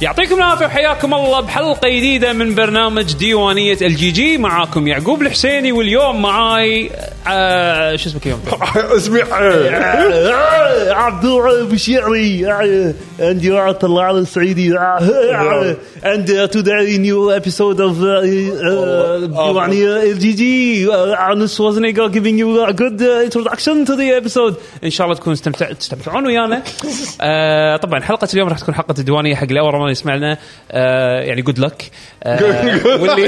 يعطيكم العافيه وحياكم الله بحلقه جديده من برنامج ديوانيه الجي جي معاكم يعقوب الحسيني واليوم معاي آه شو اسمك اليوم؟ اسمي عبد يعني بشعري and you are طلال السعيدي يعني and uh, today new episode of uh, uh, يعني LGG uh, Arnold Schwarzenegger giving you a good uh, introduction to the episode ان شاء الله تكونوا استمتع... تستمتعون ويانا آه طبعا حلقه اليوم راح تكون حلقه الديوانيه حق الاول ما يسمعنا آه يعني جود لك آه واللي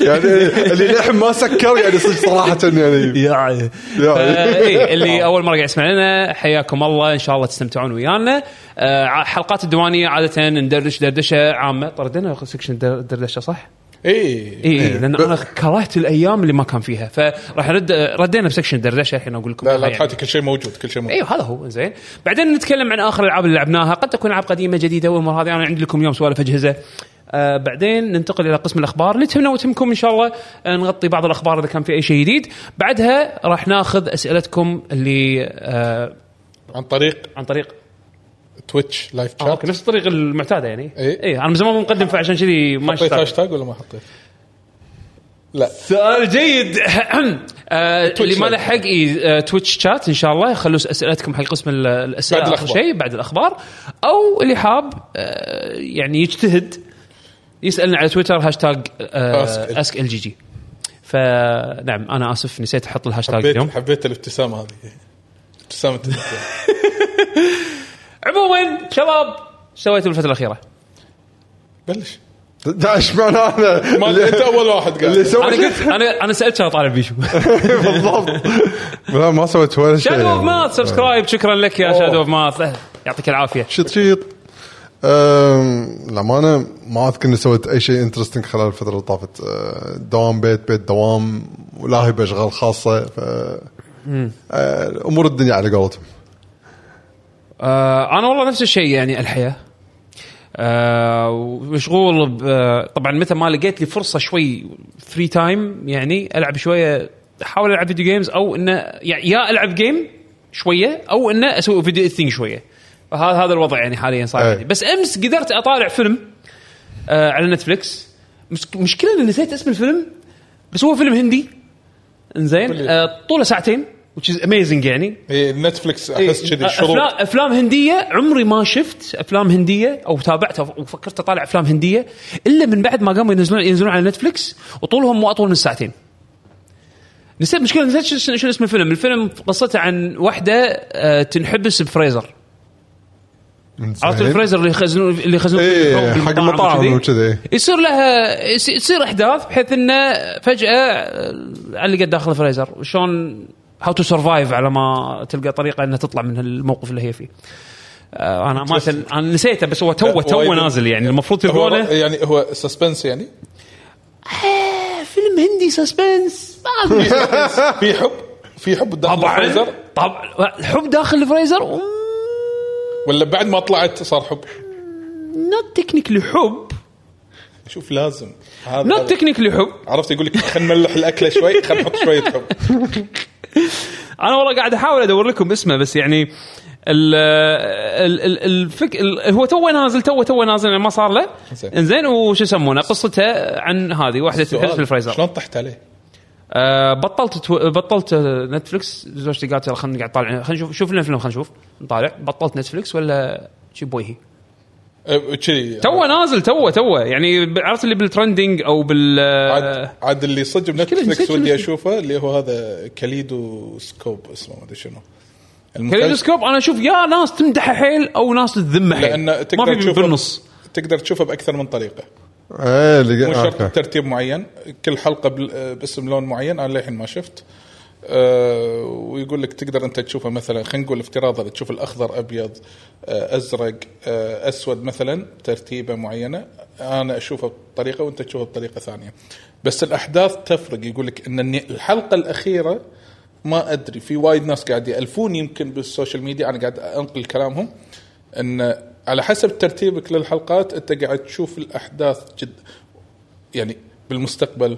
يعني اللي للحين ما سكر يعني صدق صراحه يعني يا يعني. آه، إيه اللي اول مره قاعد يسمع لنا حياكم الله ان شاء الله تستمتعون ويانا آه، ع- حلقات الديوانيه عاده ندردش دردشه عامه طردنا سكشن در- دردشه صح؟ اي اي إيه لان انا كرهت الايام اللي ما كان فيها فراح رد ردينا بسكشن دردشه الحين اقول لكم لا لا يعني. تحاتي كل شيء موجود كل شيء موجود ايوه هذا هو زين بعدين نتكلم عن اخر الالعاب اللي لعبناها قد تكون العاب قديمه جديده والامور هذه انا عندي لكم اليوم سوالف اجهزه آه بعدين ننتقل الى قسم الاخبار اللي تهمنا وتهمكم ان شاء الله آه نغطي بعض الاخبار اذا كان في اي شيء جديد بعدها راح ناخذ اسئلتكم اللي آه عن طريق عن طريق تويتش لايف آه اوكي شات نفس الطريقه المعتاده يعني إي. إيه انا من زمان مو مقدم فعشان كذي ما حطيت اشتغل هاشتاج ولا ما حطيت؟ لا سؤال جيد آه، اللي ما يعني. لحق إي، آه، تويتش شات ان شاء الله خلوا اسئلتكم حق قسم ال- الاسئله بعد آخر الأخبار. شيء بعد الاخبار او اللي حاب آه، يعني يجتهد يسالنا على تويتر هاشتاج أسأل. اسك ال جي جي فنعم انا اسف نسيت احط الهاشتاج اليوم حبيت حبيت الابتسامه هذه ابتسامه الابتسامة. عموما شباب ايش سويتوا بالفتره الاخيره؟ بلش ايش معنى انا ما اللي- انت اول واحد اللي قال انا سوى شيء قلت انا انا سالت شنو طالع بيشو بالضبط لا ما سويت ولا شيء شادو اوف يعني. ماث سبسكرايب شكرا لك يا شادو اوف ماث يعطيك العافيه شط شيط أم، للأمانة ما أذكر إني سويت أي شيء انترستنج خلال الفترة اللي طافت أه، دوام بيت بيت دوام ولاهي بأشغال خاصة ف أه، أمور الدنيا على قولتهم آه، انا والله نفس الشيء يعني الحياه آه، ومشغول ب- آه، طبعا متى ما لقيت لي فرصه شوي فري تايم يعني العب شويه احاول العب فيديو جيمز او انه يعني يا العب جيم شويه او انه اسوي فيديو ايثنج شويه فهذا هذا الوضع يعني حاليا صار أي. عندي بس امس قدرت اطالع فيلم آه، على نتفلكس مش- مشكله اني نسيت اسم الفيلم بس هو فيلم هندي انزين آه، طوله ساعتين which is amazing يعني نتفلكس إيه، احس إيه، أه، كذي شروط افلام افلام هنديه عمري ما شفت افلام هنديه او تابعتها وفكرت اطالع افلام هنديه الا من بعد ما قاموا ينزلون ينزلون على نتفلكس وطولهم مو اطول من ساعتين. نسيت مشكله نسيت شنو شنو اسم الفيلم، الفيلم قصته عن واحده آه، تنحبس بفريزر عرفت الفريزر اللي يخزنون اللي يخزنون فيه يعني؟ إيه، اللحوم حق بالمطاعم المطاعم وكذي. يصير لها يص- يصير احداث بحيث انه فجاه آه، علقت داخل الفريزر شلون هاو تو سرفايف على ما تلقى طريقه انها تطلع من الموقف اللي هي فيه آه، انا ما تل... انا نسيته بس هو تو آه، لا، تو وايد- نازل يعني المفروض هو تلقونه إيه. يعني هو سسبنس يعني آه، فيلم هندي سسبنس ما أدري. في حب في حب داخل طبعا الفريزر طبعا حب داخل الفريزر ولا بعد ما طلعت صار حب نوت تكنيكلي حب شوف لازم هذا نوت هذا. تكنيكلي حب عرفت يقول لك خلينا نملح الاكله شوي خلينا نحط شويه حب انا والله قاعد احاول ادور لكم اسمه بس يعني ال ال ال الفك ال هو تو نازل تو تو نازل يعني ما صار له زين. انزين وش يسمونه قصته عن هذه واحده تنحبس سؤال، بالفريزر شلون طحت عليه؟ آه بطلت تو بطلت آه، نتفلكس زوجتي قالت يلا خلينا قاعد طالع خلينا نشوف شوف لنا فيلم خلينا نشوف نطالع بطلت نتفلكس ولا شي بويهي أه، كذي تو نازل تو تو يعني عرفت اللي بالترندنج او بال عاد عاد اللي صدق بنتفلكس آه. نسيت شنو ودي اسمه. اشوفه اللي هو هذا كاليدوسكوب اسمه ما ادري شنو المسلسل- كاليدوسكوب انا اشوف يا ناس تمدحه حيل او ناس تذمه حيل لانه إيه. ما تقدر في تشوفه بالنص تقدر تشوفه باكثر من طريقه إيه اللي مو شرط أوكي. ترتيب معين كل حلقه بال- باسم لون معين انا للحين ما شفت أه، ويقول لك تقدر انت تشوفه مثلا خلينا نقول افتراض هذا تشوف الاخضر ابيض أه، ازرق أه، اسود مثلا ترتيبه معينه انا اشوفه بطريقه وانت تشوفه بطريقه ثانيه بس الاحداث تفرق يقول لك ان الني- الحلقه الاخيره ما ادري في وايد ناس قاعد يالفون يمكن بالسوشيال ميديا انا قاعد انقل كلامهم ان على حسب ترتيبك للحلقات انت قاعد تشوف الاحداث جد يعني بالمستقبل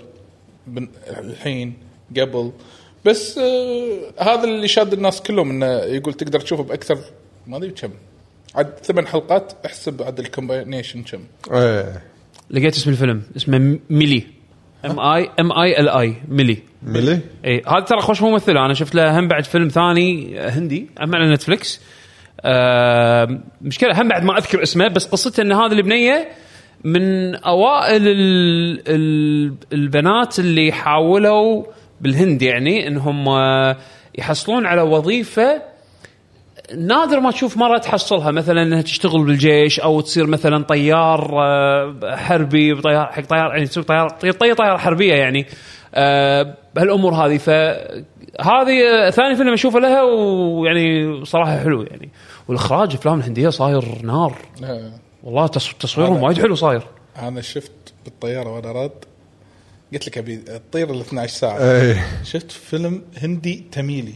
بن- الحين قبل بس آه هذا اللي شاد الناس كلهم انه يقول تقدر تشوفه باكثر ما ادري كم عاد ثمان حلقات احسب عاد الكومباينيشن كم ايه لقيت اسم الفيلم اسمه ميلي ام اي ام اي ال اي ميلي ملي اي هذا ترى خوش ممثله انا شفت له هم بعد فيلم ثاني آه، هندي هم على نتفلكس آه مشكله هم بعد ما اذكر اسمه بس قصته ان هذه البنيه من اوائل ال ال البنات اللي حاولوا بالهند يعني انهم آه، يحصلون على وظيفه نادر ما تشوف مره تحصلها مثلا انها تشتغل بالجيش او تصير مثلا طيار آه، حربي بطيار حق طيار يعني تصير طيار طيار, طيار, طيار حربيه يعني آه، بهالامور هذه فهذه آه، ثاني فيلم اشوفه لها ويعني صراحه حلو يعني والاخراج افلام الهنديه صاير نار آه، والله تص- تصويرهم هذا- وايد حلو صاير انا شفت بالطياره وانا راد قلت لك ابي الطير ال 12 ساعه ايه شفت فيلم هندي تميلي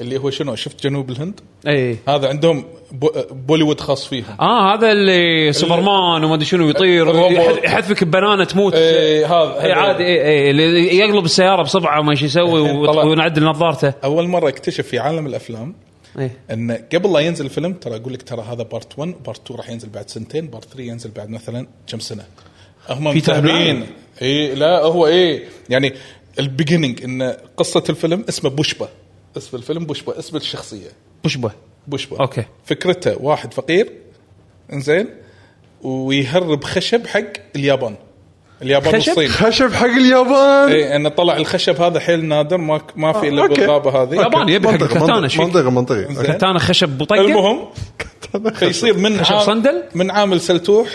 اللي هو شنو شفت جنوب الهند اي هذا عندهم بو- بوليوود خاص فيهم اه هذا اللي سوبرمان وما ادري شنو يطير الروبوت. يحذفك ببنانه تموت إيه، هذا- اي عادي اي اي اللي يقلب السياره بصبعه وما شو يسوي طلع. ويط- وينعدل نظارته اول مره اكتشف في عالم الافلام اي ان قبل لا ينزل الفيلم ترى اقول لك ترى هذا بارت 1 بارت 2 راح ينزل بعد سنتين بارت 3 ينزل بعد مثلا كم سنه هم في تايم متابعين لاين. اي لا هو ايه يعني البيجنينج ان قصه الفيلم اسمه بوشبا اسم الفيلم بوشبا اسم الشخصيه بشبه بوشبا أوكي. فكرته واحد فقير انزين ويهرب خشب حق اليابان اليابان خشب؟ والصين خشب حق اليابان اي انه طلع الخشب هذا حيل نادر ما ما في الا آه، أوكي. بالغابه إيه، هذه ياباني يبي حق منطقي، الكتانه منطقي، شيء منطقي منطقي زين. كتانه خشب بطقه المهم فيصير من خشب عام- صندل؟ من عامل سلتوح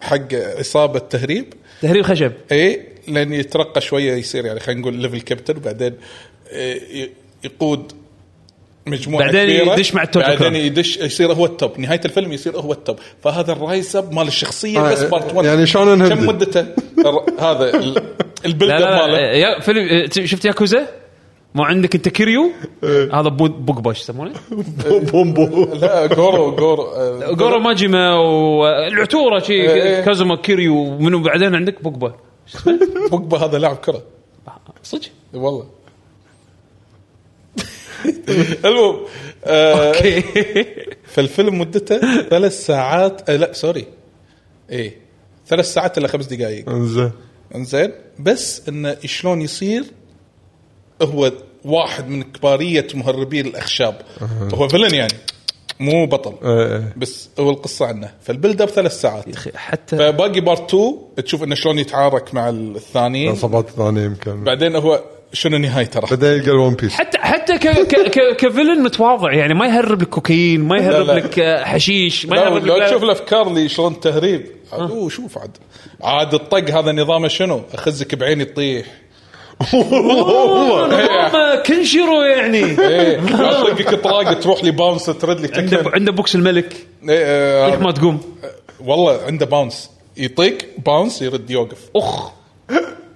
حق اصابه تهريب تهريب خشب اي لان يترقى شويه يصير يعني خلينا نقول ليفل كابتن وبعدين إيه، ي- يقود مجموعه بعدين كبيرة. يدش مع التوب بعدين كلاب. يدش يصير هو التوب نهايه الفيلم يصير هو التوب فهذا الرايس اب مال الشخصيه آه، بس بارت 1 يعني شلون نهبده؟ كم مدته الر- هذا ال- البيلد لا اب لا, لا ماله يا فيلم آه، ت- شفت ياكوزا؟ ما عندك انت كيريو هذا بو- بوجبا شو يسمونه؟ بومبو لا جورو جورو آه، جورو ماجيما والعتوره شي إيه. كازوما كيريو ومنو بعدين عندك بوجبا بوجبا هذا لاعب كره صدق والله المهم آه، اوكي فالفيلم مدته ثلاث ساعات آه لا سوري ايه ثلاث ساعات الا خمس دقائق انزين انزين بس انه شلون يصير هو واحد من كباريه مهربي الاخشاب هو فيلن يعني مو بطل إيه، إيه. بس هو القصه عنه فالبيلد اب ثلاث ساعات أخي، حتى فباقي بارت 2 تشوف انه شلون يتعارك مع الثاني عصابات ثانيه يمكن بعدين هو شنو النهايه ترى بعدين يلقى الون بيس حتى حتى ك ك ك كفيلن متواضع يعني ما يهرب لك كوكايين ما يهرب لا. لك آه، حشيش ما لا يهرب لك لو لا- تشوف الافكار اللي شلون تهريب عاد اوه شوف عاد عاد الطق هذا نظامه شنو؟ اخزك بعيني تطيح نظام كنشيرو يعني ايه اطلقك طلاق تروح لي باونس ترد لي عنده تكتب عنده بوكس الملك ليش ما إيه تقوم والله عنده باونس يطيق باونس يرد يوقف اخ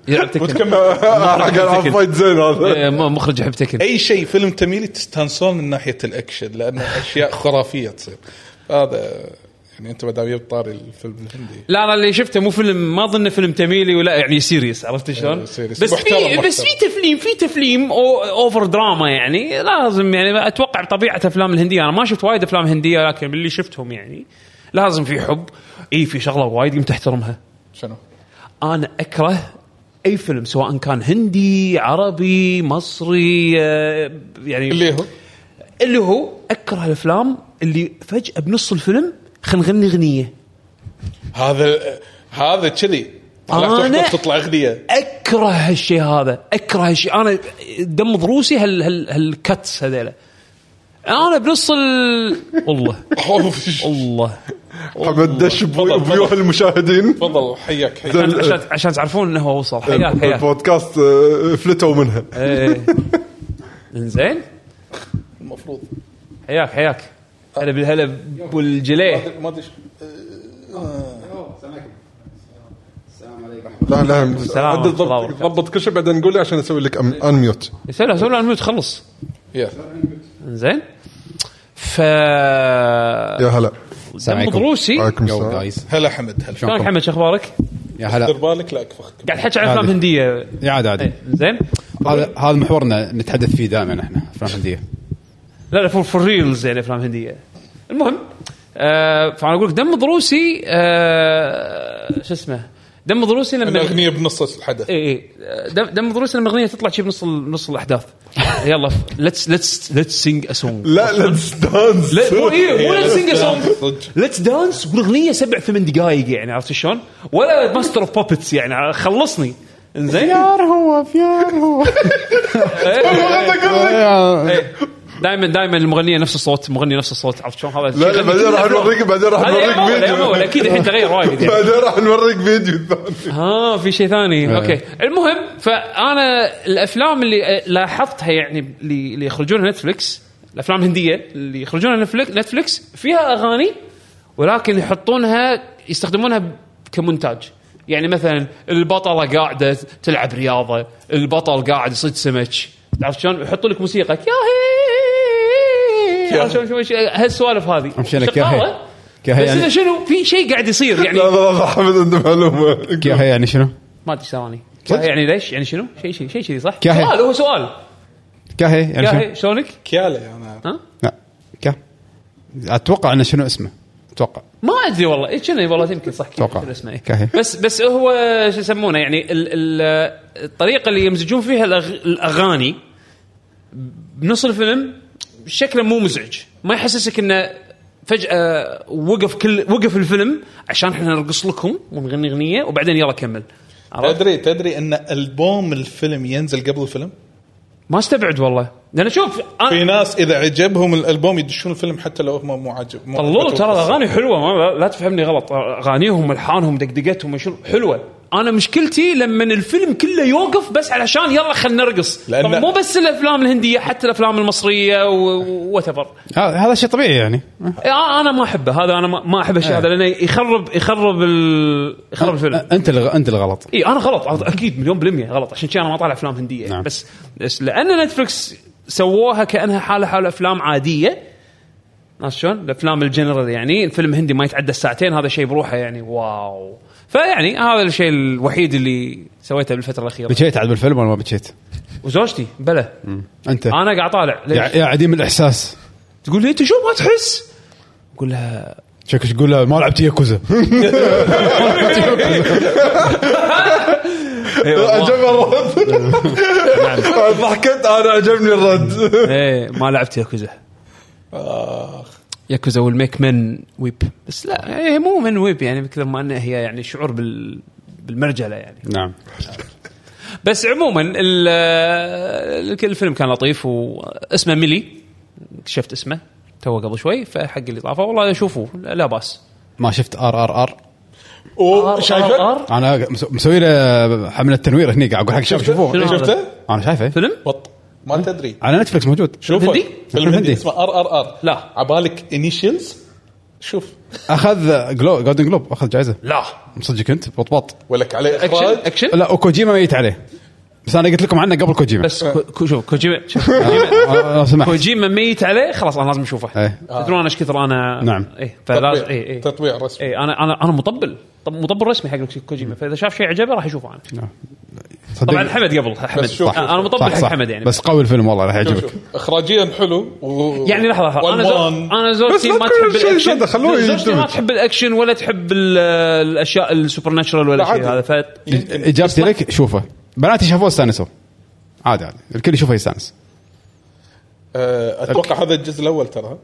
يلعب تكن وتكمل حق العاب فايت زين هذا آه، ما- مخرج يحب تكن اي شيء فيلم تميلي تستانسون من ناحيه الاكشن لان اشياء خرافيه تصير هذا يعني انت ما دام جبت طاري الفيلم الهندي لا انا اللي شفته مو فيلم ما ظنه فيلم تميلي ولا يعني سيريس عرفت شلون؟ إيه، بس سيريس. في محترم، محترم. بس في تفليم في تفليم أو اوفر دراما يعني لازم يعني اتوقع بطبيعه افلام الهنديه انا ما شفت وايد افلام هنديه لكن باللي شفتهم يعني لازم في حب اي في شغله وايد قمت احترمها شنو؟ انا اكره اي فيلم سواء كان هندي عربي مصري آه، يعني اللي هو اللي هو اكره الافلام اللي فجاه بنص الفيلم خلينا نغني اغنيه هذا هذا كذي طلعت أنا- واحدة تطلع اغنيه اكره هالشيء هذا اكره هالشيء انا دم ضروسي هال هال هالكتس هذيلا انا بنص ال والله الله محمد دش بيو المشاهدين تفضل حياك حياك زين. عشان عشان تعرفون انه هو وصل حياه حياه البودكاست آه، فلتوا منها إيه. انزين المفروض حياك حياك هلا بالهلا بالجليه ما ادري لا لا السلام عدل ورحمة الله ضبط ضبط كل شيء بعدين قول لي عشان اسوي لك أم- انميوت سهلا سهلا الميوت خلص يا انزين ف يا هلا السلام دم عليكم ضروسي عليكم يو السلام جايز هلا حمد هلا شلونك حمد شو اخبارك؟ يا دير هلا بالك لا اكفخك قاعد تحكي عن افلام عادي. هنديه يا عاد عادي زين هذا هذا محورنا نتحدث فيه دائما احنا افلام هنديه لا لا فور فور ريلز يعني افلام هنديه المهم آه فانا اقول لك دم ضروسي آه شو اسمه دم ضروسي لما الاغنيه بنص الحدث اي اي دم, دم ضروسي لما اغنيه تطلع شي بنص ال- نص الاحداث يلا ليتس ليتس ليتس سينج ا سونج لا ليتس دانس لا مو إيه، ايه مو ليتس سينج ا سونج صدق. ليتس دانس والاغنيه سبع ثمان دقائق يعني عرفت شلون؟ ولا ماستر اوف بوبتس يعني خلصني انزين فيار هو فيار هو إيه. إيه. دائما دائما المغنيه نفس الصوت المغني نفس الصوت عرفت شلون هذا لا لا بعدين راح نوريك بعدين راح هذا نوريك يا مول، يا مول، فيديو اكيد الحين تغير وايد يعني. بعدين راح نوريك فيديو ثاني ها في شيء ثاني اوكي المهم فانا الافلام اللي آه، لاحظتها يعني اللي اللي يخرجونها نتفلكس الافلام الهنديه اللي يخرجونها نتفلك- نتفلكس فيها اغاني ولكن يحطونها يستخدمونها ب- كمونتاج يعني مثلا البطله قاعده تلعب رياضه البطل قاعد يصيد سمك عرفت شلون يحطوا لك موسيقى ياهي عرفت شلون- شلون- شلون- هالسوالف هذه مش لك ياهي. شغالة. كهي بس يعني إنه شنو في شيء قاعد يصير يعني لا لا لا حمد عنده معلومه كهي يعني شنو؟ ما ادري ثواني يعني ليش يعني شنو شيء شيء شيء كذي صح كاهي. سؤال هو سؤال كهي يعني شنو؟ كاهي شلونك كياله انا لا كه اتوقع انه شنو اسمه اتوقع ما ادري والله إيه، كنا والله يمكن صح أتوقع. كذا اسمه إيه. كاهي. بس بس هو شو يسمونه يعني ال ال الطريقه اللي يمزجون فيها الأغ- الاغاني بنص الفيلم شكله مو مزعج ما يحسسك انه فجاه وقف كل وقف الفيلم عشان احنا نرقص لكم ونغني اغنيه وبعدين يلا كمل عرفت؟ تدري تدري ان البوم الفيلم ينزل قبل الفيلم ما استبعد والله لان شوف انا في ناس اذا عجبهم الالبوم يدشون الفيلم حتى لو هم مو عاجب مو طلعوا عجبتهم ترى القصة. الاغاني حلوه ما لا تفهمني غلط اغانيهم الحانهم دقدقتهم وشو- حلوه انا مشكلتي لما الفيلم كله يوقف بس علشان يلا خلينا نرقص لأن- طب مو بس الافلام الهنديه حتى الافلام المصريه وات ايفر هذا هذا شيء طبيعي يعني انا آه، ما احبه هذا انا ما- ما احب الشيء هذا لانه يخرب يخرب ال... آه، يخرب الفيلم انت اللي انت اللي غلط اي انا غلط أنا اكيد مليون بالميه غلط عشان كذا انا ما طالع افلام هنديه نعم. نعم. بس بس لان نتفلكس سووها كانها حاله حال افلام عاديه عرفت شلون؟ الافلام الجنرال يعني الفيلم هندي ما يتعدى الساعتين هذا شيء بروحه يعني واو فيعني هذا الشيء الوحيد اللي سويته بالفتره الاخيره بكيت عاد بالفيلم ولا ما بكيت؟ وزوجتي بلا انت انا قاعد طالع ليش؟ يا يا عديم الاحساس تقول لي انت شو ما تحس؟ اقول لها شكلك تقول له ما لعبت ياكوزا عجبني الرد ضحكت انا عجبني الرد ايه ما لعبت ياكوزا اخ ياكوزا والميك من ويب بس لا هي مو من ويب يعني بكثر ما انها هي يعني شعور بال بالمرجله يعني نعم بس عموما ال- ال- الفيلم كان لطيف واسمه ميلي اكتشفت اسمه تو قبل شوي فحق اللي طافه والله شوفوا لا لا باس ما شفت ار ار ار أوه، شايفه آر. انا مس- مسوي له حمله تنوير هني قاعد اقول حق الشباب شوفوه شنو هذا؟ شفته؟ انا شايفه فيلم بط ما تدري على نتفلكس موجود شوفه هندي؟ فيلم هندي هندي. اسمه ار ار ار لا. عبالك انيشيلز شوف اخذ جلو جولدن جلوب اخذ جائزه لا مصدقك انت بطبط ولك عليه اكشن اخراج اكشن لا وكوجيما ميت عليه بس انا قلت لكم عنه قبل كوجيما بس كو- كو- شوف كوجيما شوف، آه، لو سمحت كوجيما ميت عليه خلاص انا لازم اشوفه إيه. تدرون انا ايش كثر انا نعم. ايه فلازم تطبيع ايه ايه تطبيع رسمي اي انا انا انا مطبل طب مطبل رسمي حق كوجيما فاذا شاف شيء عجبه راح يشوفه انا صدق. طبعا حمد قبل حمد بس شوف- آه، انا مطبل صح حق صح حمد يعني بس قوي الفيلم والله راح شوف يعجبك شوف اخراجيا حلو و... يعني لحظه لحظه انا زو... والوان. انا زوجتي لا ما كل تحب شيء الاكشن شده، خلوه زوجتي ما يندمج. تحب الاكشن ولا تحب ال- الاشياء السوبر ناتشرال ولا شيء عادي. هذا ف يمكن. اجابتي لك شوفه بناتي شافوه استانسوا عادي عادي الكل يشوفه يستانس آه، اتوقع هذا الجزء الاول ترى إيه،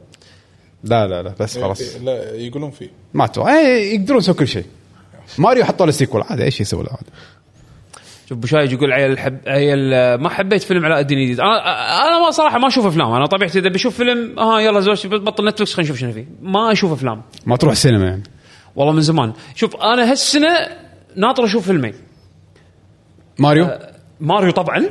لا لا لا بس خلاص لا يقولون فيه ما اتوقع إيه، يقدرون يسوون كل شيء ماريو حطوا له سيكول عادي ايش يسوي له عادي شوف بشايج يقول عيل الحب عيل ما حبيت فيلم علاء الدين يزيد انا انا ما صراحه ما اشوف افلام انا طبيعتي اذا بشوف فيلم ها يلا زوجتي بطل نتفلكس خلينا نشوف شنو فيه ما اشوف افلام ما تروح سينما يعني والله من زمان شوف انا هالسنه ناطر اشوف فيلمين ماريو آه، ماريو طبعا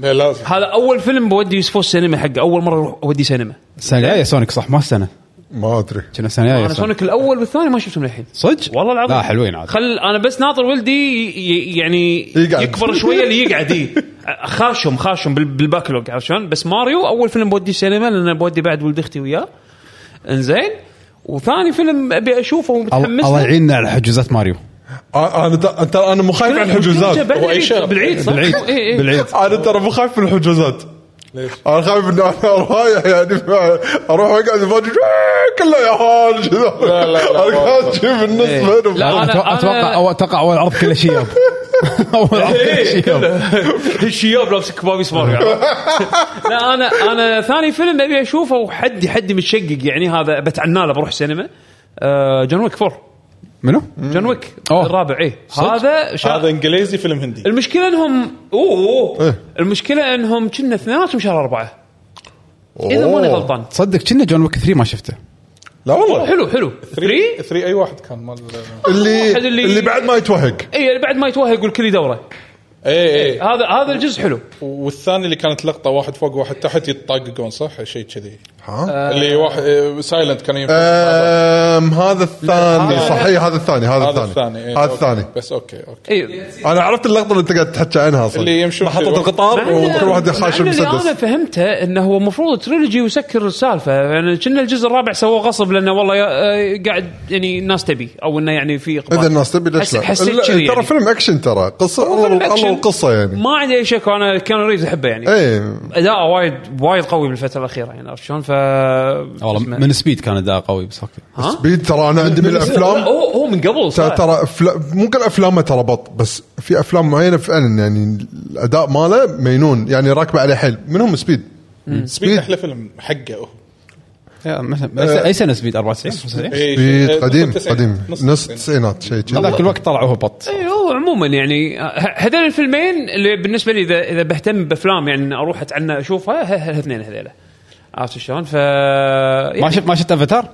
لا لازم هذا اول فيلم بودي يوسفو السينما حقه اول مره اروح اودي سينما السنه الجايه سونيك صح ما السنه ما ادري كنا السنه الجايه انا سونيك الاول والثاني ما شفتهم للحين صدق والله العظيم إيه، لا حلوين عاد خل انا بس ناطر ولدي ي- ي- يعني يقعد. يكبر شويه اللي يقعد إي. خاشم خاشم بال- بالباكلوج عرفت شلون بس ماريو اول فيلم بودي سينما لان بودي بعد ولد اختي وياه انزين وثاني فيلم ابي اشوفه الله- ومتحمس الله له. يعيننا على حجوزات ماريو انا ت- ترى انا مخايف من الحجوزات بعد هو أي العيد شهر. بالعيد صح؟ إيه، بالعيد إي إي. بالعيد انا ترى مخايف من الحجوزات ليش؟ انا خايف اني انا رايح يعني فا- اروح اقعد فجأة كله يا هان كذا لا، لا، لا، انا قاعد شي بالنص بينهم. إيه. لا، أنا- اتوقع اتوقع أنا- أول- اتوقع اول عرض كله شياب اول عرض كله شياب الشياب لابس كبابيس ماريو لا انا انا ثاني فيلم ابي اشوفه وحدي حدي متشقق يعني هذا بتعنى له بروح سينما آه، جون ويك 4 منو؟ جون ويك أوه. الرابع اي صدق؟ هذا شا... هذا انجليزي فيلم هندي المشكله انهم اوه, أوه. إيه. المشكله انهم كنا اثنيناتهم شهر اربعه اذا ماني أوه. غلطان تصدق كنا جون ويك 3 ما شفته لا والله حلو حلو 3 3 اي واحد كان مال اللي واحد اللي- اللي بعد ما يتوهق اي اللي إيه، بعد ما يتوهق يقول كل دوره اي اي هذا هذا الجزء حلو إيه، والثاني اللي كانت لقطه واحد فوق واحد تحت يتطاققون صح شيء كذي ها آه. آه، اللي واحد سايلنت كان ينفع أم، هذا الثاني هذا- صحيح هذا الثاني هذا هذا الثاني الثاني إيه، هذا أوكي. الثاني بس اوكي اوكي اي انا عرفت اللقطه اللي انت قاعد تحكي عنها طيب. اصلا اللي يمشون في محطه الوقت. القطار وكل واحد يحاش اللي انا المسدس فهمته انه هو المفروض تريلوجي ويسكر السالفه يعني كنا الجزء الرابع سووه غصب لانه والله يا- آه، قاعد يعني الناس تبي او انه يعني في اقبال اذا الناس تبي ليش حس- لا حسيت لا، كذي ترى يعني. فيلم اكشن ترى قصه هو فيلم الله أكشن. الله القصه يعني ما عندي اي شك انا كان ريز احبه يعني ايه اداءه وايد وايد قوي بالفتره الاخيره يعني عرفت شلون ف والله من سبيد كان اداء قوي بس اوكي ها؟ بيد ترى انا عندي من الافلام هو هو من قبل ترى صار. ترى أفلا- مو كل افلامه ترى بط بس في افلام معينه فعلا يعني الاداء ماله مينون يعني راكبه عليه حيل منهم سبيد سبيد احلى فيلم حقه هو يا أه. مثلا اي سنه سبيد 94 إيه، سبيد شيء- قديم نص قديم التسعين. نص التسعين. التسعينات شيء كذي هذاك الوقت طلع وهو بط إي إيه، هو عموما يعني ه- هذول الفيلمين اللي بالنسبه لي اذا اذا بهتم بافلام يعني إن اروح اتعنى اشوفها ه- ه- هالاثنين هذيلا عرفت شلون؟ ف ما شفت ما شفت افاتار؟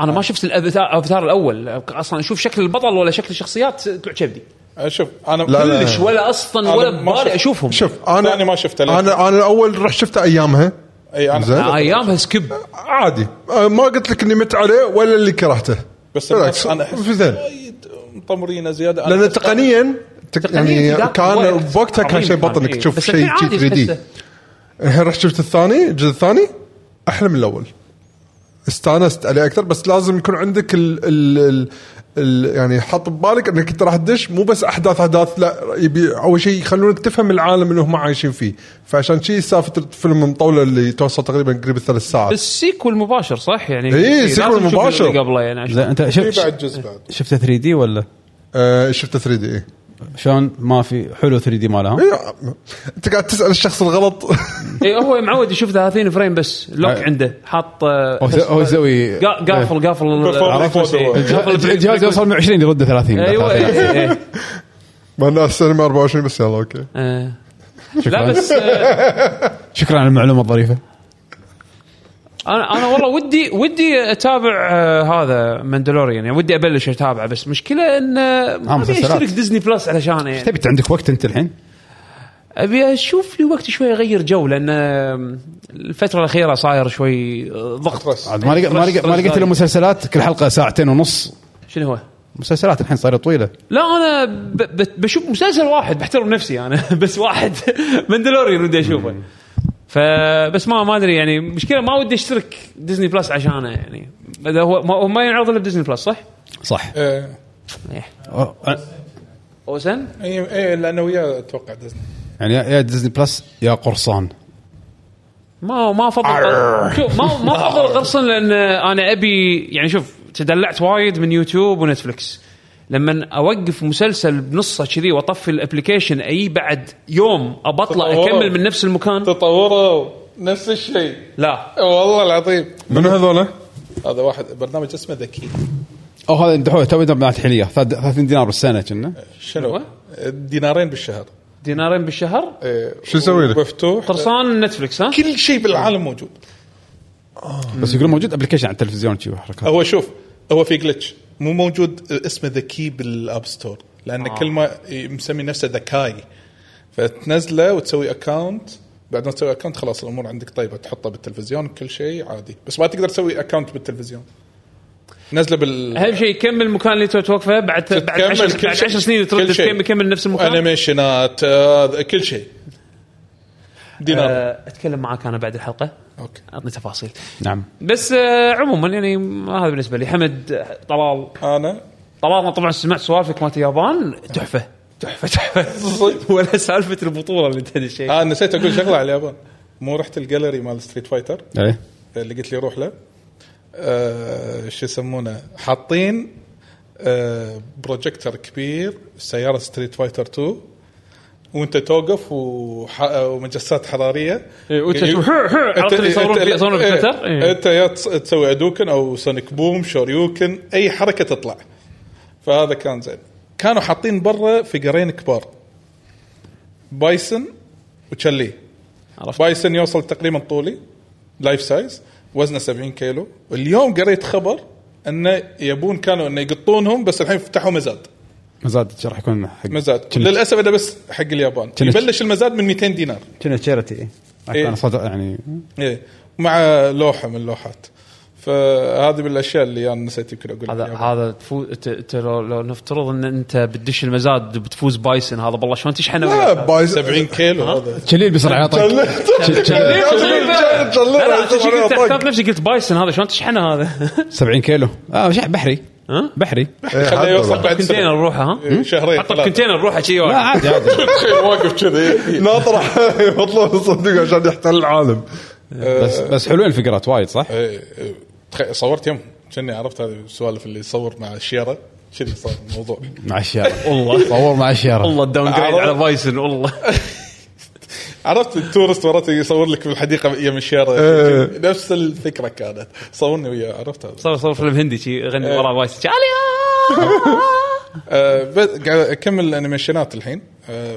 انا ما شفت الافاتار الأفاتار الاول اصلا اشوف شكل البطل ولا شكل الشخصيات طلع كبدي شوف انا لا، لا. كلش ولا اصلا أنا ولا ما شفت. ببالي اشوفهم شوف انا انا ما شفته للحين. انا انا الاول رح شفته ايامها اي زين. انا أنا ايامها سكيب عادي أه، ما قلت لك اني مت عليه ولا اللي كرهته بس بالعكس الناس انا احس في ذيل وايد مطمرينه زياده أنا لان أحس- تقنيا تق- يعني ذاك كان الوقت بوقتها كان عظيم شيء بطل انك إيه. تشوف بس شيء الحين عادي 3 دي تحسه. الحين رحت شفت الثاني الجزء الثاني احلى من الاول استانست عليه اكثر بس لازم يكون عندك ال ال ال ال يعني حط ببالك انك انت راح تدش مو بس احداث احداث لا يبي اول شيء يخلونك تفهم العالم اللي هم عايشين فيه فعشان شي سالفه الفيلم مطوله اللي توصل تقريبا قريب الثلاث ساعات السيكول مباشر صح يعني إيه، لازم سيكول تشوف اللي مباشر. قبله يعني عشان- زين انت في شفت بعد جزء بعد شفته 3 دي ولا آه شفت 3 دي ايه شلون ما في حلو 3 دي مالها؟ إيه، انت قاعد تسال الشخص الغلط إيه، هو معود يشوف 30 فريم بس لوك عنده حاط آه، هو هو يسوي قا- قافل قافل عرفت. الجهاز- الجهاز يوصل 120 يرده 30 ايوه إيه، ما الناس السينما 24 بس يلا اوكي إيه. لا شكرا بس آه، شكرا على المعلومه الظريفه انا انا والله ودي ودي اتابع آه، هذا ماندلوريان يعني ودي ابلش اتابعه بس مشكله ان آه، ما ابي مسلسلات. اشترك ديزني بلس علشان يعني تبي عندك وقت انت الحين؟ ابي اشوف لي وقت شوي اغير جو لان آه، الفتره الاخيره صاير شوي آه، ضغط عاد ما لقيت ما لقيت ما لقيت الا مسلسلات كل حلقه ساعتين ونص شنو هو؟ مسلسلات الحين صارت طويله لا انا ب... ب... بشوف مسلسل واحد بحترم نفسي انا بس واحد مندلوريان ودي اشوفه فبس ما ما ادري يعني مشكله ما ودي اشترك ديزني بلس عشانه يعني اذا هو ما, هو ما ينعرض الا بديزني بلس صح؟ صح إيه. إيه. أه، اوسن اي اي لانه إيه، وياه اتوقع دزني يعني يا- يا ديزني بلس يا قرصان ما ما افضل شوف ما ما افضل غرسن لان انا ابي يعني شوف تدلعت وايد من يوتيوب ونتفلكس لما اوقف مسلسل بنصه كذي واطفي الابلكيشن اي بعد يوم ابطله اكمل من نفس المكان تطوروا نفس الشيء لا والله العظيم من هذول؟ هذا واحد برنامج اسمه ذكي او هذا اندحوه تو مع الحليه 30 دينار بالسنه كنا شنو؟ دينارين بالشهر دينارين بالشهر إيه. شو يسوي لك؟ مفتوح قرصان نتفلكس ها؟ كل شيء بالعالم موجود بس يقولون موجود ابلكيشن على التلفزيون شي حركات هو شوف هو في جلتش مو موجود اسمه ذكي بالاب ستور لان كل ما مسمي نفسه ذكاي فتنزله وتسوي اكونت بعد ما تسوي اكونت خلاص الامور عندك طيبه تحطه بالتلفزيون كل شيء عادي بس ما تقدر تسوي اكونت بالتلفزيون نزله بال اهم شيء كمل المكان اللي تو توقفه بعد بعد تكمل 10 كل شيء. بعد 10 سنين كل ترد شيء. تكمل كمل نفس المكان انيميشنات آه، كل شيء دينار أه آه، اتكلم معاك انا بعد الحلقه اوكي اعطني تفاصيل نعم بس آه، عموما يعني هذا بالنسبه لي حمد آه، طلال انا طلال أنا طبعا سمعت سوالفك مالت اليابان تحفه تحفه تحفه ولا سالفه البطوله اللي انت شيء آه نسيت اقول شغله على اليابان مو رحت الجاليري مال ستريت فايتر ايه اللي قلت لي روح له آه شو يسمونه حاطين آه بروجيكتر كبير سياره ستريت فايتر 2 وانت توقف وح... ومجسات حراريه إيه، وأنت تسوي هر- هر، عرفت اللي يصورون أنت- يصورون إيه، بتويتر؟ إيه. انت يا تس- تسوي ادوكن او سونيك بوم شوريوكن اي حركه تطلع فهذا كان زين كانوا حاطين برا فيجرين كبار بايسن وتشلي عرفت. بايسن يوصل تقريبا طولي لايف سايز وزنه 70 كيلو اليوم قريت خبر انه يبون كانوا انه يقطونهم بس الحين فتحوا مزاد مزاد راح يكون حق مزاد كنا للاسف هذا بس حق اليابان كنا- يبلش المزاد من 200 دينار كنا تشاريتي راح إيه. يكون صدق يعني ايه مع لوحه من اللوحات فهذه من الاشياء اللي انا نسيت يمكن اقول هذا هذا تفو... ت... ت... لو, لو نفترض ان انت بتدش المزاد بتفوز بايسن هذا بالله شلون تشحنه لا، وياك؟ بايز- 70 كيلو هذا تشليل بسرعه يا طيب ليه؟ ليه؟ جل- جل- لا لا أنت شي قلت- طق. احسبت نفسي قلت بايسن هذا شلون تشحنه هذا 70 كيلو اه شح بحري ها؟ بحري إيه، خليه حد يوصل والله. بعد كونتينر سنه روحه ها إيه، شهرين حطه ثلاثة. بكونتينر روحه شي لا واحد. آه، عادي عادي واقف كذي ناطر مطلوب صدق عشان يحتل العالم بس بس حلوين الفقرات وايد صح؟ إيه، صورت يوم كاني عرفت هذه السوالف اللي يصور مع الشيره كذي صار الموضوع مع الشيارة والله صور مع الشيارة والله الداون جريد عرفت. على بايسن والله عرفت التورست مرات يصور لك بالحديقه يم الشيره إيه. نفس الفكره كانت صورني وياه عرفت هذا صار صار فيلم هندي شي يغني إيه. ورا بايسن شي، عليا آه، بس قاعد اكمل الانيميشنات الحين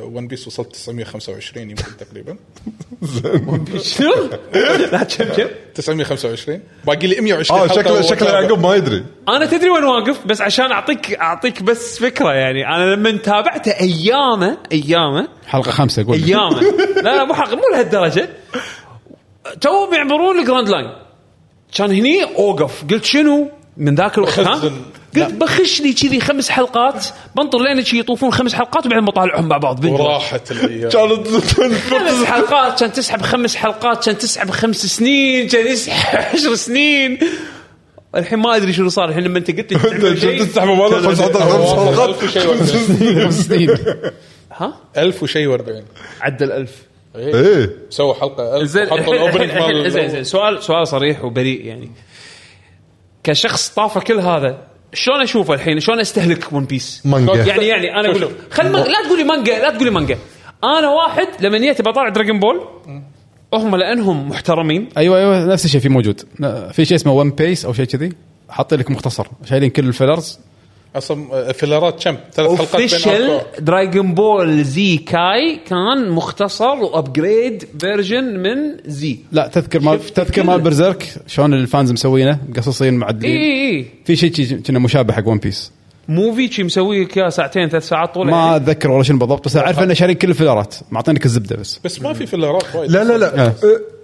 ون بيس وصلت 925 يمكن تقريبا شنو؟ لا كم كم 925 باقي لي 120 اه حلقة شكله وأتابع. شكله يعقوب ما يدري انا تدري وين واقف بس عشان اعطيك اعطيك بس فكره يعني انا لما تابعته ايامه ايامه حلقة خمسة قول ايامه لا لا مو حق مو لهالدرجه توهم يعبرون الجراند لاين كان هني اوقف قلت شنو من ذاك الوقت ها؟ بخزن. قلت بخش لي كذي خمس حلقات بنطر لين شي يطوفون خمس حلقات وبعدين بطالعهم مع بعض بنجر. وراحت الايام كانت خمس حلقات كان تسحب خمس حلقات كان تسحب خمس سنين كان يسحب عشر سنين الحين ما ادري شنو صار الحين لما انت قلت لي تعمل شيء- تستحب مبالغ خمس حلقات ألف وشي وأربعين. خمس سنين ها 1000 وشيء و40 عدل ألف ايه سووا حلقه 1000 زين وحطوا الحين- الاوبننج الحين- الحين- زين زين مال سؤال سؤال صريح وبريء يعني كشخص طافه كل هذا شلون اشوفه الحين شلون استهلك ون بيس مانجا يعني يعني انا اقول لك خل ما- لا تقولي مانجا لا تقولي مانجا انا واحد لما نيت بطالع دراجون بول هم لانهم محترمين ايوه ايوه نفس الشيء في موجود لا، في شيء اسمه ون بيس او شيء كذي حاطين لك مختصر شايلين كل الفيلرز اصلا آه، فيلرات كم ثلاث حلقات بين اوفيشال أربعة. دراجون بول زي كاي كان مختصر وابجريد فيرجن من زي لا تذكر مال شفت تذكر كله. مال برزيرك شلون الفانز مسوينه مقصصين اي معدلين اي اي في شيء شي- كنا مشابه حق ون بيس موفي إيه، شي مسوي لك اياه ساعتين ثلاث ساعات طول ما يعني. اتذكر والله شنو بالضبط بس اعرف انه شايلين كل الفيلرات معطينك الزبده بس بس ما في فيلرات وايد لا لا لا آه.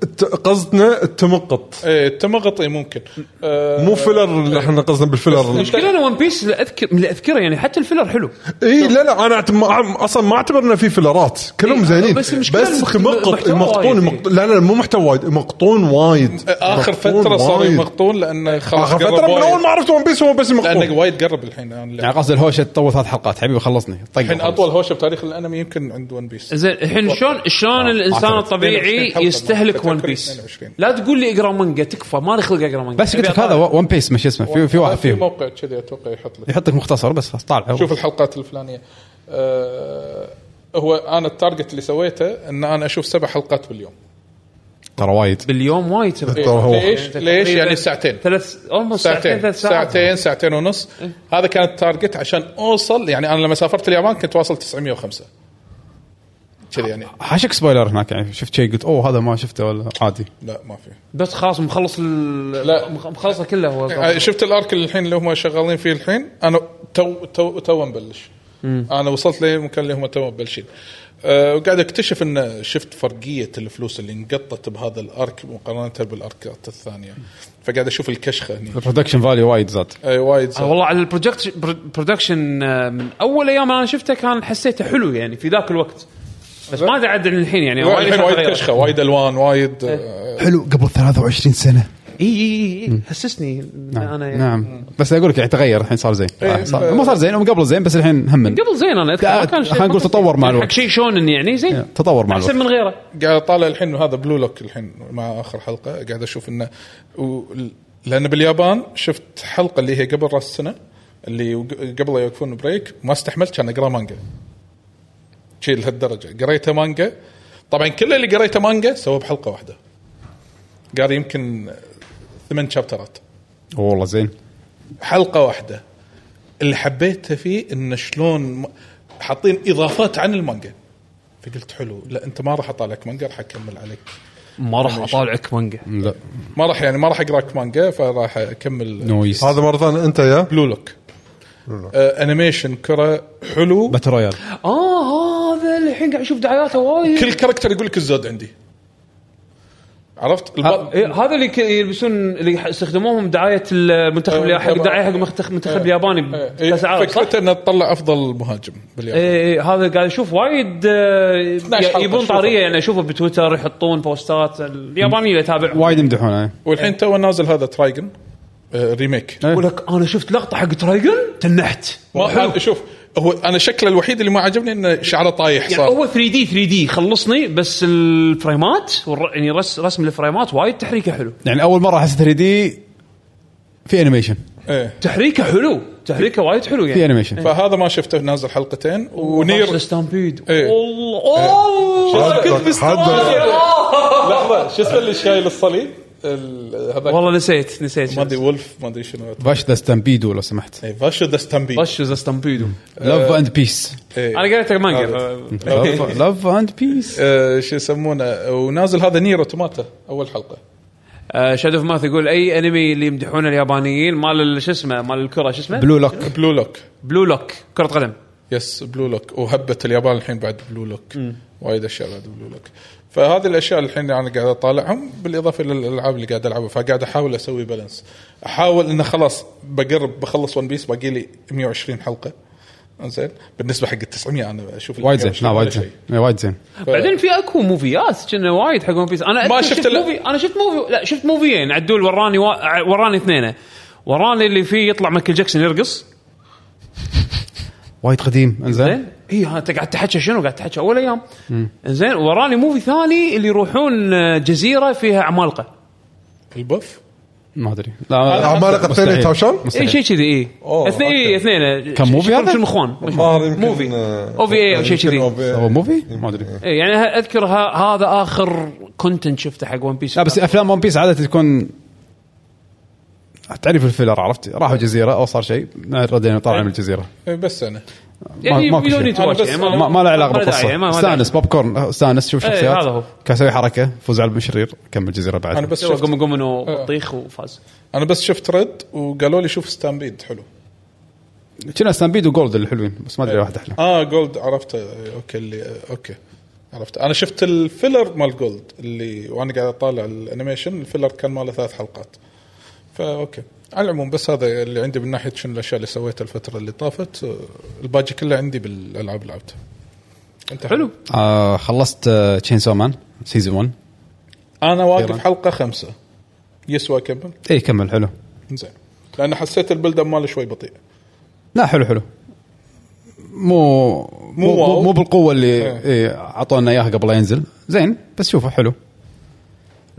الت- قصدنا التمقط ايه التمغط إيه، ممكن آه، مو فيلر اللي احنا قصدنا بالفيلر المشكله انا ون بيس لا اذكر لا اذكره يعني حتى الفيلر حلو اي إيه، لا لا انا أعت- ما- اصلا ما اعتبر انه في فيلرات كلهم زينين بس بس المشكلة المخت- تمقط المحتوى مقطون وايد. مقط- لا لا مو محتوى وايد مقطون وايد اخر مقطون فتره صار وايد. يمغطون لانه خلاص اخر قرب فتره من وايد. اول ما عرفت ون بيس هو بس لانه مقطون وايد قرب الحين أنا اللي- يعني قصد الهوشه تطول ثلاث حلقات حبيبي خلصني طق الحين خلص. اطول هوشه بتاريخ الانمي يمكن عند ون بيس زين الحين شلون آه، شلون الانسان أعتقد. الطبيعي 22 حلقة يستهلك تذكر ون بيس 22. لا تقول لي اقرا مانجا تكفى ما لي خلق اقرا مانجا بس قلت لك هذا ون بيس ما شو اسمه في في واحد في فيهم موقع كذي اتوقع يحط لك يحط لك مختصر بس خلاص طالع شوف الحلقات الفلانيه آه، هو انا التارجت اللي سويته ان انا اشوف سبع حلقات باليوم ترى وايد باليوم وايد سبع. إيه، ترى هو- ليش ليش يعني ساعتين ثلاث almost ساعتين ساعتين ثلاث ساعات إيه. ساعتين ساعتين ونص هذا كان التارجت عشان اوصل يعني انا لما سافرت اليابان كنت واصل 905 كذي يعني حاشك سبويلر هناك يعني شفت شيء قلت اوه هذا ما شفته ولا عادي لا ما في بس خلاص مخلص ال... لا. مخ- مخلصه كلها هو آه، شفت الارك اللي الحين اللي هم شغالين فيه الحين انا تو تو تو مبلش انا وصلت للمكان اللي هم تو مبلشين أه وقاعد اكتشف ان شفت فرقيه الفلوس اللي انقطت بهذا الارك مقارنه بالاركات الثانيه فقاعد اشوف الكشخه هني البرودكشن فاليو وايد زاد اي وايد آه، زاد. والله على البروجكت برودكشن آه، من اول ايام انا شفته كان حسيته حلو يعني في ذاك الوقت بس ما ادري عدل الحين يعني الحين أشياء وايد تغيرت. كشخه وايد الوان وايد آه، حلو قبل 23 سنه اي اي اي حسسني إن نعم. انا يعني نعم بس اقول لك يعني تغير الحين صار زين إيه، صار- ف- ما صار زين وقبل زين بس الحين هم من. قبل زين انا اذكر ما كان شيء- خلينا نقول تطور مع يعني الوقت. حق شيء شونن يعني زين إيه، تطور مع احسن الوقت من غيره قاعد اطالع الحين هذا بلو لوك الحين مع اخر حلقه قاعد اشوف انه و... لان باليابان شفت حلقه اللي هي قبل راس السنه اللي وق- قبل لا يوقفون بريك ما استحملت كان اقرا مانجا شيء لهالدرجه قريته مانجا طبعا كل اللي قريته مانجا سووه بحلقه واحده قاري يمكن ثمان شابترات أوه، والله زين حلقه واحده اللي حبيته فيه انه شلون م- حاطين اضافات عن المانجا فقلت حلو لا انت ما راح اطالعك مانجا راح اكمل عليك ما راح اطالعك مانجا لا ما راح يعني ما راح اقراك مانجا فراح اكمل نويس هذا مره ثانيه انت يا بلو لوك آه انيميشن كره حلو باتل رويال اه هذا الحين قاعد اشوف دعاياته وايد كل كاركتر يقول لك الزود عندي عرفت ه- الب... إيه، هذا اللي ك- يلبسون اللي ح- استخدموهم دعايه المنتخب آه، اللي- حق طبعاً. دعايه حق منتخ- آه، المنتخب الياباني آه، بكاس العالم صح؟ فكرته انه تطلع افضل مهاجم باليابان إيه، إيه، هذا قاعد اشوف وايد آه، حلقة يبون شوفها. طاريه يعني اشوفه بتويتر يحطون بوستات اليابانيه اتابع وايد يمدحونه إيه. والحين تو نازل هذا ترايجن آه ريميك إيه. يقول لك انا شفت لقطه حق ترايجن تنحت ما حلو. شوف هو انا شكله الوحيد اللي ما عجبني انه شعره طايح يعني صار هو 3 دي 3 دي خلصني بس الفريمات والر- يعني رس رسم الفريمات وايد تحريكه حلو يعني اول مره احس 3 دي في انيميشن إيه. تحريكه حلو تحريكه وايد حلو في يعني انيميشن فهذا ما شفته نازل حلقتين ونير ستامبيد إيه. والله والله هذا- كنت مستواي هذا- لحظه شو اسمه اللي شايل الصليب ال- هذا والله نسيت نسيت ما ادري ولف ما ادري شنو باش ذا ستامبيدو لو سمحت اي فاشو ذا ستامبي بش ذا ستامبيدو لاف اند بيس إيه، انا قريته مانجا لاف اند بيس إيه، شو يسمونه ونازل هذا نير اوتوماتا اول حلقه شادو اوف ماث يقول اي انمي اللي يمدحونه اليابانيين مال ال- شو اسمه مال الكره شو اسمه بلو لوك بلو لوك بلو لوك كره قدم يس بلو لوك وهبه اليابان الحين بعد بلو لوك وايد اشياء بعد بلو لوك فهذه الاشياء اللي الحين انا قاعد اطالعهم بالاضافه الى الالعاب اللي قاعد العبها فقاعد احاول اسوي بالانس احاول انه خلاص بقرب بخلص ون بيس باقي لي 120 حلقه زين بالنسبه حق ال 900 انا اشوف ال وايد زين 120 لا ولا وايد شيء. زين إيه، وايد زين ف- بعدين في اكو موفيات كنا وايد حق ون بيس انا ما أذكر شفت شفت إلا- موفي انا شفت موفي لا شفت موفيين عدول وراني و... وراني اثنين وراني اللي فيه يطلع مايكل جاكسون يرقص وايد قديم انزين زين اي انت قاعد تحكي شنو قاعد تحكي اول ايام زين وراني موفي ثاني اللي يروحون جزيره فيها عمالقه البف ما ادري لا العمالقه الثانيه مستحيل. يتهاوشون؟ اي شيء إيه، كذي اي أوه، اثنين اي أوكي. اثنين كان موفي هذا؟ شنو اخوان الظاهر يمكن موفي او في اي او شيء كذي هو موفي ما ادري إيه، يعني ه- اذكر ه- هذا اخر كونتنت شفته حق ون بيس لا بس آه، افلام ون بيس عاده تكون تعرف الفيلر عرفت راحوا جزيره او صار شيء ردينا طالعين من الجزيره إيه، بس انا يعني ماكو you don't شيء. need to watch، بس- يعني ما, ما له علاقه داعي، يعني ما- بالقصه ما داعي. استانس بوب كورن استانس شوف إيه، شخصيات هذا هو. كان يسوي حركه فوز على الشرير كمل الجزيره بعد انا بس سوى شفت قم قم انه آه. بطيخ وفاز انا بس شفت رد وقالوا لي شوف ستامبيد حلو كنا ستامبيد وجولد اللي حلوين بس إيه. ما ادري واحد احلى اه جولد عرفته اوكي اللي إيه، اوكي عرفت انا شفت الفيلر مال جولد اللي وانا قاعد اطالع الانيميشن الفيلر كان ماله ثلاث حلقات فا اوكي على العموم بس هذا اللي عندي من ناحيه شنو الاشياء اللي سويتها الفتره اللي طافت آه، الباقي كله عندي بالالعاب اللي لعبتها انت حلو آه خلصت تشين سو مان سيزون 1 انا واقف أخيراً. حلقه خمسه يسوى اكمل اي إيه، كمل حلو زين لان حسيت البلد اب ماله شوي بطيء لا حلو حلو مو مو واو. مو, مو بالقوه اللي إيه. إيه، اعطونا اياها قبل لا ينزل زين بس شوفه حلو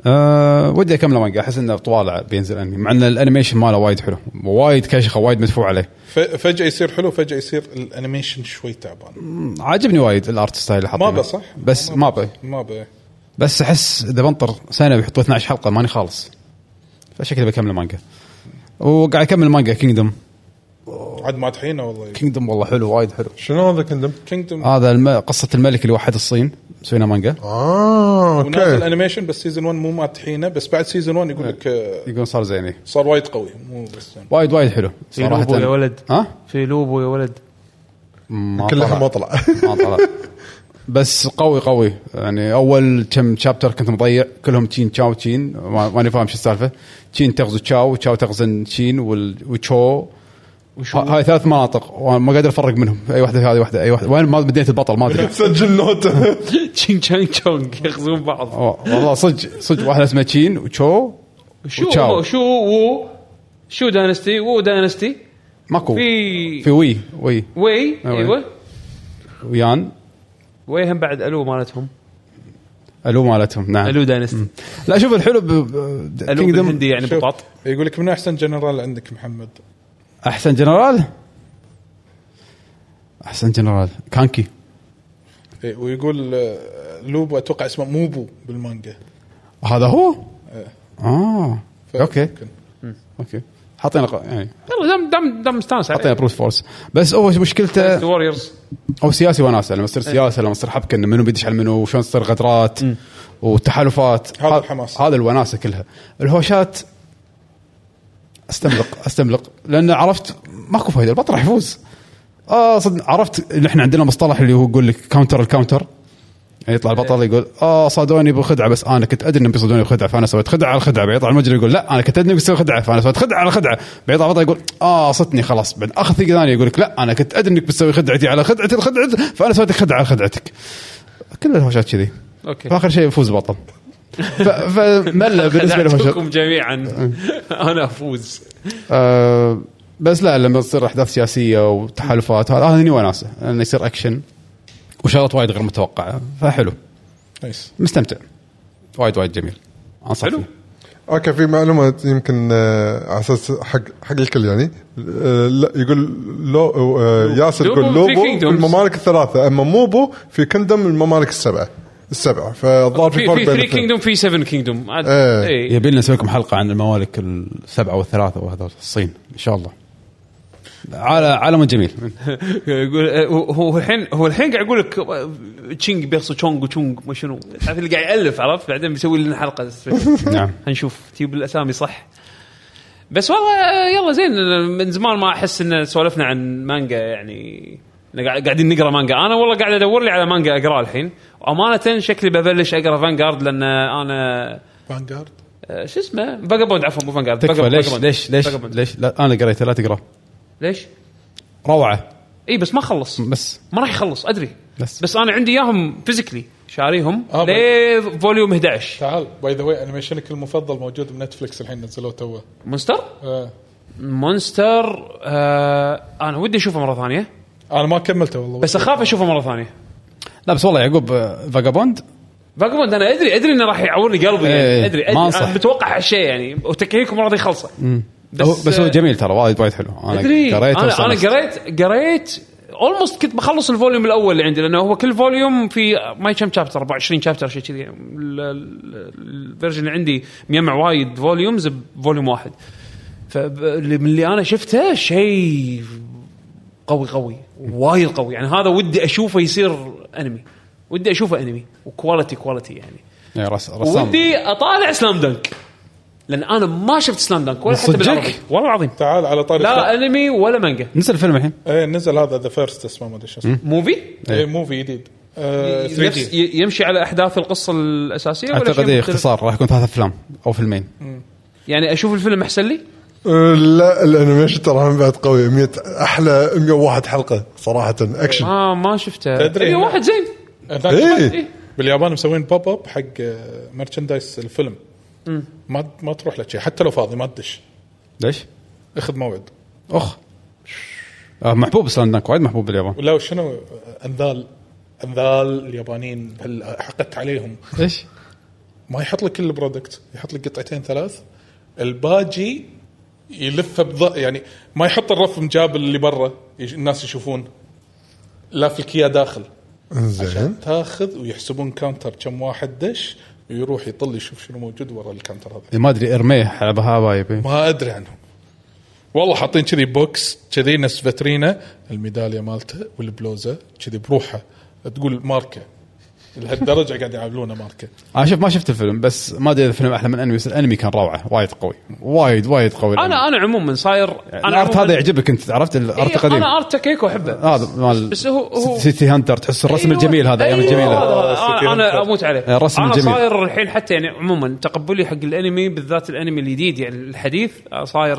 أه ودي اكمله مانجا احس انه طوال بينزل انمي مع ان الانيميشن ماله وايد حلو وايد كشخه وايد مدفوع عليه ف- فجاه يصير حلو فجاه يصير الانيميشن شوي تعبان عاجبني وايد الارت ستايل اللي حاطينه ما بقى صح؟ بس ما بقى ما بقى بس احس اذا بنطر سنه بيحطوا 12 حلقه ماني خالص فشكلي بكمل مانجا وقاعد اكمل مانجا كينجدوم عاد ما تحينه والله كينجدوم والله حلو وايد حلو شنو هذا كندم؟ كينجدوم هذا الم... قصه الملك اللي وحد الصين مسوينا مانجا اه ونازل اوكي انيميشن بس سيزون 1 مو ما تحينه بس بعد سيزون 1 يقول لك آه، يقول صار زين إيه. صار وايد قوي مو بس يعني. وايد وايد حلو في لوبو إيه، يا ولد ها؟ في لوبو يا ولد ما كلها طلع. ما طلع ما طلع بس قوي قوي يعني اول كم شابتر كنت مضيع كلهم تشين تشاو تشين ما- ماني فاهم شو السالفه تشين تغزو تشاو تشاو تغزن تشين وال- وتشو ه- هاي ثلاث مناطق وانا ما قادر افرق منهم اي واحده في هذه واحده اي واحده وين ما بديت البطل ما ادري سجل نوته تشينج تشانج تشونج يغزون بعض أوه، والله صدق صدق واحده اسمها تشين وتشو شو وتشاو. شو وو شو داينستي وو داينستي ماكو في في وي وي وي آه، وي. ايوه ويان وي هم بعد الو مالتهم الو مالتهم نعم الو داينستي لا شوف الحلو الو بكينجدم بالهندي يعني شوف، إيه، بطاط يقول لك من احسن جنرال عندك محمد احسن جنرال احسن جنرال كانكي إيه، ويقول آه، لوبو اتوقع اسمه موبو بالمانجا هذا هو؟ إيه. اه ف- اوكي ممكن. اوكي حاطين رق- يعني يلا دام دام دام مستانس حاطين عليه بروت فورس بس هو مشكلته ووريرز او سياسي وناس لما إيه. تصير سياسه لما تصير حبكه انه منو بيدش على منو وشلون تصير غدرات وتحالفات هذا ه- الحماس. هذا الوناسه كلها الهوشات استملق استملق لان عرفت ماكو فايده البط راح يفوز اه صدق عرفت اللي احنا عندنا مصطلح اللي هو يقول لك كاونتر الكاونتر يعني يطلع البطل يقول اه صادوني بخدعه بس انا كنت ادري انهم بيصيدوني بخدعه فانا سويت خدعه على خدعه بيطلع المجرم يقول لا انا كنت ادري انك بتسوي خدعه فانا سويت خدعه على خدعه بيطلع البطل يقول اه صدني خلاص بعد اخذ ثقه ثانيه يقول لك لا انا كنت ادري انك بتسوي خدعتي على خدعتي خدعتك فانا سويت خدعه على خدعتك كل الهوشات كذي اوكي فاخر شيء يفوز بطل ف- فمله بالنسبه للهوشات خدعتكم جميعا انا افوز آه، بس لا لما تصير احداث سياسيه وتحالفات هذا هني وناسه لانه يصير اكشن وشغلات وايد غير متوقعه فحلو نايس مستمتع وايد وايد جميل انصح حلو. فيه اوكي في معلومه يمكن آه، على اساس حق حق الكل يعني آه، لا، يقول لو آه، ياسر لوبو يقول في لوبو Kingdoms. في الممالك الثلاثه اما موبو في كندم الممالك السبعه السبعه فالظاهر في في فرق في بين 3 الاثنين. كينجدوم في 7 كينجدوم إيه. يبي لنا نسوي لكم حلقه عن الممالك السبعه والثلاثه وهذول الصين ان شاء الله على عالم جميل يقول آه، هو- هو الحين هو الحين قاعد يقول لك آه، تشينج بيخصو تشونج وتشونج ما شنو تعرف اللي قاعد يالف عرفت بعدين بيسوي لنا حلقه نعم هنشوف تجيب الاسامي صح بس والله آه، يلا زين من زمان ما احس ان سولفنا عن مانجا يعني إن قاعد- قاعدين نقرا مانجا انا والله قاعد ادور لي على مانجا اقراه الحين وامانه شكلي ببلش اقرا فانجارد لان انا فانجارد آه، أه، شو اسمه فاجابوند عفوا مو فانجارد تكفى فاجابوند- ليش فاجابوند. ليش ليش فاجابوند. ليش لا انا قريته لا تقراه ليش؟ روعه اي بس ما خلص بس ما راح يخلص ادري بس. بس بس انا عندي اياهم فيزيكلي شاريهم آه، لفوليوم 11 تعال باي ذا واي انيميشنك المفضل موجود بنتفلكس الحين نزلوه توه مونستر آه. مونستر آه انا ودي اشوفه مره ثانيه انا ما كملته والله بس اخاف اشوفه مره ثانيه لا بس والله يعقوب آه، فاجابوند فاجابوند انا ادري ادري انه راح يعورني قلبي إيه، يعني ادري ما ادري أنصح. انا متوقع هالشيء يعني وتكهيكم راضي يخلصه بس, آه، آه، بس هو جميل ترى وايد وايد حلو انا ادري قريته انا انا واستانست. قريت قريت اولموست كنت بخلص الفوليوم الاول اللي عندي لانه هو كل فوليوم في ما كم شابتر 24 شابتر شيء كذي ال- ال- الفيرجن اللي عندي مجمع وايد فوليومز بفوليوم واحد فاللي من اللي انا شفته شيء قوي قوي وايد قوي يعني هذا ودي اشوفه يصير انمي ودي اشوفه انمي وكواليتي كواليتي يعني يعني رس- رسام ودي اطالع سلام دنك لان انا ما شفت سلام دنك ولا حتى صدق؟ بالعربي والله العظيم تعال على طاري لا انمي ولا مانجا نزل الفيلم الحين ايه نزل هذا ذا فيرست اسمه ما ادري شو اسمه موفي إيه. ايه موفي جديد آه، 3D. نفس ي- يمشي على احداث القصه الاساسيه ولا اعتقد شيء إيه مختلف؟ اختصار راح يكون ثلاث افلام او فيلمين يعني اشوف الفيلم احسن لي آه، لا الانيميشن ترى هم بعد قوي 100 احلى 101 حلقه صراحه اكشن ما ما شفته تدري تدري هنا- واحد زين هذاك ايه إيه. باليابان مسوين بوب اب حق مرشندايز الفيلم ما ما تروح لك شيء حتى لو فاضي ما تدش ليش؟ اخذ موعد اخ آه، محبوب سلام دانك وايد محبوب باليابان ولا شنو آه، انذال انذال اليابانيين بهال- حقدت عليهم ليش؟ ما يحط لك كل البرودكت يحط لك قطعتين ثلاث الباجي يلفه بض يعني ما يحط الرف مجاب اللي برا يش- الناس يشوفون لاف لك اياه داخل زين تاخذ ويحسبون كاونتر كم واحد دش ويروح يطل يشوف شنو موجود ورا الكاونتر هذا ما ادري ارميه على بهايبي ما ادري عنهم والله حاطين كذي بوكس كذي نفس فترينه الميداليه مالته والبلوزه كذي بروحه تقول ماركه لهالدرجه قاعد يعاملونه ماركه انا شوف ما شفت الفيلم بس ما ادري اذا الفيلم احلى من الانمي بس الانمي كان روعه وايد قوي وايد وايد قوي انا انا عموما صاير يعني انا الارت عموماً- هذا يعجبك انت عرفت الارت إيه، القديم انا ارت تكيكو احبه هذا مال بس هو- هو- سيتي هانتر تحس الرسم أيوة. الجميل هذا ايام أيوة، الجميله هذا- هذا. انا سيتي انا هانتر. اموت عليه الرسم انا الجميل. صاير الحين حتى يعني عموما تقبلي حق الانمي بالذات الانمي الجديد يعني الحديث آه، صاير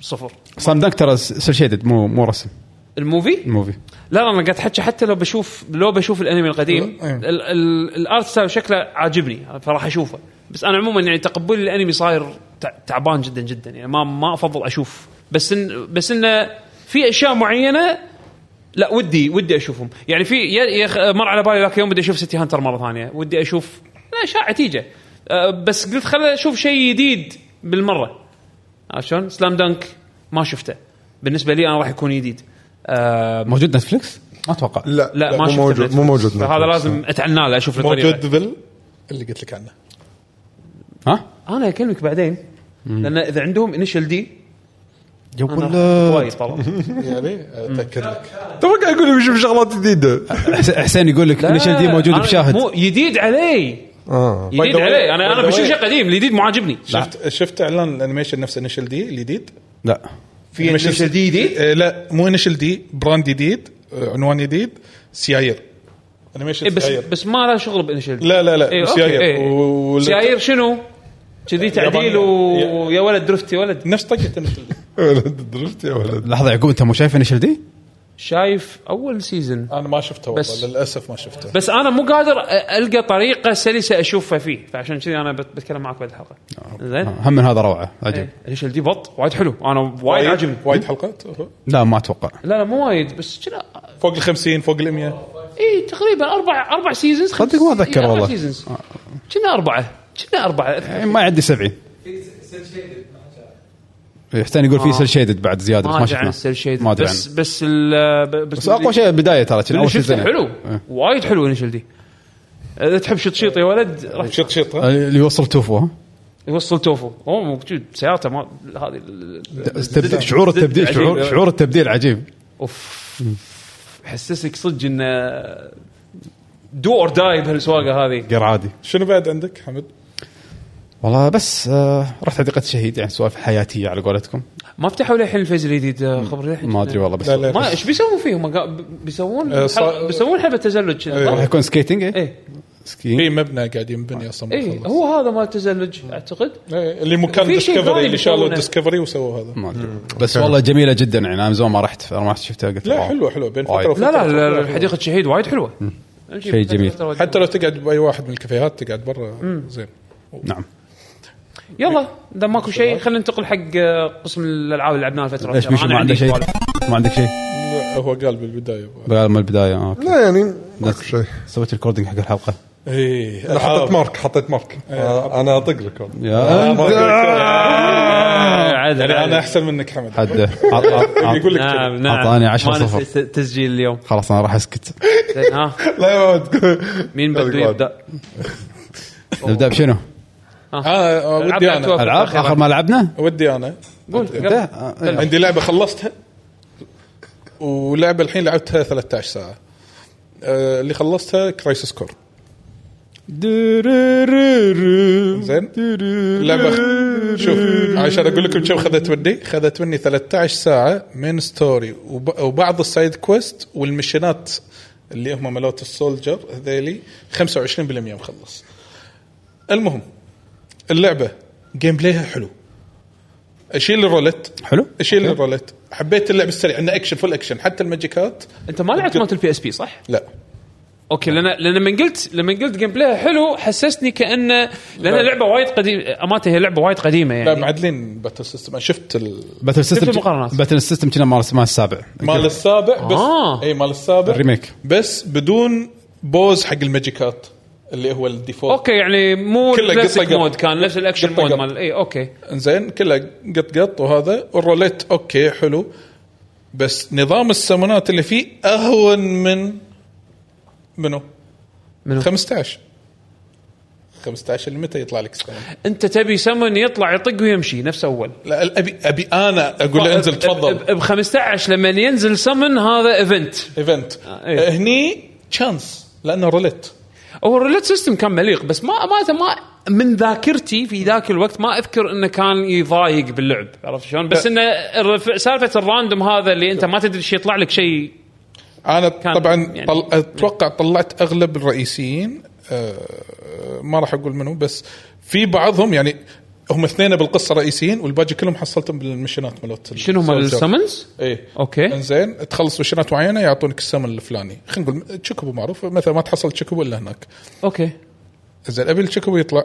صفر سلام دانك ترى سيل شيدد مو مو رسم الموفي الموفي لا لا انا قاعد احكي حتى لو بشوف لو بشوف الانمي القديم إيه. ال- ال- الارت ستايل شكله عاجبني فراح اشوفه بس انا عموما يعني تقبلي للانمي صاير تع- تعبان جدا جدا يعني ما ما افضل اشوف بس إن بس انه في اشياء معينه لا ودي ودي اشوفهم يعني في يا- يا أخ- مر على بالي ذاك اليوم بدي اشوف سيتي هانتر مره ثانيه ودي اشوف لا اشياء عتيجه أه، بس قلت خليني اشوف شيء جديد بالمره عرفت شلون؟ سلام دانك ما شفته بالنسبه لي انا راح يكون جديد أه، موجود نتفلكس؟ ما اتوقع لا لا ما مو شفته موجود بنتفلكس. مو موجود فهذا لازم اتعنى له اشوف له موجود طريقه ديفل اللي قلت لك عنه ها؟ انا اكلمك بعدين لان اذا عندهم انيشل دي يا انا ولد. وايد طلع يعني اتاكد تو قاعد يقول لي بشوف شغلات جديده حس- حسين يقول لك انيشل دي موجود آه، أنا مو بشاهد جديد علي اه جديد the way- علي انا آه. by the انا بشوف way- شيء قديم الجديد مو عاجبني شفت شفت اعلان الانيميشن نفس انيشل دي الجديد لا في مش- انيشل دي جديد آه، لا مو انيشل دي براند جديد آه، عنوان جديد سيايير انيميشن إيه بس سيايير بس ما له شغل بانيشل دي لا لا لا إيه، أوكي، سيايير إيه. و- سيايير شنو؟ كذي تعديل يابانية. و- ويا ولد درفت يا ولد نفس طقه انيشل دي ولد درفت يا ولد لحظه يعقوب انت مو شايف انيشل دي؟ شايف اول سيزون انا ما شفته بس- والله للاسف ما شفته بس انا مو قادر أ- القى طريقه سلسه اشوفها فيه فعشان كذي انا بت- بتكلم معك بعد الحلقه آه. زين هم من هذا روعه عجيب انيشل إيه. دي بط وايد حلو انا وايد عاجبني وايد حلقات أوه. لا ما اتوقع لا لا مو وايد بس إيه، كذا فوق ال 50 فوق ال 100 اي تقريبا اربع اربع سيزونز صدق ما أتذكر والله. إيه، كنا اربعه كنا اربعه أذكر. يعني ما يعدي 70 إيه، حسين يقول في سيل شيدد بعد زياده بس آه. ما ما ادري عن شفنا السيل شيد ما ادري بس عنه. بس ال- ب- بس اقوى شيء بدايه ترى آه. كان اللي اول شفته سيزون حلو إيه. وايد حلو انيشل دي اذا تحب شط شيط يا ولد راح شط شط أه. ها؟ اللي يوصل توفو ها؟ يوصل توفو هو موجود سيارته ما هذه ال- تبديل شعور التبديل عجيب. شعور شعور التبديل عجيب اوف حسسك صدق انه دو اور داي بهالسواقه هذه غير عادي شنو بعد عندك حمد؟ والله بس آه، رحت حديقه الشهيد يعني سوالف حياتيه على قولتكم ما فتحوا للحين الفيز الجديد آه، خبر للحين ما ادري والله بس لا لا ما بس ايش بيسوون فيهم قا- ب- بيسوون آه، صا- إيه. حلقة- بيسوون حلبه تزلج كذا. راح يكون سكيتنج ايه ايه سكينج في مبنى قاعد ينبني اصلا ما ايه خلص. هو هذا مال تزلج اعتقد إيه، اللي مكان في شيء ديسكفري ثاني اللي شالوا بيسوونه. ديسكفري وسووا هذا ما ادري بس والله جميله جدا يعني انا من زمان ما رحت فانا ما رحت شفتها قلت لا واو. حلوه حلوه بين وايد. فتره وفتره لا لا، حلوة. لا لا، حديقه شهيد وايد حلوه أمشي شيء بفترة جميل. فترة وايد. حتى لو تقعد باي واحد من الكافيهات تقعد برا زين نعم يلا اذا ماكو شيء خلينا ننتقل حق آه، قسم الالعاب اللي لعبناها الفتره ليش مش الأخيرة. أنا ما عندك عندي شيء سؤال. ما عندك شيء لا، هو قال بالبدايه بلا- من البدايه آه، أوكي. لا يعني ماكو شيء سويت ريكوردينج حق الحلقه ايه انا حطيت ألعاب. مارك حطيت مارك إيه. آه، انا اطق لك يا ما أقدر أتكلم. عدل، عدل. يعني انا احسن منك حمد حد عط- عط- عط- يقول لك كذا. نعم نعم أعطاني 10 ما صفر. نسيت تسجيل اليوم خلاص انا راح اسكت زين، ها لا يا ولد مين بده يبدا؟ نبدا بشنو؟ آه، آه، ألعاب ودي لعبتوها انا في العاب الأخيرة. اخر ما لعبنا؟ ودي انا قول ده، قبل. آه، تلعب. إيه. عندي لعبه خلصتها ولعبه الحين لعبتها 13 ساعه آه، اللي خلصتها كرايسس كور زين اللعبه خ- شوف عشان اقول لكم كم خذت مني خذت مني 13 ساعه من ستوري وب- وبعض السايد كويست والمشنات اللي هم ملوت السولجر هذيلي 25% مخلص المهم اللعبه جيم بلايها حلو اشيل الرولت حلو اشيل الرولت حبيت اللعب السريع انه اكشن فول اكشن حتى الماجيكات انت ما لعبت مالت البي اس بي صح؟ لا اوكي لان لان لما قلت لما قلت جيم بلاي حلو حسسني كانه لان لا. لعبه وايد قديمه امانه هي لعبه وايد قديمه لا يعني معدلين باتل سيستم أنا شفت ال... باتل سيستم المقارنات. باتل سيستم كنا مال مال السابع مال السابع بس آه. اي مال السابع الريميك. بس بدون بوز حق الماجيكات اللي هو الديفولت اوكي يعني مو كله الكلاسيك قطة قط. مود كان نفس الاكشن قطة مود قط. مال إيه، اي اوكي زين كله قط قط وهذا الروليت اوكي حلو بس نظام السمونات اللي فيه اهون من منو؟ منو؟ 15 15 اللي متى يطلع لك السمون؟ انت تبي سمن يطلع يطق ويمشي نفس اول لا ابي ابي انا اقول له انزل تفضل ب 15 لما ينزل سمن هذا ايفنت ايفنت إيه. آه، هني تشانس لانه روليت هو الريليت سيستم كان مليق بس ما ما ما من ذاكرتي في ذاك الوقت ما اذكر انه كان يضايق باللعب عرفت شلون؟ بس انه الرف- سالفه الراندوم هذا اللي انت ما تدري شي يطلع لك شيء انا كان طبعا يعني- يعني طل... اتوقع طلعت اغلب الرئيسيين آه، ما راح اقول منو بس في بعضهم يعني هم اثنين بالقصه رئيسيين والباقي كلهم حصلتهم بالمشينات مالت ال- شنو هم Soul Silver. السمنز؟ ايه أوكي. انزين تخلص مشينات معينه يعطونك السمن الفلاني خلينا نقول تشيكوبو معروف مثلا ما تحصل تشيكوبو الا هناك اوكي زين ابي التشيكوبو يطلع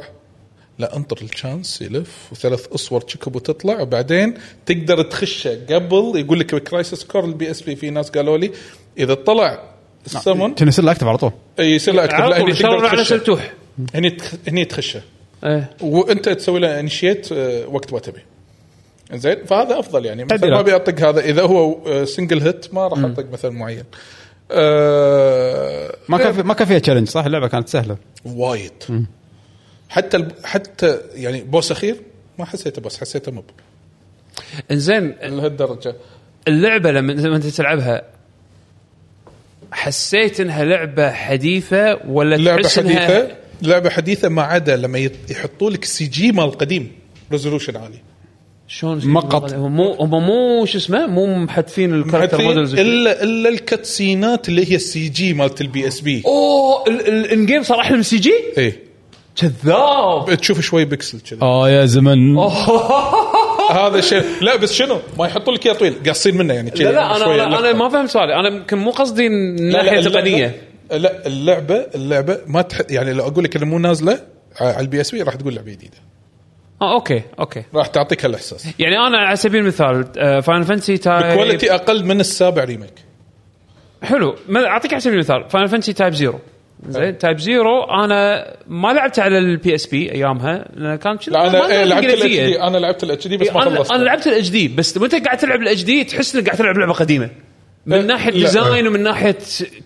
لا انطر الشانس يلف وثلاث اصور تشيكوبو تطلع وبعدين تقدر تخشه قبل يقول لك كرايسس كور البي اس بي في ناس قالوا لي اذا طلع السمن كان يصير له اكتف على طول أي يصير له اكتب على لا طول هني ان شاء الله تقدر على تخشه سلتوح هني تخ- هني تخشه ايه وانت تسوي له انشيت وقت ما تبي زين فهذا افضل يعني مثلا تعديلات. ما ابي اطق هذا اذا هو سنجل هيت ما راح اطق مثل معين آه، ما كان غير- في- ما كان فيها تشالنج صح اللعبه كانت سهله وايد حتى الب... حتى يعني بوس اخير ما حسيته بس حسيته مب انزين لهالدرجه اللعبه لما لما انت تلعبها حسيت انها لعبه حديثه ولا لعبه تحس إنها- حديثه لعبه حديثه ما عدا لما يط- يحطوا لك سي جي مال القديم ريزولوشن عالي شلون مقط. هم مو هم مو شو اسمه مو محذفين الكاركتر مودلز الا الا الكاتسينات اللي هي السي جي مالت البي اس بي اوه ال- ال- الجيم صار احلى من سي جي ايه كذاب تشوف شوي بكسل كذا اه يا زمن هذا شيء لا بس شنو ما يحطوا لك يا طويل قاصين منه يعني لا لا انا انا, أنا ما فهمت سؤالي انا يمكن مو قصدي من الناحيه التقنيه لا اللعبه اللعبه ما تح... يعني لو اقول لك انها مو نازله على البي اس بي راح تقول لعبه جديده اه اوكي اوكي راح تعطيك هالاحساس يعني انا على سبيل المثال آه، فاينل فانتسي تايب كواليتي اقل من السابع ريميك حلو ما- اعطيك على سبيل المثال فاينل فانتسي تايب زيرو زين تايب زيرو انا ما لعبت على البي اس بي ايامها لان كانت لا ما انا إيه، لعبت لعبت الاتش إنجليزية. دي انا لعبت الاتش دي بس ما انا خلصت انا إيه، لعبت الاتش دي بس وانت قاعد تلعب الاتش دي تحس انك قاعد تلعب لعبه قديمه من لا. ناحيه لا. ديزاين ومن ناحيه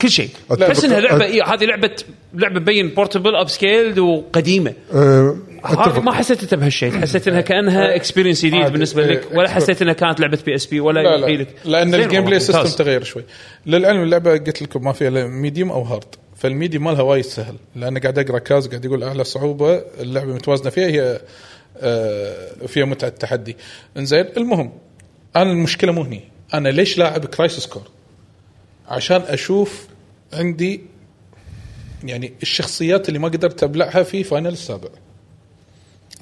كل شيء أتفق. تحس انها لعبه أت- إيه هذه لعبه لعبه بين بورتبل اب سكيلد وقديمه أه، هذه اتفق ما حسيت انت بهالشيء حسيت انها كانها اكسبيرينس جديد عادي. بالنسبه لك إيه، ولا experience. حسيت انها كانت لعبه بي اس بي لا ولا لا يبيلك لان زين الجيم والله، بلاي سيستم ممتاز. تغير شوي للعلم اللعبه قلت لكم ما فيها لا ميديوم او هارد فالميديوم مالها وايد سهل لان قاعد اقرا كاز قاعد يقول اعلى صعوبه اللعبه متوازنه فيها هي آه، فيها متعه التحدي انزين المهم انا المشكله مو هني انا ليش لاعب كرايسس كور عشان اشوف عندي يعني الشخصيات اللي ما قدرت ابلعها في فاينل السابع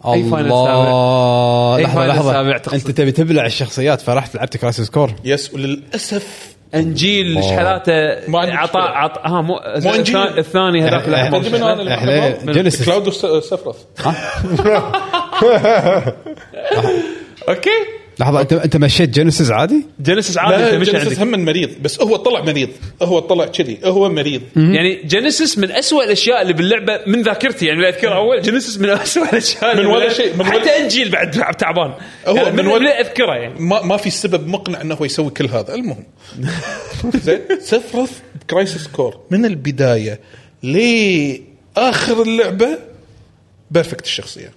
أي فاينل الله أي لحظه فاينل سابع لحظه تقصد؟ انت تبي تبلع الشخصيات فرحت لعبت كراسي سكور يس وللاسف انجيل ايش الله. حالاته ما عندي عطاء مشكلة. عطاء ها مو, الثاني- إنجيل. الثاني هذاك إحنا- لعبه. إحنا- تدري من انا اللي إحنا- إيه، محبط؟ جينيسيس. كلاود وسفرث اوكي لحظه انت انت مشيت جينيسيس عادي؟ جينيسيس عادي لا أنت مش جينيسيس عندك. هم من مريض بس هو طلع مريض هو طلع كذي هو مريض يعني جينيسيس من أسوأ الاشياء اللي باللعبه من ذاكرتي يعني اللي اذكرها اول جينيسيس من أسوأ الاشياء اللي من ولا باللعبة. شيء، من حتى ولا- انجيل بعد تعب تعبان هو يعني من من ولا- ولا اذكره يعني ما ما في سبب مقنع انه هو يسوي كل هذا المهم زين سفرث كرايسس كور من البدايه لاخر اللعبه بيرفكت الشخصيه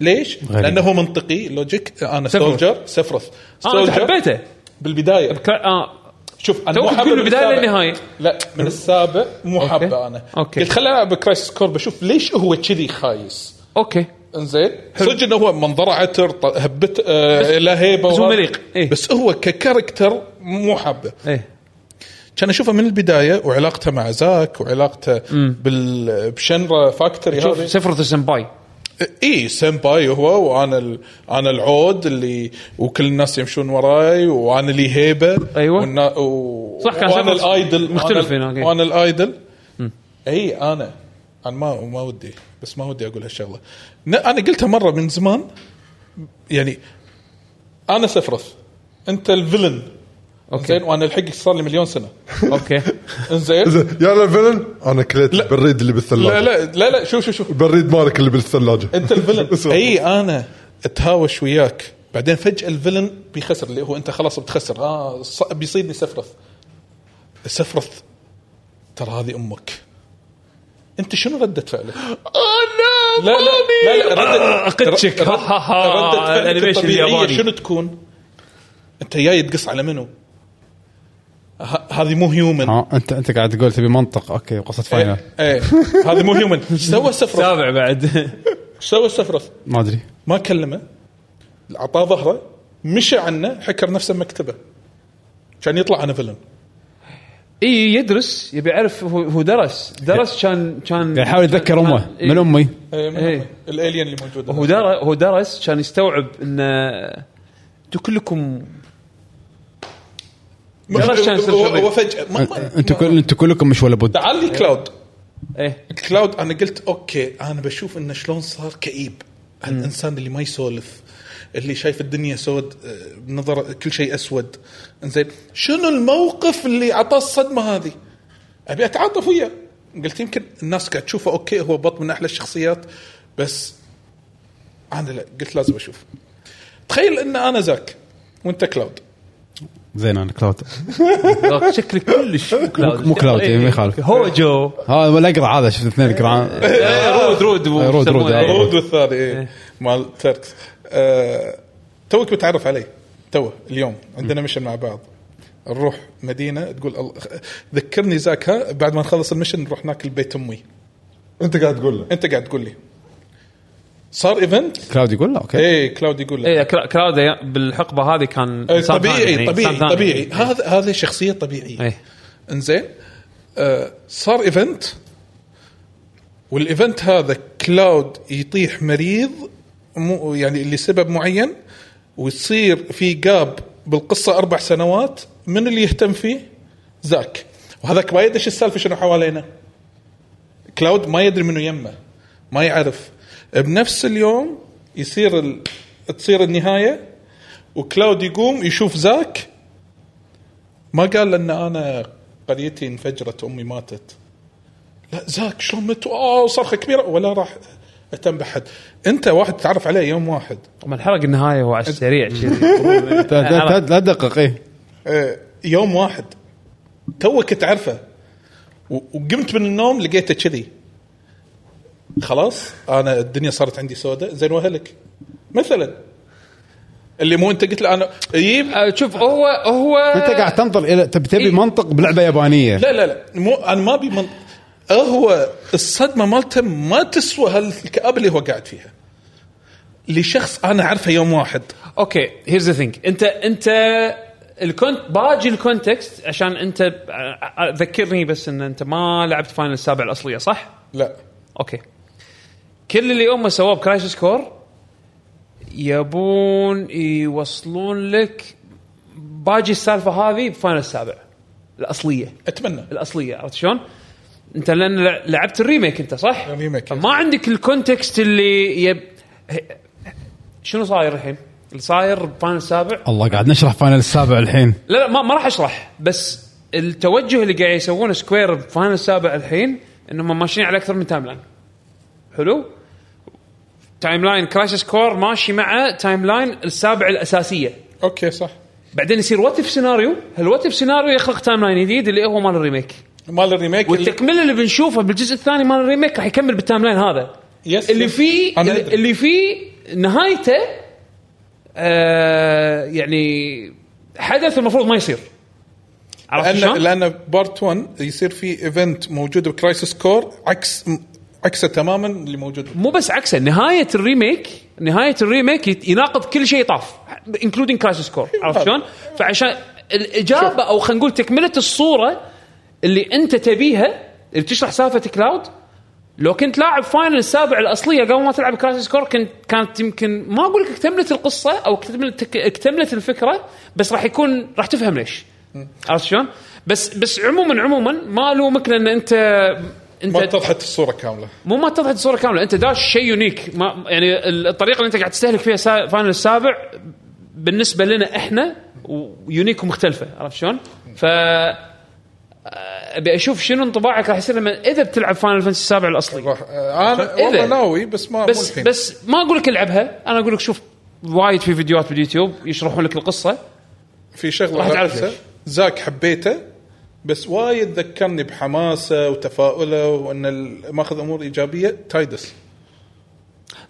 ليش؟ غريب. لانه هو منطقي لوجيك انا سفرث. سولجر سفرث اه انت Soldier حبيته بالبدايه ك- اه شوف انا توك مو تقول حابه من البداية السابع. للنهاية. لا من السابع مو أوكي. حابه انا أوكي. قلت خليني العب كرايسس كور بشوف ليش هو كذي خايس اوكي انزين صدق انه هو منظره عتر ط- هبت آه له هيبه بس هو وهذا. مليق، إيه. بس هو ككاركتر مو حابه ايه كان اشوفه من البدايه وعلاقته مع زاك وعلاقته بال بشنرا فاكتوري شوف إيه، هذه سفرة السمباي اي سمباي إيه، هو وانا ال... انا العود اللي وكل الناس يمشون وراي وانا لي هيبه أيوة. والنا... و... صح، كان وانا شكله الايدل مختلف وانا, هناك، إيه. وانا الايدل اي انا انا إيه، ما ما ودي بس ما ودي اقول هالشغله ن- انا قلتها مره من زمان يعني انا سفرث انت الفيلن اوكي زين وانا الحق صار لي مليون سنه اوكي انزين يا للفيلن انا كليت لا. البريد اللي بالثلاجه لا لا لا لا شوف شوف شوف البريد مالك اللي بالثلاجه انت الفيلن إيه. اي اي انا اتهاوش وياك بعدين فجاه الفيلن بيخسر اللي هو انت خلاص بتخسر اه ص- بيصيدني سفرث سفرث ترى هذه امك انت شنو رده فعلك؟ انا لا لا لا, لا آه، أقدشك. رد- ها، ها، ها. ردة فعلك الأنيميشن الطبيعية الياباني. شنو تكون؟ انت جاي تقص على منو؟ ه- هذه مو هيومن ها انت انت قاعد تقول تبي منطق اوكي قصه فاينل ايه ايه هذه مو هيومن ايش سوى سفرث؟ سابع بعد ايش سوى سفرث؟ ما ادري ما كلمه اعطاه ظهره مشى عنه حكر نفسه بمكتبه كان يطلع انا فيلن اي يدرس يبي يعرف هو هو درس درس كان كان قاعد يحاول يعني يتذكر امه إي. من امي إيه، من إيه. هم؟ الالين اللي موجود هو درس هو درس كان يستوعب ان آه، انتوا كلكم مش- درس كان يصير هو- شباب. هو فجاه ما- ما- انتوا كل انتوا كلكم مش ولا بد تعال لي كلاود ايه كلاود انا قلت اوكي انا بشوف انه شلون صار كئيب هالانسان اللي ما يسولف اللي شايف الدنيا سود آه، بنظر كل شيء اسود انزين شنو الموقف اللي اعطاه الصدمه هذه؟ ابي اتعاطف وياه قلت يمكن الناس قاعد تشوفه اوكي هو بط من احلى الشخصيات بس انا لا قلت لازم اشوف تخيل ان انا زاك وانت كلاود زين انا كلاود لا، شكلك كلش مو كلاود مو كلاود، إيه، ما يخالف. هو جو هذا ولا اقرع هذا شفت اثنين قرعان إيه، آه. رود رود مو رود، رود، يسمونه، آه. إيه. رود والثاني إيه. مال تركس آه، توك بتعرف عليه تو اليوم عندنا مشن مع بعض نروح مدينه تقول الله- ذكرني زاك ها بعد ما نخلص المشن نروح ناكل بيت امي انت قاعد تقول له انت قاعد تقول لي صار ايفنت إيه. كلاود يقول لا اوكي ايه كلاود يقول لي ايه كلا- كلاود يا- بالحقبه هذه كان إيه، إنسان ثاني، طبيعي يعني طبيعي إنسان ثاني. طبيعي هذا هذه شخصيه طبيعيه ايه انزين آه، صار ايفنت والايفنت هذا كلاود يطيح مريض مو يعني لسبب معين وتصير في جاب بالقصه اربع سنوات من اللي يهتم فيه؟ زاك وهذاك ما يدري ايش السالفه شنو حوالينا كلاود ما يدري منو يمه ما يعرف بنفس اليوم يصير ال... تصير النهايه وكلاود يقوم يشوف زاك ما قال لان انا قريتي انفجرت امي ماتت لا زاك شلون مت اوه صرخه كبيره ولا راح اهتم بحد انت واحد تعرف عليه يوم واحد طبعا حرق النهايه هو على السريع كذي. لا- لا لا- لا تدقق ايه آه، يوم واحد توك تعرفه و- وقمت من النوم لقيته كذي خلاص انا الدنيا صارت عندي سوداء زين واهلك مثلا اللي مو انت قلت له إيه، انا يجيب آه، شوف هو هو انت قاعد تنظر الى تب- تبي إي. منطق بلعبه يابانيه لا لا لا مو انا ما ابي من... هو الصدمه مالته ما تسوى هالكابه اللي هو قاعد فيها لشخص انا اعرفه يوم واحد اوكي هيرز ذا ثينك انت انت الكونت باجي الكونتكست عشان انت آه، آه، ذكرني بس ان انت ما لعبت فاينل السابع الاصليه صح؟ لا اوكي كل اللي هم سووه بكرايسس كور يبون يوصلون لك باجي السالفه هذه بفاينل السابع الاصليه اتمنى الاصليه عرفت شلون؟ انت لان لعبت الريميك انت صح؟ الريميك. ما عندك الكونتكست اللي يب... ه- شنو صاير الحين؟ اللي صاير بفاينل السابع الله قاعد نشرح فاينل السابع الحين لا لا ما, ما راح اشرح بس التوجه اللي قاعد يسوونه سكوير بفاينل السابع الحين انهم ماشيين على اكثر من تايم لاين حلو تايم لاين كرايسس كور ماشي مع تايم لاين السابع الاساسيه اوكي صح بعدين يصير واتف سيناريو هالواتف سيناريو يخلق تايم لاين جديد اللي هو مال الريميك مال الريميك اللي- والتكمله اللي بنشوفها بالجزء الثاني مال الريميك راح يكمل بالتايم لاين هذا يس اللي يس. فيه أنا أدري. اللي فيه نهايته آه يعني حدث المفروض ما يصير عرفت لان شلون؟ لان بارت 1 يصير في ايفنت موجود بكرايسس كور عكس عكسه تماما اللي موجود مو بس عكسه نهايه الريميك نهايه الريميك يت- يناقض كل شيء طاف انكلودينج كرايسس كور عرفت شلون؟ فعشان الاجابه او خلينا نقول تكمله الصوره اللي انت تبيها اللي تشرح سالفه كلاود لو كنت لاعب فاينل السابع الاصليه قبل ما تلعب كرايسس كور كنت كانت يمكن ما اقول لك اكتملت القصه او اكتملت اكتملت الفكره بس راح يكون راح تفهم ليش عرفت شلون؟ بس بس عموما عموما ما الومك لان انت انت ما اتضحت الصوره كامله مو ما اتضحت الصوره كامله انت داش شيء يونيك ما يعني ال- الطريقه اللي انت قاعد تستهلك فيها سا- فاينل السابع بالنسبه لنا احنا ويونيك ومختلفه عرفت شلون؟ ف ابي اشوف شنو انطباعك راح يصير لما اذا بتلعب فاينل فانتسي السابع الاصلي راح آه، انا إذا- والله ناوي بس ما مو إيه. بس الحين. بس ما اقول لك العبها انا اقول لك شوف وايد في فيديوهات باليوتيوب يشرحون لك القصه في شغله راح تعرف ركزة. ليش. زاك حبيته بس وايد ذكرني بحماسه وتفاؤله وان ال- ماخذ امور ايجابيه تايدس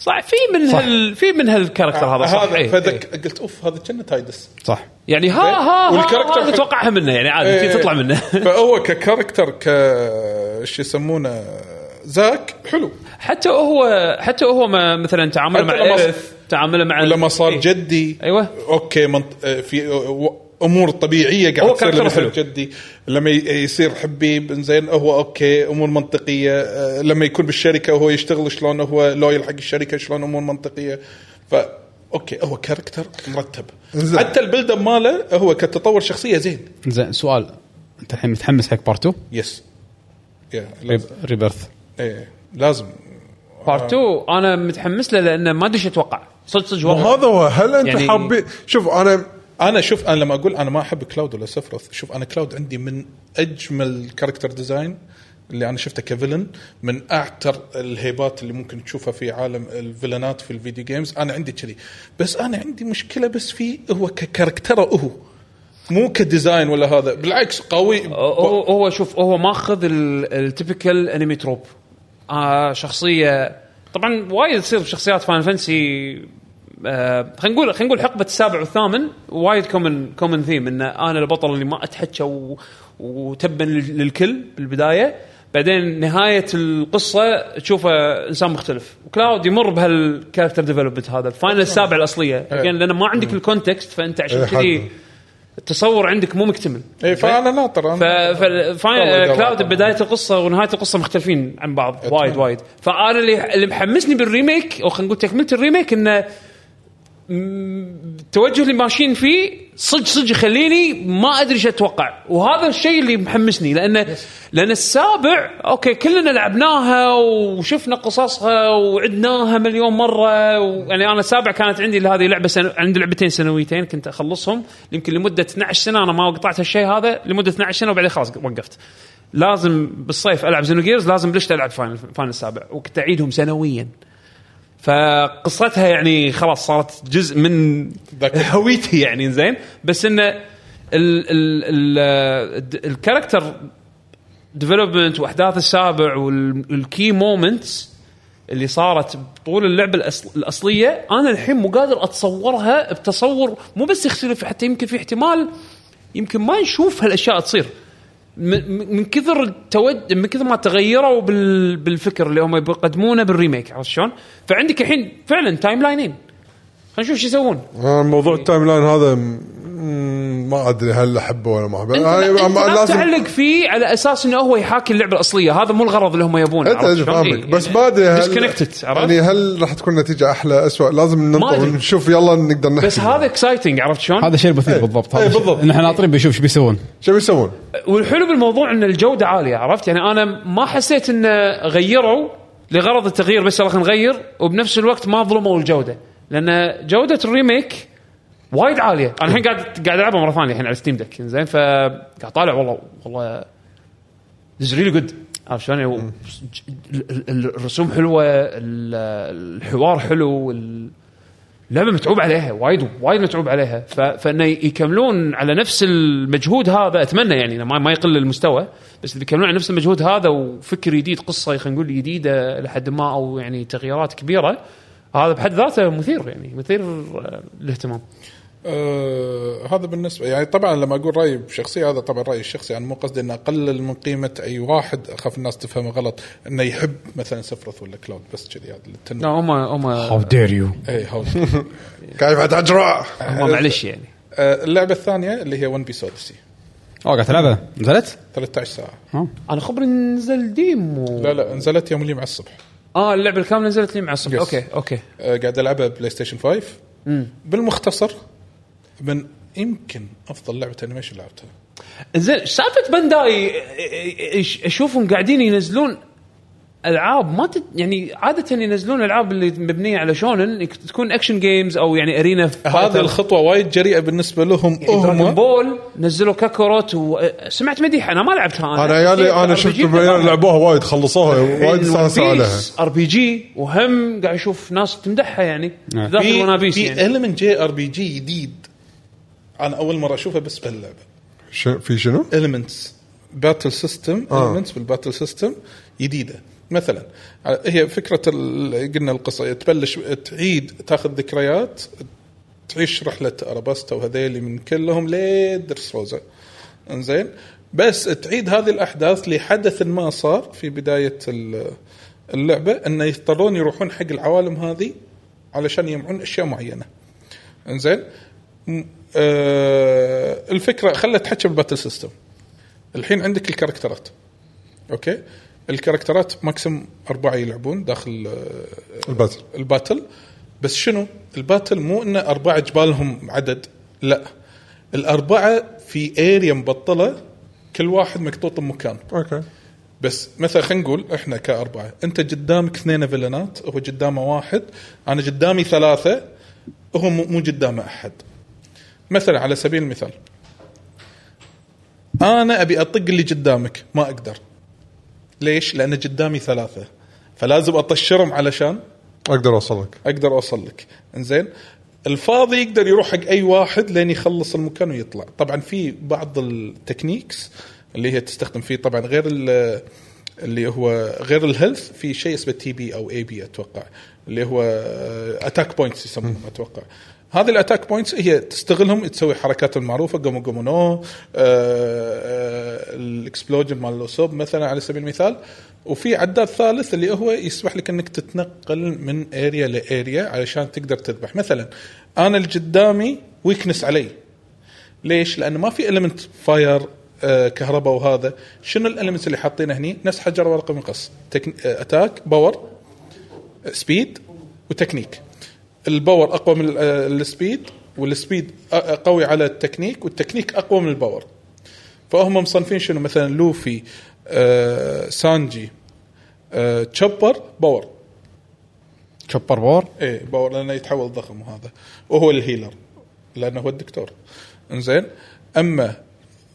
صح في من هال في من هالكاركتر هذا صح آه، هذا إيه، إيه. فذك... قلت اوف هذا كنا تايدس صح يعني ها ها والكاركتر والكاركتر حق- تتوقعها منه يعني عادي إيه. تطلع منه فهو ككاركتر ك شو يسمونه زاك حلو حتى هو حتى هو ما مثلا تعامله حتى مع لما ص- الارث تعامله مع ال- لما صار إيه. جدي أيوة. اوكي منط... آه، في آه، و- امور طبيعيه هو قاعد تصير كان لما حلو. يصير جدي لما ي- يصير حبيب زين هو اوكي امور منطقيه آه، لما يكون بالشركه وهو يشتغل شلون هو لويل حق الشركه شلون امور منطقيه ف اوكي هو كاركتر مرتب زين. حتى البيلد اب ماله هو كتطور شخصيه زين زين سؤال انت الحين متحمس حق بارتو يس يا لازم ريبيرث طيب. إيه، لازم بارت 2 انا متحمس له لانه ما ادري شو اتوقع صدق صدق والله. وهذا هو هل انت يعني- يعني حابين شوف انا انا شوف انا لما اقول انا ما احب كلاود ولا سفرث شوف انا كلاود عندي من اجمل كاركتر ديزاين اللي انا شفته كفيلن من اعتر الهيبات اللي ممكن تشوفها في عالم الفيلنات في الفيديو جيمز انا عندي كذي بس انا عندي مشكله بس فيه هو ككاركتره هو مو كديزاين ولا هذا بالعكس قوي هو هو شوف هو ماخذ التيبكال انمي تروب آه شخصيه طبعا وايد تصير بشخصيات فان فانسي آه خلينا نقول خلينا نقول حقبه السابع والثامن وايد كومن كومن ثيم ان انا البطل اللي ما اتحكى و- وتبا لل- للكل بالبدايه بعدين نهايه القصه تشوفه انسان مختلف وكلاود يمر بهالكاركتر ديفلوبمنت هذا الفاينل السابع الاصليه يعني لان ما عندك الكونتكست فانت عشان إيه، كذي حلو. التصور عندك مو مكتمل إيه، فانا ناطر ف... انا فالفاين- طبعاً. كلاود بدايه القصه ونهايه القصه مختلفين عن بعض وايد وايد فانا اللي اللي محمسني بالريميك او خلينا نقول تكمله الريميك انه م- التوجه اللي ماشيين فيه صدق صدق يخليني ما ادري شو اتوقع وهذا الشيء اللي محمسني لانه لان السابع اوكي كلنا لعبناها وشفنا قصصها وعدناها مليون مره ويعني انا السابع كانت عندي هذه لعبه سنو... عندي لعبتين سنويتين كنت اخلصهم يمكن لمده 12 سنه انا ما قطعت هالشيء هذا لمده 12 سنه وبعدين خلاص وقفت لازم بالصيف العب زينو جيرز لازم بلشت العب فاينل فاينل السابع وكنت اعيدهم سنويا فقصتها يعني خلاص صارت جزء من ذاك- هويتي يعني زين بس انه ال ال ال الكاركتر ديفلوبمنت واحداث السابع والكي مومنتس اللي صارت طول اللعبه الأصل الاصليه انا الحين مو قادر اتصورها بتصور مو بس يختلف حتى يمكن في احتمال يمكن ما نشوف هالاشياء تصير من من- من كثر التود من كثر ما تغيروا بال... بالفكر اللي هم بيقدمونه بالريميك عرفت شلون؟ فعندك الحين فعلا تايم لاينين خلينا نشوف شو يسوون أنا آه، موضوع يعني- التايم لاين هذا مم، ما ادري هل احبه ولا ما آه، احبه انت, أنا- انت أنا ما تعلق فيه على اساس انه هو يحاكي اللعبه الاصليه هذا مو الغرض اللي هم يبونه إيه، انت أدري فاهمك بس يعني ما ادري هل ديسكونكتد يعني هل راح تكون نتيجه احلى اسوء لازم ننطر أدري. ونشوف يلا نقدر نحكي بس هذا اكسايتنج عرفت شلون؟ هذا شيء البثير بالضبط هذا إيه، شيء- بالضبط. نحن ناطرين بنشوف ايش بيسوون شو بيسوون؟ والحلو بالموضوع ان الجوده عاليه عرفت يعني انا ما حسيت انه غيروا لغرض التغيير بس يلا خلينا نغير وبنفس الوقت ما ظلموا الجوده لان جوده الريميك وايد عاليه انا الحين قاعد قاعد العبها مره ثانيه الحين على ستيم دك زين فقاعد طالع والله والله از ريلي جود عرفت شلون يعني و- ال- ال- ال- الرسوم حلوه ال- الحوار حلو ال- اللعبه متعوب عليها وايد وايد متعوب عليها ف... فانه يكملون على نفس المجهود هذا اتمنى يعني إنه ما, ما يقل المستوى بس إذا بيكملون على نفس المجهود هذا وفكر جديد قصه خلينا نقول جديده لحد ما او يعني تغييرات كبيره هذا بحد ذاته مثير يعني مثير آه، للاهتمام آه هذا بالنسبه يعني طبعا لما اقول رايي بشخصي هذا طبعا رايي الشخصي انا مو قصدي ان اقلل من قيمه اي واحد اخاف الناس تفهمه غلط انه يحب مثلا سفرث ولا كلاود بس كذي هذا إيه، لا للتنمية. هم هم هم هاو دير يو اي هاو كيف تجرع؟ معلش يعني آه اللعبه الثانيه اللي هي ون بيس اوديسي اوه قاعد تلعبها نزلت؟ 13 ساعه انا خبر نزل ديمو لا لا نزلت يوم اللي مع الصبح اه اللعبه الكامله نزلت لي مع الصبح Yes. اوكي اوكي آه قاعد العبها بلاي ستيشن 5 بالمختصر من يمكن افضل لعبه انيميشن لعبتها زين سالفه بانداي إيش- اشوفهم قاعدين ينزلون العاب ما تت يعني عاده ينزلون العاب اللي مبنيه على شونن يك- تكون اكشن جيمز او يعني ارينا هذا الخطوه وايد جريئه بالنسبه لهم دراجون هم بول نزلوا كاكوروت وسمعت مديح انا ما لعبتها إيه، انا انا عيالي انا يعني شفت عيالي لعبوها وايد خلصوها إيه، وايد استانسوا عليها ار بي جي وهم قاعد اشوف ناس تمدحها يعني نعم. ذاك في الونابيس في يعني المنت جي ار بي جي جديد انا اول مره اشوفه بس باللعبه شو- في شنو؟ المنتس باتل سيستم آه. المنتس بالباتل سيستم جديده مثلا هي فكره ال- قلنا القصه تبلش تعيد تاخذ ذكريات تعيش رحله اراباستا وهذيلي من كلهم لدرس روزا انزين بس تعيد هذه الاحداث لحدث ما صار في بدايه ال- اللعبه انه يضطرون يروحون حق العوالم هذه علشان يجمعون اشياء معينه انزين آه، الفكره خلت تحكي بالباتل سيستم الحين عندك الكاركترات اوكي الكاركترات ماكسيم اربعه يلعبون داخل آه، الباتل الباتل بس شنو الباتل مو ان اربعه جبالهم عدد لا الاربعه في اريا مبطله كل واحد مكتوط بمكان اوكي بس مثلا خلينا نقول احنا كاربعه انت قدامك اثنين فيلنات هو قدامه واحد انا قدامي ثلاثه هو مو مو قدامه احد مثلا على سبيل المثال انا ابي اطق اللي قدامك ما اقدر ليش؟ لان قدامي ثلاثه فلازم اطشرهم علشان اقدر اوصل لك اقدر اوصل لك انزين الفاضي يقدر يروح حق اي واحد لين يخلص المكان ويطلع طبعا في بعض التكنيكس اللي هي تستخدم فيه طبعا غير ال- اللي هو غير الهيلث في شيء اسمه تي بي او اي بي اتوقع اللي هو اتاك بوينتس يسمونهم اتوقع هذه الاتاك بوينتس هي تستغلهم تسوي حركات المعروفه قومو قومو نو الاكسبلوجن مال الاسوب مثلا على سبيل المثال وفي عداد ثالث اللي هو يسمح لك انك تتنقل من اريا لاريا علشان تقدر تذبح مثلا انا اللي قدامي ويكنس علي ليش؟ لان ما في المنت فاير آه، كهرباء وهذا شنو الالمنتس اللي حاطينه هني نفس حجر ورقه مقص تكن... آه، اتاك باور آه، سبيد وتكنيك الباور اقوى من ال- آه، السبيد والسبيد أ- آه، قوي على التكنيك والتكنيك اقوى من الباور فهم مصنفين شنو مثلا لوفي آه، سانجي آه، تشوبر باور تشوبر بور ايه باور لانه يتحول ضخم وهذا وهو الهيلر لانه هو الدكتور انزين اما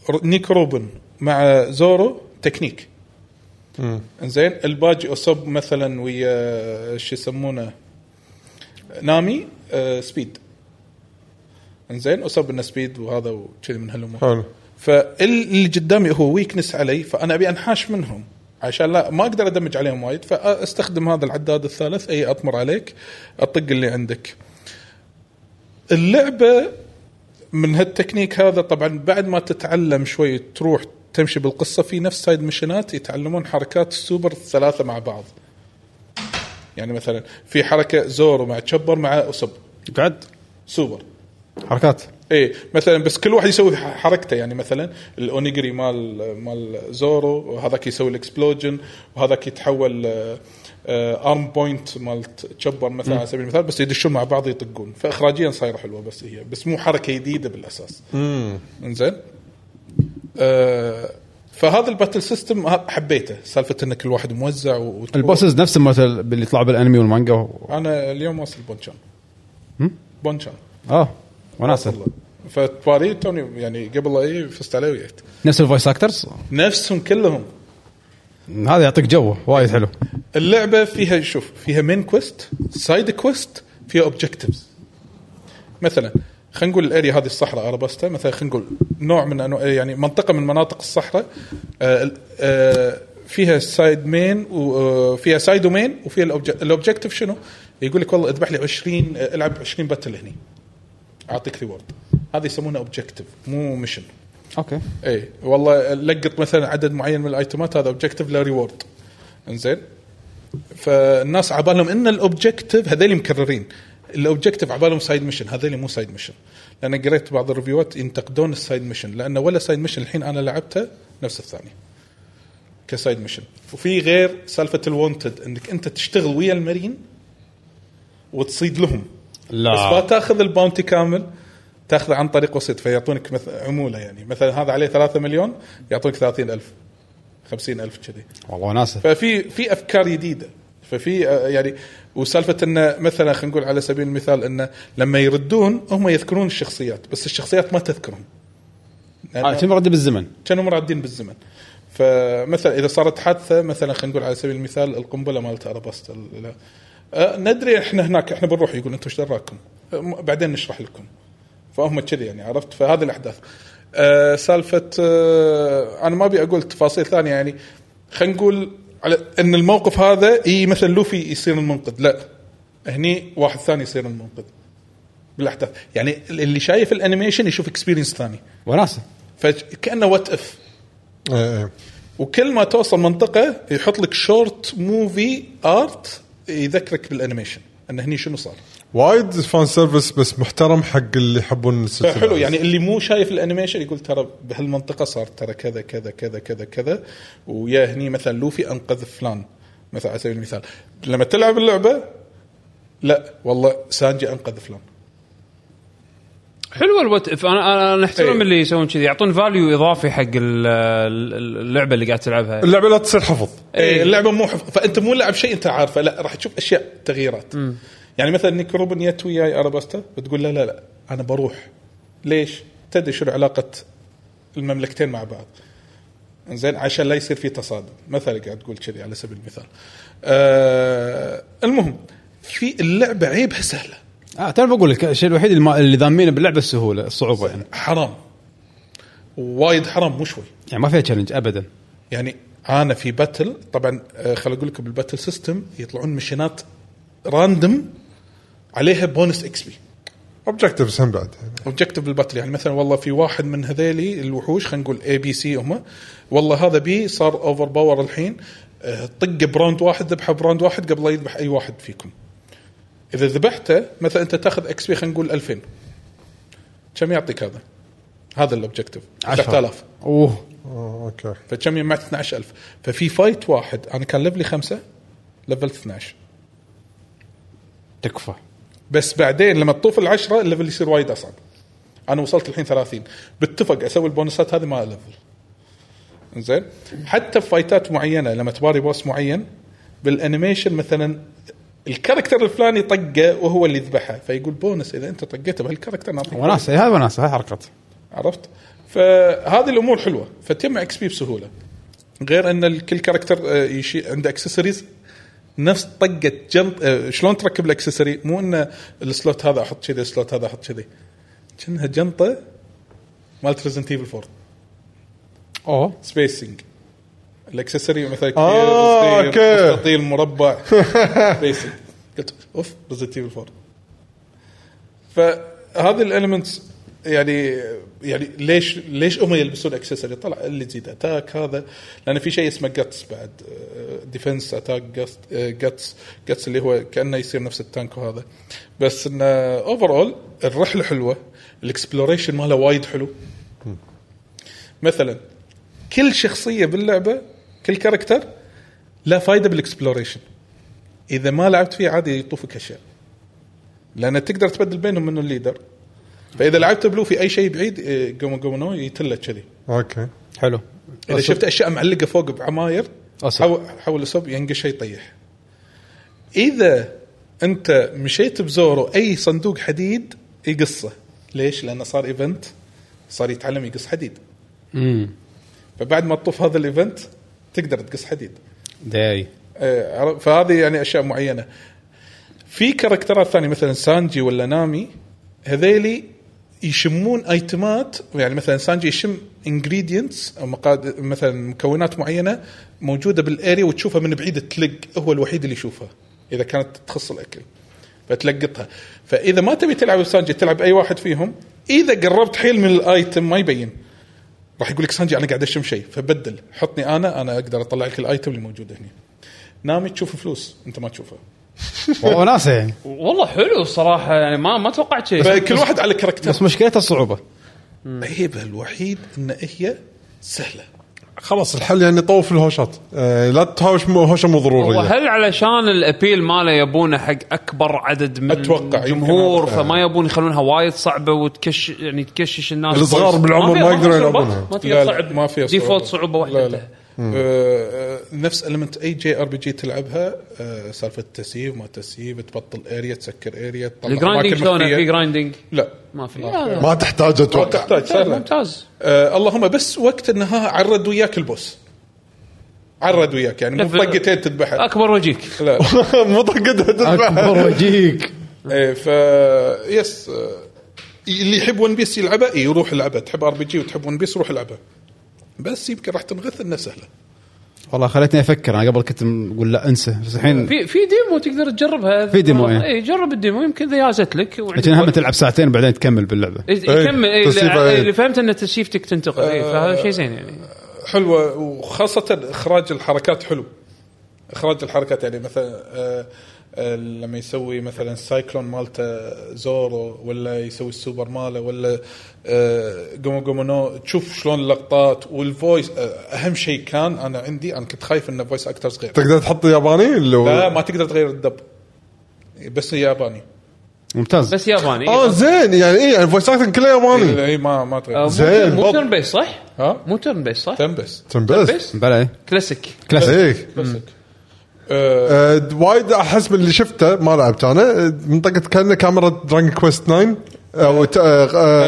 ر- نيك روبن مع زورو تكنيك انزين الباجي اصب مثلا ويا شو يسمونه نامي آه سبيد انزين اصب انه سبيد وهذا وكذي من هالامور حلو فاللي قدامي هو ويكنس علي فانا ابي انحاش منهم عشان لا ما اقدر ادمج عليهم وايد فاستخدم هذا العداد الثالث اي اطمر عليك اطق اللي عندك. اللعبه من هالتكنيك هذا طبعا بعد ما تتعلم شوي تروح تمشي بالقصه في نفس سايد مشنات يتعلمون حركات السوبر الثلاثه مع بعض. يعني مثلا في حركه زورو مع تشبر مع اسب قعد سوبر حركات ايه مثلا بس كل واحد يسوي ح- حركته يعني مثلا الاونيجري مال مال زورو وهذاك يسوي الاكسبلوجن وهذاك يتحول ارم بوينت مال تشبر مثلا على سبيل المثال بس يدشون مع بعض يطقون فاخراجيا صايره حلوه بس هي بس مو حركه جديده بالاساس انزين آه فهذا الباتل سيستم حبيته سالفه ان كل واحد موزع و- البوسز نفس مثل اللي يطلعوا بالانمي والمانجا انا اليوم واصل بونشان بونشان اه وناسه فتباري توني يعني قبل لا اي فزت عليه وياك نفس الفويس اكترز نفسهم كلهم هذا يعطيك جو وايد حلو اللعبه فيها شوف فيها مين كويست سايد كويست فيها اوبجكتيفز مثلا خلينا نقول الاريا هذه الصحراء ارابستا مثلا خلينا نقول نوع من انواع يعني منطقه من مناطق الصحراء آه، آه، فيها سايد مين وفيها سايد ومين وفيها الأوبج- الاوبجكتيف شنو؟ يقول لك والله اذبح لي 20 آه، العب 20 باتل هني اعطيك ريورد هذا يسمونه اوبجكتيف مو ميشن اوكي اي إيه. والله لقط مثلا عدد معين من الايتمات هذا اوبجيكتيف لا ريورد انزين فالناس عبالهم ان الاوبجيكتيف هذول مكررين الاوبجيكتيف عبالهم سايد ميشن هذول مو سايد ميشن لان قريت بعض الريفيوات ينتقدون السايد ميشن لانه ولا سايد ميشن الحين انا لعبته نفس الثاني كسايد ميشن وفي غير سالفه الوونتد انك انت تشتغل ويا المارين وتصيد لهم بس ما لا تاخذ الباونتي كامل تاخذه عن طريق وسيط فيعطونك مث... عموله يعني مثلا هذا عليه 3 مليون يعطونك 30000 50000 كذي والله وناسه ففي في افكار جديده ففي آه، يعني وسالفه انه مثلا خلينا نقول على سبيل المثال انه لما يردون هم يذكرون الشخصيات بس الشخصيات ما تذكرهم آه، كم رد بالزمن كانوا مرادين بالزمن فمثلا اذا صارت حادثه مثلا خلينا نقول على سبيل المثال القنبله مالت ارابست ال- ال- أه، ندري احنا هناك احنا بنروح يقول انتم ايش دراكم أه، م- بعدين نشرح لكم فهم كذي يعني عرفت فهذه الاحداث أه سالفه أه انا ما ابي اقول تفاصيل ثانيه يعني خلينا نقول على ان الموقف هذا اي مثلا لوفي يصير المنقذ لا هني واحد ثاني يصير المنقذ بالاحداث يعني اللي شايف الانيميشن يشوف اكسبيرينس ثاني وناسه فكانه وات اف ايه ايه وكل ما توصل منطقه يحط لك شورت موفي ارت يذكرك بالانيميشن ان هني شنو صار وايد فان سيرفيس بس محترم حق اللي يحبون السلسله حلو يعني اللي مو شايف الانيميشن يقول ترى بهالمنطقه صار ترى كذا كذا كذا كذا كذا ويا هني مثلا لوفي انقذ فلان مثلا على سبيل المثال لما تلعب اللعبه لا والله سانجي انقذ فلان حلوه الوات اف انا انا- انا احترم إيه. اللي يسوون كذي يعطون فاليو اضافي حق ال- ال- اللعبه اللي قاعد تلعبها اللعبه لا تصير حفظ إيه اللعبه مو حفظ فانت مو لاعب شيء انت عارفه لا راح تشوف اشياء تغييرات يعني مثلا نيك روبن جت وياي اراباستا بتقول لا لا لا انا بروح ليش؟ تدري شنو علاقه المملكتين مع بعض زين عشان لا يصير في تصادم مثلا قاعد تقول كذي على سبيل المثال آه المهم في اللعبه عيبها سهله آه تعرف اقول لك الشيء الوحيد اللي ما- اللي ذامينه باللعبه السهوله الصعوبه يعني حرام وايد حرام مو شوي يعني ما فيها تشالنج ابدا يعني انا في باتل طبعا آه، خل اقول لكم بالباتل سيستم يطلعون مشينات راندم عليها بونس اكس بي اوبجكتيفز هم بعد اوبجكتيف بالباتل يعني مثلا والله في واحد من هذيلي الوحوش خلينا نقول اي بي سي هم والله هذا بي صار اوفر باور الحين آه، طقه براوند واحد ذبحه براوند واحد قبل لا يذبح اي واحد فيكم اذا ذبحته مثلا انت تاخذ اكس بي خلينا نقول 2000 كم يعطيك هذا؟ هذا الاوبجكتيف 10000 اوه آه، اوكي فكم جمعت 12000 ففي فايت واحد انا كان ليفلي خمسه ليفلت 12 تكفى بس بعدين لما تطوف العشره الليفل يصير وايد اصعب انا وصلت الحين 30 باتفق اسوي البونصات هذه ما الفل زين حتى في فايتات معينه لما تباري بوس معين بالانيميشن مثلا الكاركتر الفلاني طقه وهو اللي ذبحه فيقول بونس اذا انت طقيته بهالكاركتر نعطيك وناسه هاي وناسه هاي حركات عرفت؟ فهذه الامور حلوه فتجمع اكس بي بسهوله غير ان كل كاركتر آه، يشي عنده اكسسوارز نفس طقه جنط آه، شلون تركب الاكسسوري مو ان السلوت هذا احط كذي السلوت هذا احط كذي كأنها جنطه مالت ريزنت ايفل 4 اوه سبيسنج الاكسسوري مثلا كبير آه، صغير، أوكي. مستطيل مربع سبيسنج قلت اوف ريزنت ايفل 4 فهذه الاليمنتس يعني يعني ليش ليش هم يلبسون اكسسوري طلع اللي يزيد اتاك هذا لان في شيء اسمه جاتس بعد آه، ديفنس اتاك جاتس جاتس آه، اللي هو كانه يصير نفس التانك وهذا بس انه اوفر اول الرحله حلوه الاكسبلوريشن ماله وايد حلو مثلا كل شخصيه باللعبه كل كاركتر لا فايده بالاكسبلوريشن اذا ما لعبت فيه عادي يطوفك اشياء لان تقدر تبدل بينهم منه الليدر فاذا لعبت بلو في اي شيء بعيد إيه، قوم قوم نو يتلك كذي اوكي حلو اذا شفت اشياء معلقه فوق بعماير أصل. حاول حاول اسب ينقش يطيح اذا انت مشيت بزورو اي صندوق حديد يقصه ليش؟ لانه صار ايفنت صار يتعلم يقص حديد امم فبعد ما تطوف هذا الايفنت تقدر تقص حديد داي إيه، عرف- فهذه يعني اشياء معينه في كاركترات ثانيه مثلا سانجي ولا نامي هذيلي يشمون ايتمات يعني مثلا سانجي يشم انجريدينتس او مقاد مثلا مكونات معينه موجوده بالاريا وتشوفها من بعيد تلق هو الوحيد اللي يشوفها اذا كانت تخص الاكل فتلقطها فاذا ما تبي تلعب سانجي تلعب اي واحد فيهم اذا قربت حيل من الايتم ما يبين راح يقول لك سانجي انا قاعد اشم شيء فبدل حطني انا انا اقدر اطلع لك الايتم اللي موجوده هنا نامي تشوف فلوس انت ما تشوفها وناسه يعني والله حلو الصراحه يعني ما ما توقعت شيء فكل واحد على كاركتر بس مشكلتها الصعوبه عيبها الوحيد ان هي سهله خلاص الحل يعني طوف الهوشات آه، لا تهاوش م- هوشه مو ضروريه وهل علشان الابيل ماله يبونه حق اكبر عدد من أتوقع يمكن جمهور هذا. فما يبون يخلونها وايد صعبه وتكش يعني تكشش الناس الصغار بالعمر ما فيها- يقدرون فيها صعوبات؟ يلعبونها. ما فيها لا، لا، صعب ما فيها صعوبة. ديفولت صعوبه واحده لا لا انتهى. آه، آه، نفس المنت اي جي ار بي جي تلعبها آه، سالفه تسييف ما تسييف تبطل اريا تسكر اريا تطلع الجرايندنج أماكن شلونه مخفية. في جرايندنج لا ما في ما تحتاج ما اتوقع تحتاج سهله ممتاز آه، اللهم بس وقت انها عرد وياك البوس عرد وياك يعني مو لف- طقتين تذبحه اكبر وجهك لا مو طقتها تذبح اكبر وجيك ايه ف يس آه، اللي يحب ون بيس يلعبه إيه، يروح يلعبه تحب ار بي جي وتحب ون بيس روح يلعبه بس يمكن راح تنغث انه سهله والله خلتني افكر انا قبل كنت اقول لا انسى بس الحين في في ديمو تقدر تجربها في ديمو، إيه. اي جرب الديمو يمكن اذا يازت لك وعندك لكن هم وقت. تلعب ساعتين وبعدين تكمل باللعبه إيه، يكمل إيه، تسييف، لا- إيه. إيه، اللي فهمت ان تسيفتك تنتقل إيه، فهذا شيء زين يعني حلوه وخاصه اخراج الحركات حلو اخراج الحركات يعني مثلا آه، آه، لما يسوي مثلا سايكلون مالته زورو ولا يسوي السوبر ماله ولا قومو قومو نو تشوف شلون اللقطات والفويس آه، اهم شيء كان انا عندي انا كنت خايف انه فويس اكترز غير تقدر تحط ياباني اللي هو لا ما تقدر تغير الدب بس ياباني ممتاز بس ياباني آه، اه زين يعني ايه يعني فويس اكتنج كله ياباني اي إيه، ما ما آه، تغير مو- زين، مو بوب. تيرن بيس صح؟ ها مو تيرن بيس صح؟ تنبس بس بلا إيه. كلاسيك كلاسيك ايه بسك آه، آه، د- وايد احس من اللي شفته ما لعبت انا آه، منطقه كان كاميرا درانج كويست 9 او ت- آه،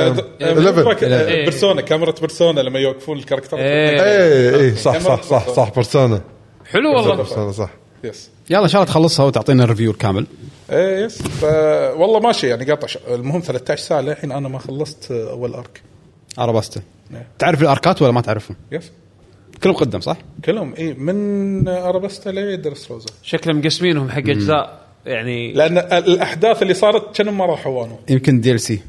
آه، 11 إيه. إيه، بيرسونا كاميرا بيرسونا لما يوقفون الكاركتر إيه. ايه ايه صح كاميرا صح صح بيرسونا. صح بيرسونا حلو والله بيرسونا صح يس يلا ان شاء الله تخلصها وتعطينا الريفيو الكامل ايه يس ف والله ماشي يعني قاطع ش- المهم 13 ساعه للحين انا ما خلصت آه، اول ارك اراباستا نعم. تعرف الاركات ولا ما تعرفهم؟ يس كلهم قدم صح؟ كلهم اي من آه، ارابستا لدرس روزا شكلهم مقسمينهم حق اجزاء يعني لان ال- الاحداث اللي صارت كانوا ما راحوا وانو يمكن دي ال سي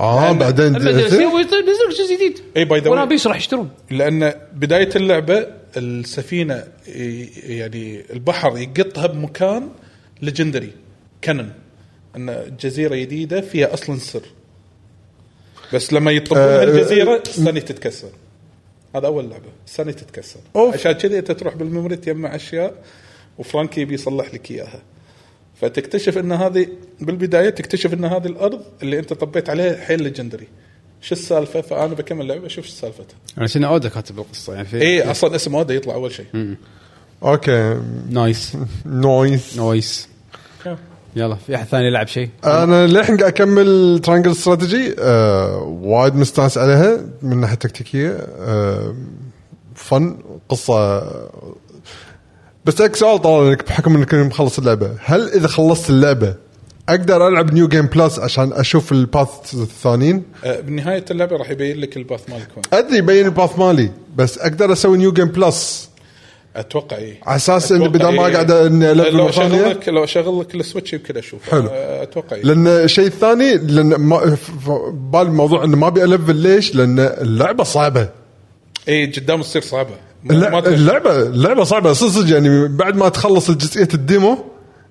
اه بعدين اما يسوي- ينزل جزء جديد إيه، by the way. ولا بيس راح يشترون لان بدايه اللعبه السفينه ي- يعني البحر يقطها بمكان ليجندري كنن ان جزيره جديده فيها اصلا سر بس لما يطلبون آه، الجزيره الثانيه تتكسر هذا اول لعبه الثانيه تتكسر عشان كذا انت تروح بالميموري تجمع اشياء وفرانكي بيصلح لك اياها فتكتشف ان هذه بالبدايه تكتشف ان هذه الارض اللي انت طبيت عليها حيل ليجندري شو السالفه فانا بكمل لعبه اشوف شو سالفتها عشان اودا كاتب القصه يعني في إيه. ايه اصلا اسم اودا يطلع اول شيء اوكي نايس نويس نايس يلا في احد ثاني يلعب شيء انا للحين قاعد اكمل ترانجل استراتيجي آه وايد مستانس عليها من ناحيه تكتيكيه آه فن قصه بس لك سؤال طال انك بحكم انك مخلص اللعبه هل اذا خلصت اللعبه اقدر العب نيو جيم بلس عشان اشوف الباث الثانيين آه، بنهايه اللعبه راح يبين لك الباث مالك وين ادري يبين الباث مالي بس اقدر اسوي نيو جيم بلس اتوقع ايه على اساس اني أتوقع بدل ما إيه. قاعد اني العب لو مرة ثانية. اشغل لك لو اشغل لك السويتش يمكن اشوف حلو. آه، اتوقع ايه لان الشيء الثاني لان ما ف- ف- بالي موضوع انه ما ابي الفل ليش؟ لان اللعبه صعبه ايه قدام تصير صعبه ما- ما اللع- تقدر. اللعبه اللعبه صعبه صدق صدق يعني بعد ما تخلص جزئيه الديمو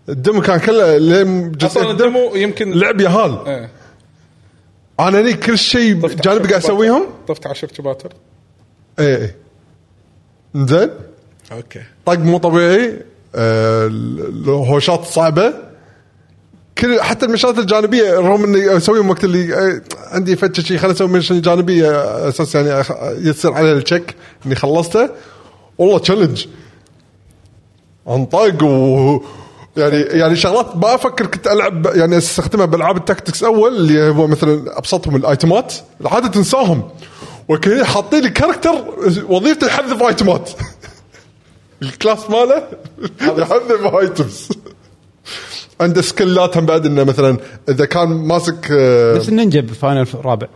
الديمو كان كله لين جزئية اصلا الدمو يمكن لعب يا هال آه. انا هني كل شيء طفت جانب عشر قاعد إيه، شباتر. اسويهم طفت 10 شباتر اي اي زين اوكي طق طيب، مو طبيعي آه، الهوشات صعبه كل حتى المشات الجانبيه رغم اني اسويهم وقت اللي آه، عندي فتشه شيء خليني اسوي مشن جانبيه آه، اساس يعني أخ- يصير عليه التشيك اني خلصته والله تشالنج انطق و يعني يعني شغلات ما افكر كنت العب يعني استخدمها بالعاب التكتكس اول اللي هو مثلا ابسطهم الايتمات العاده تنساهم وكذا حاطين لي كاركتر وظيفته يحذف ايتمات الكلاس ماله يحذف ايتمز عنده سكلات هم بعد انه مثلا اذا كان ماسك آه، بس النينجا بفاينل الرابع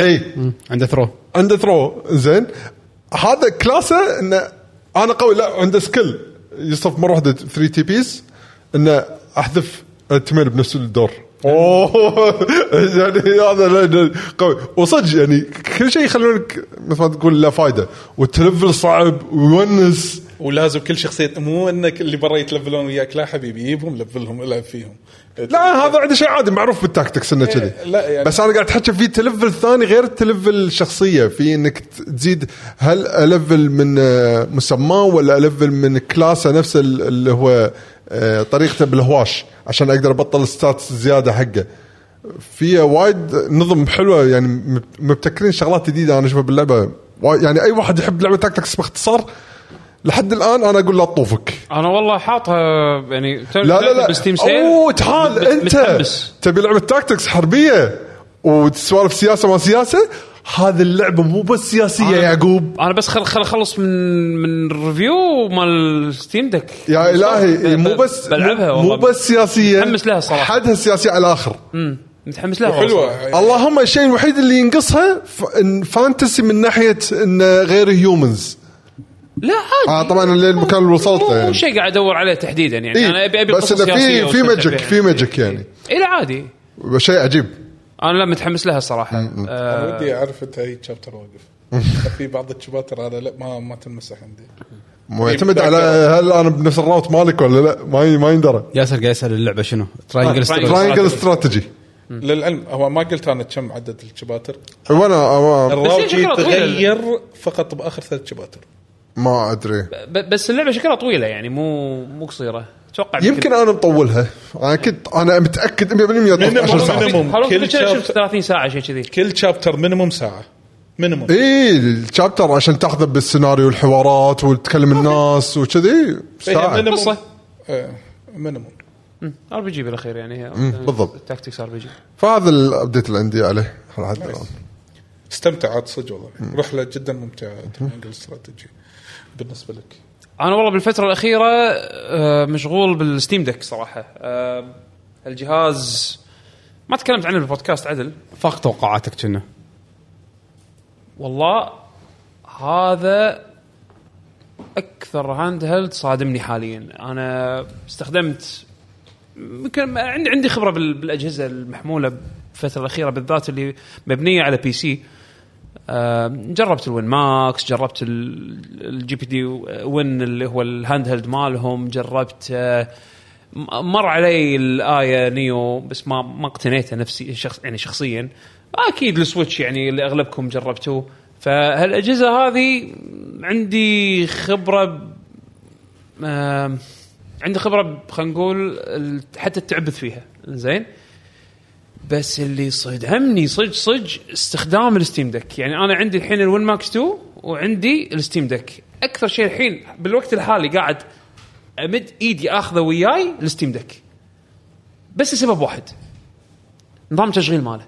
اي عنده ثرو عنده ثرو زين هذا كلاسه انه انا قوي لا عنده سكيل يصف مره واحده 3 تي بيز انه احذف التمين بنفس الدور اوه يعني هذا لا- لا، قوي وصدق يعني كل شيء يخلونك مثل ما تقول لا فايده والتلفل صعب ويونس ولازم كل شخصيه مو انك اللي برا يتلفلون وياك لا حبيبي جيبهم لفلهم العب فيهم لا هذا عنده شيء عادي معروف بالتاكتكس انه كذي إيه. لا، يعني- بس انا قاعد احكي في تلفل ثاني غير التلفل الشخصيه في انك ت- تزيد هل الفل من آه، مسماه ولا الفل من كلاسه نفسه ال- اللي هو آه، طريقته بالهواش عشان اقدر ابطل ستاتس زياده حقه فيها وايد نظم حلوه يعني م- مبتكرين شغلات جديده انا اشوفها باللعبه وايد- يعني اي واحد يحب لعبه تاكتكس باختصار لحد الان انا اقول لا تطوفك انا والله حاطها يعني لا لا لا بستيم سيل اوه تعال مت- انت متحمس. تبي لعبه تاكتكس حربيه وتسوالف سياسه ما سياسه هذه اللعبه مو بس سياسيه يا يعقوب انا بس خل خل اخلص من من الريفيو مال ستيم دك يا الهي مو بس بلعبها مو- والله مو بس سياسيه متحمس لها صراحة. نعم. حدها سياسيه على الاخر مم. متحمس لها حلوه والله. يعني اللهم الشيء الوحيد اللي ينقصها ف- إن فانتسي من ناحيه انه غير هيومنز لا آه عادي طبعا اللي المكان اللي وصلت له مو يعني شيء قاعد ادور عليه تحديدا يعني إيه، انا ابي ابي بس قصة إنه في- سياسية في وأستمتع magic- فيها. في magic يعني. إيه لا عادي شيء عجيب انا لا متحمس لها صراحه آه، انا ودي اعرف انت اي شابتر واقف في بعض الشباتر انا لا ما ما تنمسح عندي معتمد على هل انا بنفس الراوت مالك ولا لا ما ي- ما يندرى ياسر قاعد يسال اللعبه شنو؟ تراينجل تراينجل. سترايك. تراينجل استراتيجي للعلم هو ما قلت انا كم عدد الشباتر وانا الراوتي شكلها طويلة. تغير فقط باخر ثلاث شباتر ما ادري ب- بس اللعبه شكلها طويله يعني مو مو قصيره اتوقع يمكن انا مطولها انا كنت انا متاكد 100% minimum- 13 ساعه minimum. هل كل كل شفت شابتر 30 ساعه شيء كذي كل شابتر مينيموم ساعه مينيموم اي الشابتر عشان تاخذه بالسيناريو والحوارات وتكلم الناس وكذي ساعه مينيموم قصة. إيه، مينيموم ار بي جي بالاخير يعني بالضبط. تاكتكس ار بي جي فهذا الابديت اللي عندي عليه لحد الان استمتعت صدق والله رحله جدا ممتعه ترينجل استراتيجي بالنسبه لك انا والله بالفتره الاخيره آه، مشغول بالستيم ديك صراحه آه، الجهاز ما تكلمت عنه بالبودكاست عدل فاق توقعاتك كنا والله هذا اكثر هاند هيلد صادمني حاليا انا استخدمت يمكن عندي عندي خبره بال- بالاجهزه المحموله بالفتره الاخيره بالذات اللي مبنيه على بي سي آم، آه، جربت الوين ماكس جربت ال- الجي بي دي وين اللي هو الهاند هيلد مالهم جربت آه، م- مر علي الايه نيو بس ما ما اقتنيتها نفسي شخص يعني شخصيا اكيد السويتش يعني اللي اغلبكم جربتوه فهالاجهزه هذه عندي خبره ب- آم، عندي خبره ب- خلينا نقول ال- حتى التعبث فيها زين بس اللي صدمني صج صج استخدام الستيم دك يعني انا عندي الحين الون ماكس 2 وعندي الستيم دك اكثر شيء الحين بالوقت الحالي قاعد امد ايدي اخذه وياي الستيم دك بس لسبب واحد نظام تشغيل ماله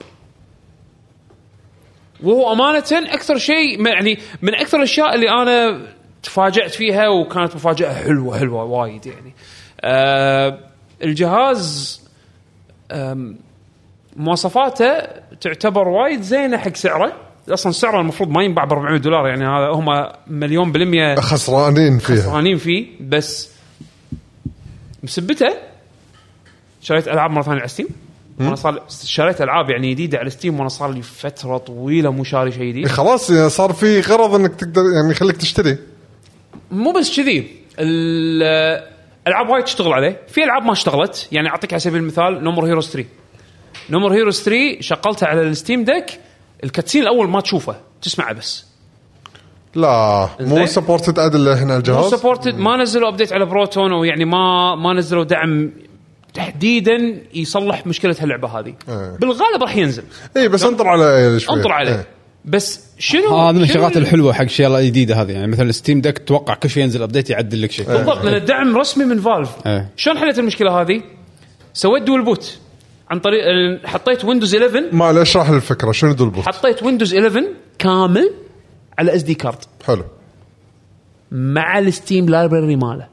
وهو امانه اكثر شيء ما- يعني من اكثر الاشياء اللي انا تفاجات فيها وكانت مفاجاه حلوه حلوه وايد يعني آه الجهاز آم، مواصفاته تعتبر وايد زينه حق سعره اصلا سعره المفروض ما ينباع ب 400 دولار يعني هذا هم مليون بالميه خسرانين فيها خسرانين فيه بس مسبته شريت العاب مره ثانيه على ستيم وانا صار شريت العاب يعني جديده على ستيم وانا صار لي فتره طويله مو شاري شيء جديد خلاص يعني صار في غرض انك تقدر يعني يخليك تشتري مو بس كذي الالعاب وايد تشتغل عليه في العاب ما اشتغلت يعني اعطيك على سبيل المثال نمر هيروز 3 نمر هيروز 3 شغلتها على الستيم ديك الكاتسين الاول ما تشوفه تسمعه بس لا مو إنزين. سبورتد عدل الحين على مو الجهاز سبورتد ما نزلوا ابديت على بروتون ويعني ما ما نزلوا دعم تحديدا يصلح مشكله هاللعبه هذه إيه. بالغالب راح ينزل اي بس انطر على شوي انطر عليه بس شنو هذا من شنو الشغلات الحلوه حق شيء الله جديده هذه يعني مثلا ستيم دك تتوقع كل شيء ينزل ابديت يعدل لك شيء بالضبط لان الدعم رسمي من فالف إيه. شلون حلت المشكله هذه؟ سويت دول بوت عن طريق حطيت ويندوز 11 ما اشرح الفكره شنو دول بوت حطيت ويندوز 11 كامل على اس دي كارد حلو مع الستيم لايبرري ماله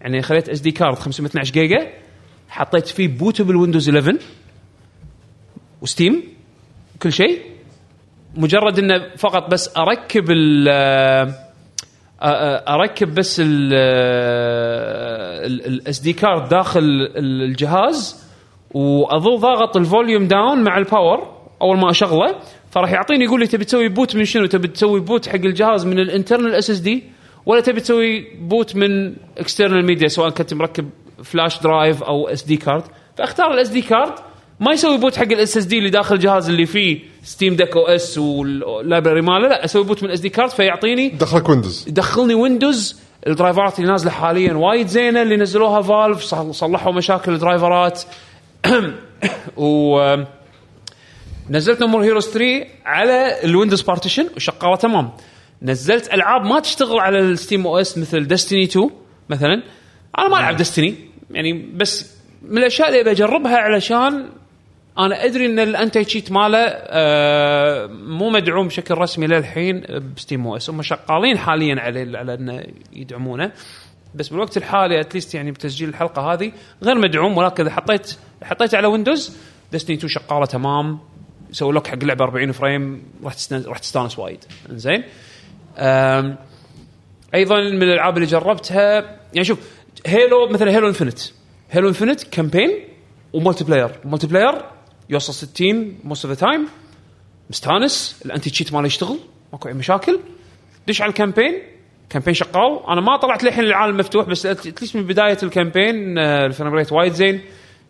يعني خليت اس دي كارد 512 جيجا حطيت فيه بوتبل ويندوز 11 وستيم كل شيء مجرد انه فقط بس اركب ال آه، آه، اركب بس الاس دي كارد داخل ال- الجهاز واظل ضاغط الفوليوم داون مع الباور اول ما اشغله فراح يعطيني يقول لي تبي تسوي بوت من شنو تبي تسوي بوت حق الجهاز من الانترنال اس اس دي ولا تبي تسوي بوت من اكسترنال ميديا سواء كنت مركب فلاش درايف او اس دي كارد فاختار الاس دي كارد ما يسوي بوت حق الاس اس دي اللي داخل الجهاز اللي فيه ستيم دك او اس واللايبرري ماله لا اسوي بوت من الاس دي كارد فيعطيني دخلك ويندوز دخلني ويندوز الدرايفرات اللي نازله حاليا وايد زينه اللي نزلوها فالف صل- صلحوا مشاكل الدرايفرات و نزلت نمر هيروز 3 على الويندوز بارتيشن وشغاله تمام نزلت العاب ما تشتغل على الستيم او اس مثل ديستني 2 مثلا انا ما العب ديستني يعني بس من الاشياء اللي بجربها علشان انا ادري ان الانتي تشيت ماله آه، مو مدعوم بشكل رسمي للحين بستيم او اس هم شغالين حاليا عليه على انه يدعمونه بس بالوقت الحالي اتليست يعني بتسجيل الحلقه هذه غير مدعوم ولكن إذا حطيت حطيت على ويندوز ديستني 2 شغاله تمام يسوي لك حق اللعبه 40 فريم راح تستن- راح تستانس وايد زين ايضا من الالعاب اللي جربتها يعني شوف هيلو مثلا هيلو انفنت هيلو انفنت كامبين ومولتي بلاير مولتي بلاير يوصل 60 موست اوف ذا تايم مستانس الانتي تشيت ماله يشتغل ماكو اي مشاكل دش على الكامبين كامبين شغال انا ما طلعت للحين العالم مفتوح بس اتليست من بدايه الكامبين آه، الفريم ريت وايد زين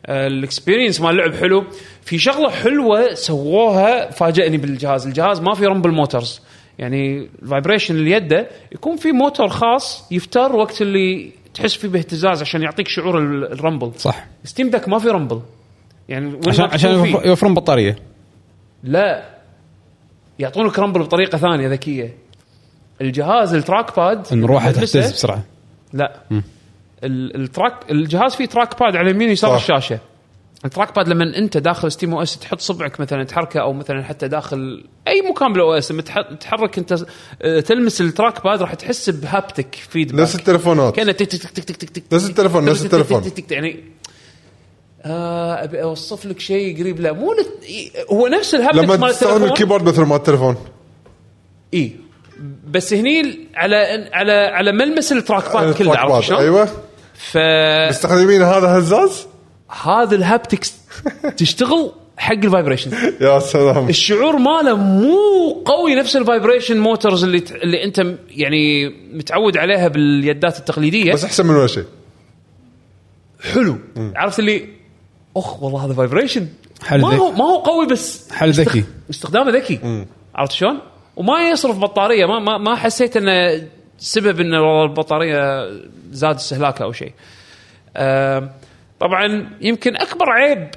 آه، الاكسبيرينس مال اللعب حلو في شغله حلوه سووها فاجئني بالجهاز الجهاز ما في رمبل موتورز يعني الفايبريشن اللي يده يكون في موتور خاص يفتر وقت اللي تحس فيه باهتزاز عشان يعطيك شعور ال- الرمبل صح ستيم دك ما في رمبل يعني وين عشان ما تكون عشان فيه. يوفر- يوفرون بطاريه لا يعطونك رامبل بطريقه ثانيه ذكيه الجهاز التراك باد ان روحه تلبسه- تهتز بسرعه لا ال- التراك الجهاز فيه تراك باد على اليمين ويسار صح. الشاشه التراك باد لما انت داخل ستيم او اس تحط صبعك مثلا تحركه او مثلا حتى داخل اي مكان بالاو اس لما تح- تحرك انت آه، تلمس التراك باد راح تحس بهابتك فيدباك نفس التليفونات كانه تك تك تك تك تك تك نفس التلفون، نفس تك- تك- التلفون. تك- تك- تك- يعني آه ابي اوصف لك شيء قريب لا مو نت- إي- هو نفس الهابتكس لما تستخدم الكيبورد مثل مال التليفون اي بس هني على على على ملمس التراك باد كله التراك عرفت باد. شلون؟ ايوه فهذا مستخدمين هذا هزاز الهابتكس تشتغل حق الفايبريشن يا سلام الشعور ماله مو قوي نفس الفايبريشن موتورز اللي ت... اللي انت م- يعني متعود عليها باليدات التقليديه بس احسن من ولا شيء حلو عرفت اللي اخ والله هذا فايبريشن حل ما ذكي. هو ما هو قوي بس حل استخ- ذكي. استخدامه ذكي عرفت شلون؟ وما يصرف بطاريه ما ما, ما حسيت انه سبب انه والله البطاريه زاد استهلاكها او شيء. آم، طبعا يمكن اكبر عيب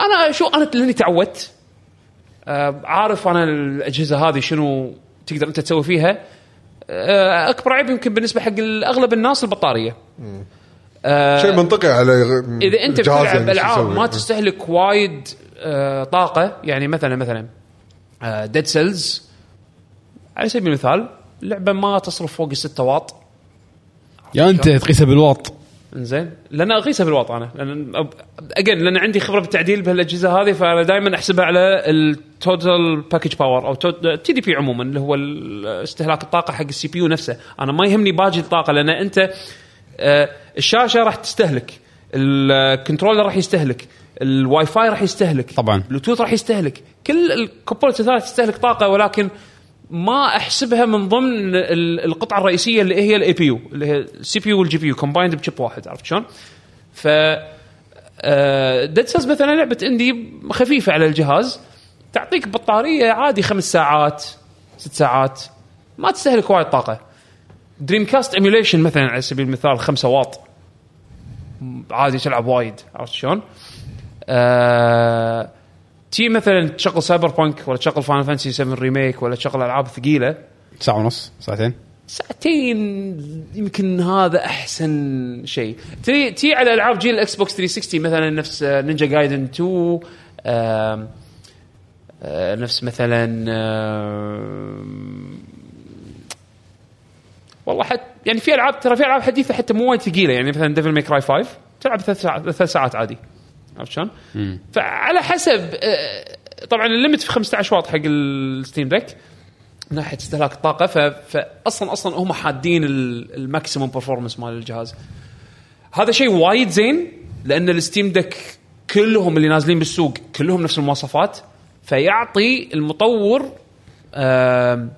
انا شو انا لاني تعودت آه، عارف انا الاجهزه هذه شنو تقدر انت تسوي فيها آه، اكبر عيب يمكن بالنسبه حق اغلب الناس البطاريه آه، شيء منطقي على غ- اذا انت جهاز يعني بتلعب شو العاب يسوي؟ ما تستهلك وايد آه، طاقه يعني مثلا مثلا ديد سيلز على سبيل المثال لعبه ما تصرف فوق 6 واط يا انت تقيسها بالواط انزين لان اقيسها بالواط انا لان اجين لان عندي خبره بالتعديل بهالاجهزه هذه فانا دائما احسبها على التوتال باكج باور او تي دي بي عموما اللي هو ال- استهلاك الطاقه حق السي بي يو نفسه انا ما يهمني باجي الطاقه لان انت آه، الشاشه راح تستهلك الكنترولر راح يستهلك الواي فاي راح يستهلك طبعاً. بلوتوث راح يستهلك كل الكوبولت الثلاث تستهلك طاقه ولكن ما احسبها من ضمن ال- القطعه الرئيسيه اللي هي الاي بي يو اللي هي السي بي يو والجي بي يو كومبايند بشيب واحد عرفت شلون؟ ف آه، ديد سيلز مثلا لعبه اندي خفيفه على الجهاز تعطيك بطاريه عادي خمس ساعات ست ساعات ما تستهلك وايد طاقه دريم كاست ايميوليشن مثلا على سبيل المثال 5 واط عادي تلعب وايد عرفت شلون؟ آه، تي مثلا تشغل سايبر بانك ولا تشغل فاينل فانسي 7 ريميك ولا تشغل العاب ثقيله ساعه ونص ساعتين ساعتين يمكن هذا احسن شيء تي تي على العاب جيل الاكس بوكس 360 مثلا نفس آه، نينجا جايدن 2 آم، آه، نفس مثلا آم، والله حتى يعني في العاب ترى في العاب حديثه حتى مو وايد ثقيله يعني مثلا ديفل ميك راي 5 تلعب ثلاث ساعات ثلاث ساعات عادي عرفت شلون؟ فعلى حسب آه، طبعا الليمت في 15 واط حق الستيم ديك من ناحيه استهلاك الطاقه ف... فاصلا اصلا هم حادين ال- الماكسيموم برفورمانس مال الجهاز هذا شيء وايد زين لان الستيم دك كلهم اللي نازلين بالسوق كلهم نفس المواصفات فيعطي المطور آم،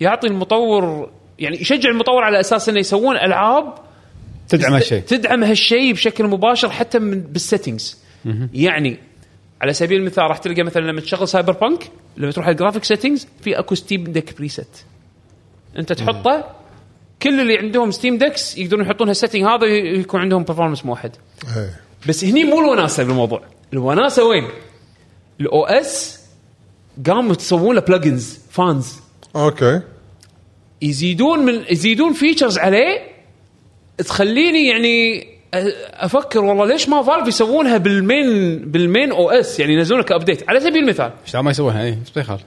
يعطي المطور يعني يشجع المطور على اساس انه يسوون العاب تدعم تست- هالشيء تدعم هالشيء بشكل مباشر حتى من بالسيتنجز يعني على سبيل المثال راح تلقى مثلا لما تشغل سايبر بانك لما تروح على الجرافيك سيتنجز في اكو ستيم ديك بريست انت تحطه كل اللي عندهم ستيم ديكس يقدرون يحطون هالسيتنج هذا يكون عندهم برفورمانس موحد إيه. بس هني مو الوناسه بالموضوع الوناسه وين الاو اس قاموا يسوون له بلجنز فانز اوكي يزيدون من يزيدون فيتشرز عليه تخليني يعني أ- افكر والله ليش ما فالف يسوونها بالمين بالمين او اس يعني ينزلونها كابديت على سبيل المثال ايش ما إيه، يسوونها اي ايش دخل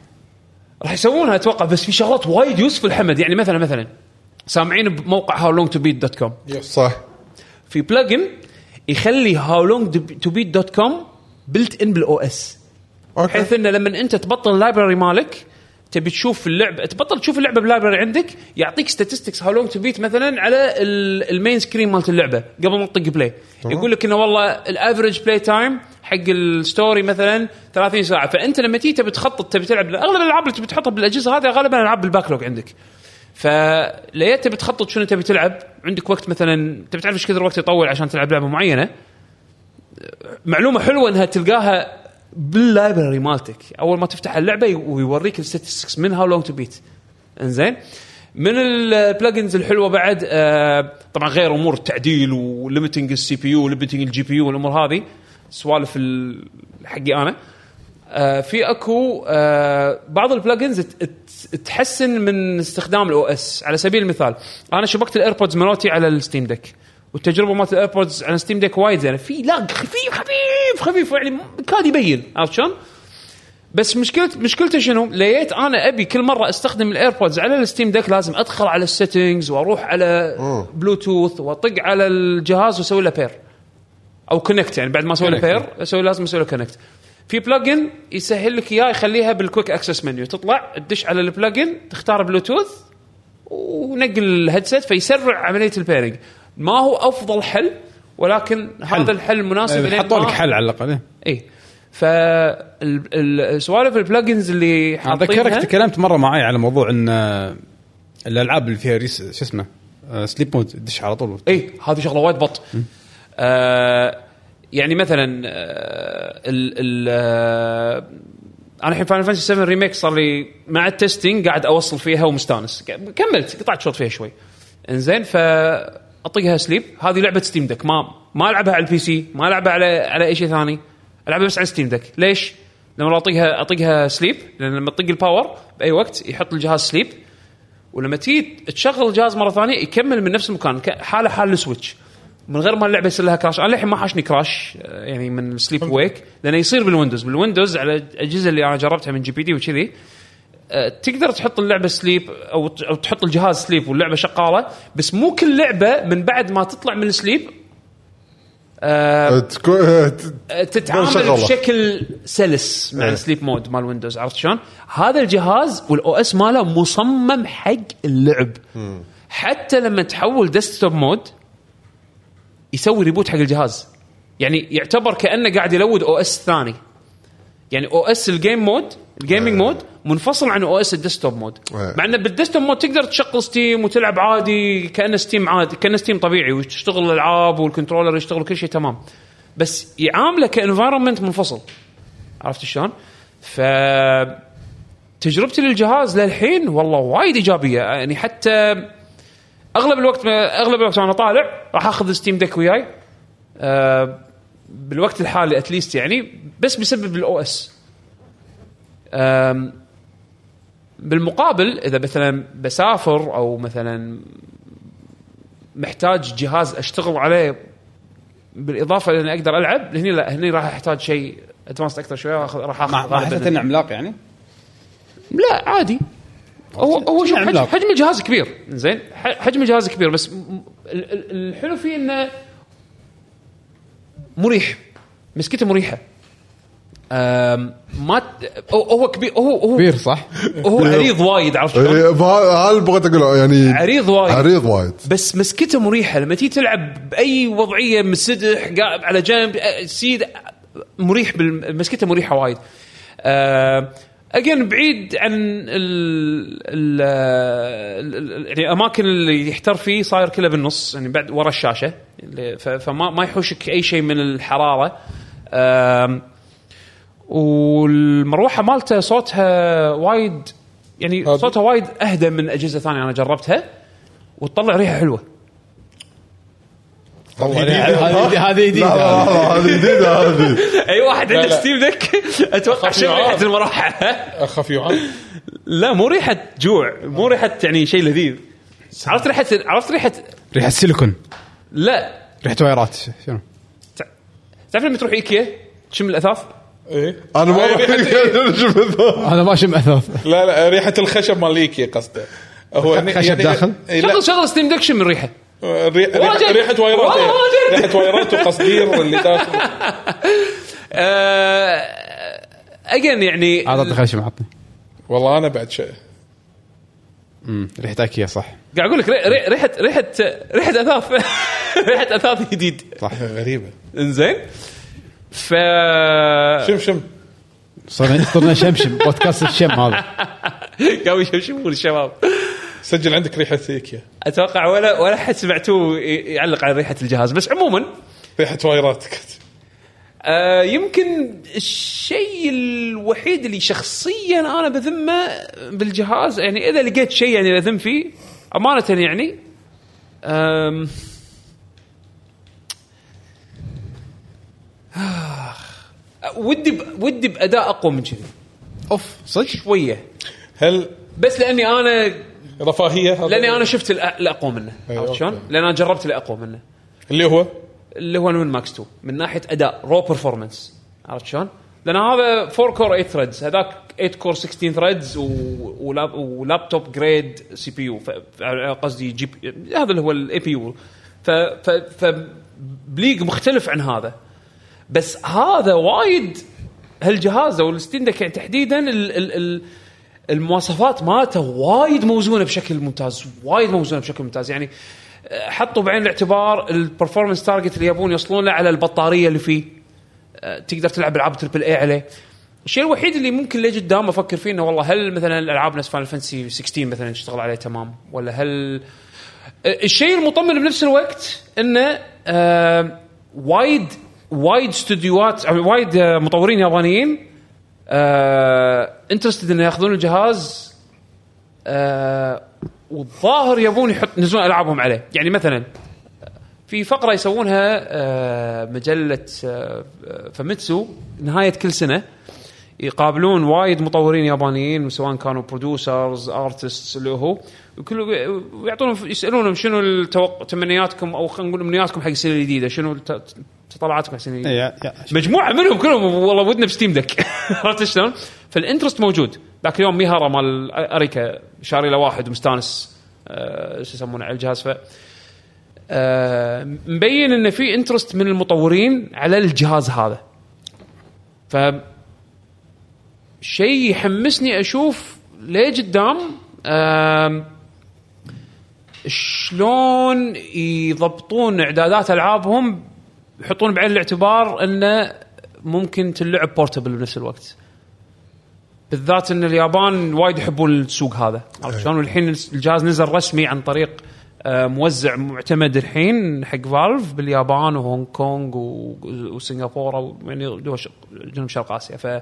راح يسوونها اتوقع بس في شغلات وايد يوسف الحمد يعني مثلا مثلا سامعين بموقع هاو لونج تو بيت دوت كوم صح في بلجن يخلي هاو لونج تو بيت دوت كوم بلت ان بالاو اس اوكي بحيث انه لما انت تبطل اللايبرري مالك تبي تشوف اللعبه تبطل تشوف اللعبه باللايبرري عندك يعطيك ستاتستكس هاو لونج تو بيت مثلا على ال- المين سكرين مالت اللعبه قبل ما تطق بلاي يقول لك انه والله الافرج بلاي تايم حق الستوري مثلا 30 ساعه فانت لما تيجي تبي تخطط تبي تلعب اغلب الالعاب اللي تبي تحطها بالاجهزه هذه غالبا العاب بالباكلوج عندك فليت تبي تخطط شنو تبي تلعب عندك وقت مثلا تبي تعرف ايش كثر وقت يطول عشان تلعب لعبه معينه معلومه حلوه انها تلقاها باللايبرري مالتك اول ما تفتح اللعبه ويوريك الستاتستكس من هاو لونج تو بيت انزين من البلجنز الحلوه بعد آه، طبعا غير امور التعديل وليمتنج السي بي يو وليمتنج الجي بي يو والامور هذه سوالف ال- حقي انا آه، في اكو آه، بعض البلجنز ت- ت- تحسن من استخدام الاو اس على سبيل المثال انا شبكت الايربودز مالتي على الستيم ديك والتجربه مالت الايربودز على ستيم ديك وايد زينه في لاج خفيف خفيف خفيف يعني كاد يبين عرفت شلون؟ بس مشكله مشكلته شنو؟ ليت انا ابي كل مره استخدم الايربودز على الستيم ديك لازم ادخل على السيتنجز واروح على آه. أوه. بلوتوث واطق على الجهاز واسوي له بير او كونكت يعني بعد ما اسوي له Connect. بير اسوي لازم اسوي له كونكت في بلجن يسهل لك اياه يخليها بالكويك اكسس منيو تطلع تدش على البلجن تختار بلوتوث ونقل الهيدسيت فيسرع عمليه البيرنج ما هو افضل حل ولكن هذا الحل المناسب لين إيه، حطوا ما- لك حل على الاقل إيه. اي فالسوالف البلجنز اللي انا حاطينها اتذكرك تكلمت مره معي على موضوع ان آه، الالعاب اللي فيها ريس شو اسمه آه، سليب مود تدش على طول اي إيه، هذه شغله وايد بط آه يعني مثلا آه ال ال آه انا الحين فاينل فانتسي 7 ريميك صار لي مع التستنج قاعد اوصل فيها ومستانس كملت قطعت شوط فيها شوي انزين فاطقها سليب هذه لعبه ستيم دك ما ما العبها على البي سي ما العبها على على اي شيء ثاني العبها بس على ستيم دك ليش؟ لما اطقها اطقها سليب لان لما تطق الباور باي وقت يحط الجهاز سليب ولما تيجي تشغل الجهاز مره ثانيه يكمل من نفس المكان ك- حاله حال السويتش من غير ما اللعبه يصير لها كراش انا للحين ما حاشني كراش آه، يعني من سليب ويك لانه يصير بالويندوز بالويندوز على الاجهزه اللي انا جربتها من جي بي دي وكذي آه، تقدر تحط اللعبه سليب او ت- أو تحط الجهاز سليب واللعبه شغاله بس مو كل لعبه من بعد ما تطلع من السليب آه، أه، تكو- ت- تتعامل شغلة. بشكل سلس مع إيه. السليب مود مال ويندوز عرفت شلون؟ هذا الجهاز والاو اس ماله مصمم حق اللعب حتى لما تحول ديسكتوب مود يسوي ريبوت حق الجهاز يعني يعتبر كانه قاعد يلود او اس ثاني يعني او اس الجيم مود الجيمنج مود منفصل عن او اس الديسكتوب مود إيه. مع انه بالديسكتوب مود تقدر تشغل ستيم وتلعب عادي كانه ستيم عادي كانه ستيم طبيعي وتشتغل الالعاب والكنترولر يشتغل وكل شيء تمام بس يعامله كانفايرمنت منفصل عرفت شلون؟ ف تجربتي للجهاز للحين والله وايد ايجابيه يعني حتى اغلب الوقت ما اغلب الوقت وانا طالع راح اخذ ستيم ديك وياي آه، بالوقت الحالي اتليست يعني بس بسبب الاو اس بالمقابل اذا مثلا بسافر او مثلا محتاج جهاز اشتغل عليه بالاضافه لاني اقدر العب هني لا هني راح احتاج شيء ادفانس اكثر شويه راح آخذ- راح اخذ ما ما راح حسيت أبدل. انه عملاق يعني لا عادي هو هو شوف حجم, عملاق. حجم الجهاز كبير زين ح- حجم الجهاز كبير بس م- م- ال- ال- الحلو فيه انه مريح مسكته مريحه أم، ما ت- هو- هو كبير هو هو كبير صح؟ هو عريض وايد عرفت شلون؟ إيه، فه- هذا اللي بغيت اقوله يعني عريض وايد عريض وايد بس مسكته مريحه لما تيجي تلعب باي وضعيه منسدح قاعد على جنب أ- سيد مريح بال- مسكته مريحه وايد اجين بعيد عن ال ال ال- ال- يعني الاماكن اللي يحتر فيه صاير كله بالنص يعني بعد ورا الشاشه اللي- ف- فما ما يحوشك اي شيء من الحراره آم، والمروحه مالته صوتها وايد يعني هذه- صوتها وايد اهدى من اجهزه ثانيه انا جربتها وتطلع ريحه حلوه هذه هذه يعني- لا، لا، جديده لا، هذه جديده هذه اي واحد لا، عنده لا. ستيم دك اتوقع أخاف شم يعار. ريحه المروحه اخاف يوعى لا مو ريحه جوع مو ريحه يعني شيء لذيذ عرفت ريحه عرفت ريحه ريحه السيليكون لا ريحه وايرات شنو؟ تعرف لما تروح ايكيا تشم الاثاث ايه انا ما هاي ريحة- شوف الثاني. هذا ما شم اثاث لا لا ريحه الخشب مال ليكي قصده هو هني- خشب داخل؟ إيه، لا، شغل شغل ستيم دك شم الريحه ري- والله ريحه جد. ريحة وايرات والله إيه. جد. ريحه وايرات وقصدير اللي داخل اجين آه، يعني اعطني خشم عطني والله انا بعد شيء أمم، ريحه اكيه صح قاعد اقول لك ري- ري- ريحه ريحه ريحه اثاث ريحه اثاث جديد غريبه انزين ف شم شم صرنا صرنا شمشم بودكاست الشم هذا قاموا يشمشمون الشباب سجل عندك ريحه ايكيا اتوقع ولا ولا حد سمعتوه ي- يعلق على ريحه الجهاز بس عموما ريحه وايراتك آه، يمكن الشيء الوحيد اللي شخصيا انا بذمه بالجهاز يعني اذا لقيت شيء يعني اذم فيه امانه يعني أم آخ. آه، ودي ب... ودي باداء اقوى من كذي اوف صدق شويه هل بس لاني انا رفاهيه هذا لاني انا شفت الأ- الاقوى منه أي، عرفت أوكي. شلون؟ لان انا جربت الاقوى منه اللي هو اللي هو الوين ماكس 2 من ناحيه اداء رو برفورمانس عرفت شلون؟ لان هذا 4 كور 8 ثريدز هذاك 8 كور 16 ثريدز ولابتوب جريد سي بي يو قصدي جي بي هذا اللي هو الاي بي يو ف ف ف بليج مختلف عن هذا بس هذا وايد هالجهاز او الستيم دك يعني تحديدا ال ال ال المواصفات مالته وايد موزونه بشكل ممتاز وايد موزونه بشكل ممتاز يعني آه، حطوا بعين الاعتبار البرفورمانس تارجت اللي يبون يوصلون له على البطاريه اللي فيه آه، تقدر تلعب العاب تربل اي عليه الشيء الوحيد اللي ممكن لقدام افكر فيه انه والله هل مثلا الالعاب نفس فاينل فانسي 16 مثلا تشتغل عليه تمام ولا هل الشيء المطمن بنفس الوقت انه آه، وايد وايد استديوهات أو وايد آه، مطورين يابانيين آه، انترستد انه ياخذون الجهاز آه، والظاهر يبون يحط ينزلون العابهم عليه يعني مثلا في فقره يسوونها آه، مجله آه، فميتسو نهايه كل سنه يقابلون وايد مطورين يابانيين سواء كانوا برودوسرز ارتستس اللي هو وكل ويعطونهم يسالونهم شنو التوق... تمنياتكم او خلينا نقول امنياتكم حق السنه الجديده شنو الت- تطلعاتكم حق السنه الجديده إيه، يا- يا- مجموعه منهم كلهم والله ودنا بستيم دك عرفت شلون؟ فالانترست موجود ذاك اليوم ميهارا مال اريكا شاري له واحد ومستانس آه، شو يسمونه على الجهاز ف آه، مبين انه في انترست من المطورين على الجهاز هذا ف شيء يحمسني اشوف ليه قدام آم، شلون يضبطون اعدادات العابهم يحطون بعين الاعتبار انه ممكن تلعب بورتبل بنفس الوقت بالذات ان اليابان وايد يحبون السوق هذا عرفت شلون والحين الجهاز نزل رسمي عن طريق آه، موزع معتمد الحين حق فالف باليابان وهونغ كونغ و- وسنغافوره و- يعني دول شرق- جنوب شرق اسيا ف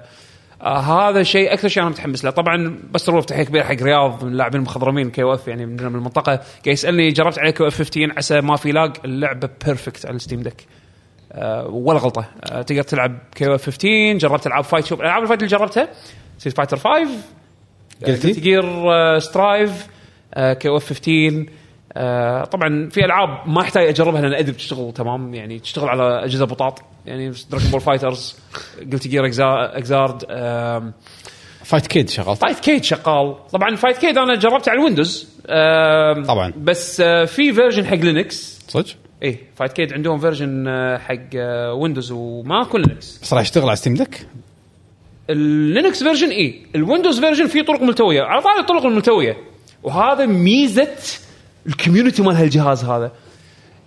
آه، هذا شيء اكثر شيء انا متحمس له طبعا بس الولف تحيه كبيره حق رياض من اللاعبين المخضرمين كي او اف يعني من من المنطقه قاعد يسالني جربت على كي او اف 15 عسى ما في لاج اللعبه بيرفكت على الستيم دك آه، ولا غلطه آه، تقدر تلعب كيو 15 جربت العاب فايت شوف العاب الفايت اللي جربتها ستريت فايتر 5 قلتي؟ جير سترايف كيو 15 آه، طبعا في العاب ما احتاج اجربها لان ادري بتشتغل تمام يعني تشتغل على اجهزه بطاط يعني دراجون بول فايترز قلت جير اكزارد آم، فايت كيد شغال فايت كيد شغال طبعا فايت كيد انا جربته على الويندوز آم، طبعاً. بس آه، في فيرجن حق لينكس صدق ايه فايت كيد عندهم فيرجن آه، حق آه، ويندوز وماكو لينكس بس راح يشتغل على ستيم دك اللينكس فيرجن اي الويندوز فيرجن إيه؟ فيه طرق ملتويه على طاري الطرق الملتويه وهذا ميزه الكوميونتي مال هالجهاز هذا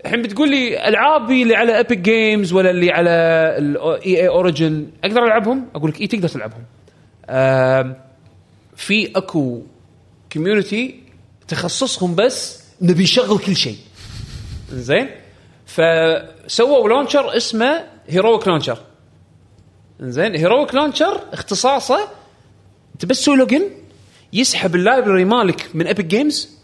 الحين بتقول لي العابي اللي على ابيك جيمز ولا اللي على اي اي اوريجن اقدر العبهم؟ اقول لك اي تقدر تلعبهم. آم، في اكو كوميونتي تخصصهم بس نبي نشغل كل شيء. زين؟ فسووا لونشر اسمه هيرويك لونشر. زين هيرويك لونشر اختصاصه تبي تسوي لوجن يسحب اللايبرري مالك من ابيك جيمز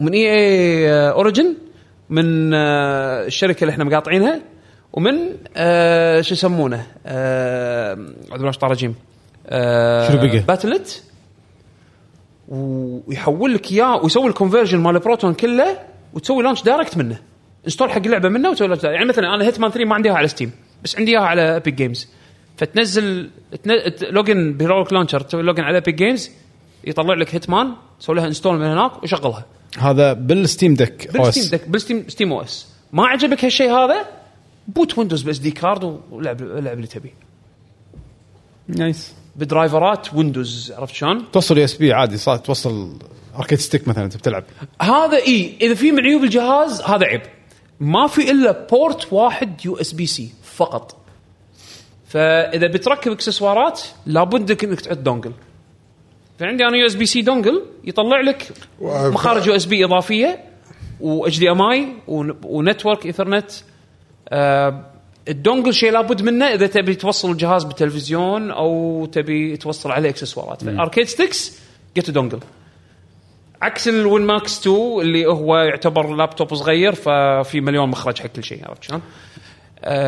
ومن اي اي اوريجن E من آه، الشركه اللي احنا مقاطعينها ومن آه، شو يسمونه آه، عذر الله آه، طارجيم شنو بقى؟ باتلت ويحول لك اياه ويسوي الكونفرجن مال بروتون كله وتسوي لانش دايركت منه انستول حق اللعبه منه وتسوي لانش دايركت يعني مثلا انا هيتمان 3 ما عندي اياها على ستيم بس عندي اياها على ابيك جيمز فتنزل تن... ت- لوجن بهيرويك لانشر تسوي لوجن على ابيك جيمز يطلع لك هيتمان تسوي لها انستول من هناك وشغلها هذا بالستيم دك بالستيم دك بالستيم ستيم او اس ما عجبك هالشيء هذا بوت ويندوز باس دي كارد ولعب العب اللي تبيه نايس بدرايفرات ويندوز عرفت شلون؟ توصل يو اس بي عادي صار توصل اركيد ستيك مثلا انت بتلعب هذا اي اذا في من عيوب الجهاز هذا عيب ما في الا بورت واحد يو اس بي سي فقط فاذا بتركب اكسسوارات لابد انك تعد دونجل فعندي انا يو اس بي سي دونجل يطلع لك وعف- مخارج يو اس بي اضافيه واتش دي ام اي ونتورك ايثرنت آه، الدونجل شيء لابد منه اذا تبي توصل الجهاز بالتلفزيون او تبي توصل عليه اكسسوارات فالاركيد ستكس جيت دونجل عكس الوين ماكس 2 اللي هو يعتبر لابتوب صغير ففي مليون مخرج حق كل شيء عرفت شلون؟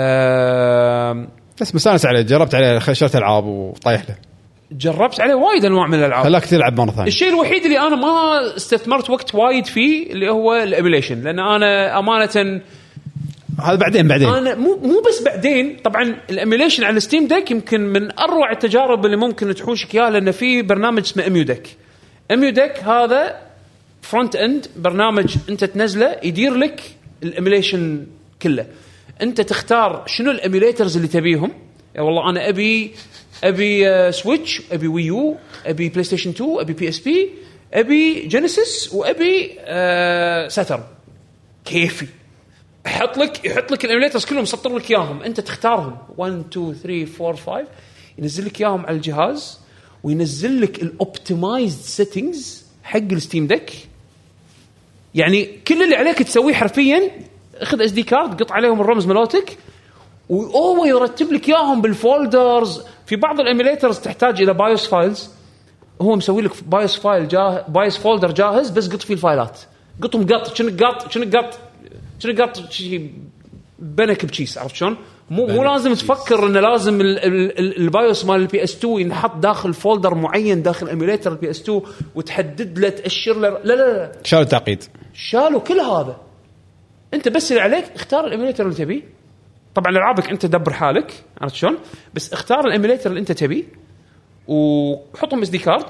آه، بس مستانس عليه جربت عليه خ- شريت العاب وطايح له جربت عليه وايد انواع من الالعاب خلاك تلعب مره ثانيه الشيء الوحيد اللي انا ما استثمرت وقت وايد فيه اللي هو الايميليشن لان انا امانه هذا بعدين بعدين انا مو مو بس بعدين طبعا الايميليشن على ستيم ديك يمكن من اروع التجارب اللي ممكن تحوشك اياها لان في برنامج اسمه اميو ديك اميو ديك هذا فرونت اند برنامج انت تنزله يدير لك الايميليشن كله انت تختار شنو الايميليترز اللي تبيهم يا والله انا ابي ابي آه، سويتش ابي وي يو ابي بلاي ستيشن 2 ابي بي اس بي ابي جينيسيس وابي آه ساترن كيفي يحط لك يحط لك الايميليترز كلهم سطر لك اياهم انت تختارهم 1 2 3 4 5 ينزل لك اياهم على الجهاز وينزل لك الاوبتمايزد سيتنجز حق الستيم ديك يعني كل اللي عليك تسويه حرفيا خذ اس دي كارد قط عليهم الرمز ملوتك وهو يرتب لك اياهم بالفولدرز في بعض الايميليترز تحتاج الى بايوس فايلز هو مسوي لك بايوس فايل جاه بايوس فولدر جاهز بس قط فيه الفايلات قطهم قط شنو قط شنو قط شنو قط شي بنك بشيس عرفت شلون؟ مو مو لازم تفكر انه لازم ال- ال- ال- البايوس مال البي اس 2 ينحط داخل فولدر معين داخل ايميليتر البي اس 2 وتحدد له تاشر له لا لا لا شالوا التعقيد شالوا كل هذا انت بس اللي عليك اختار الايميليتر اللي تبيه طبعا العابك انت دبر حالك عرفت شلون بس اختار الايميليتر اللي انت تبيه وحطهم اس دي كارد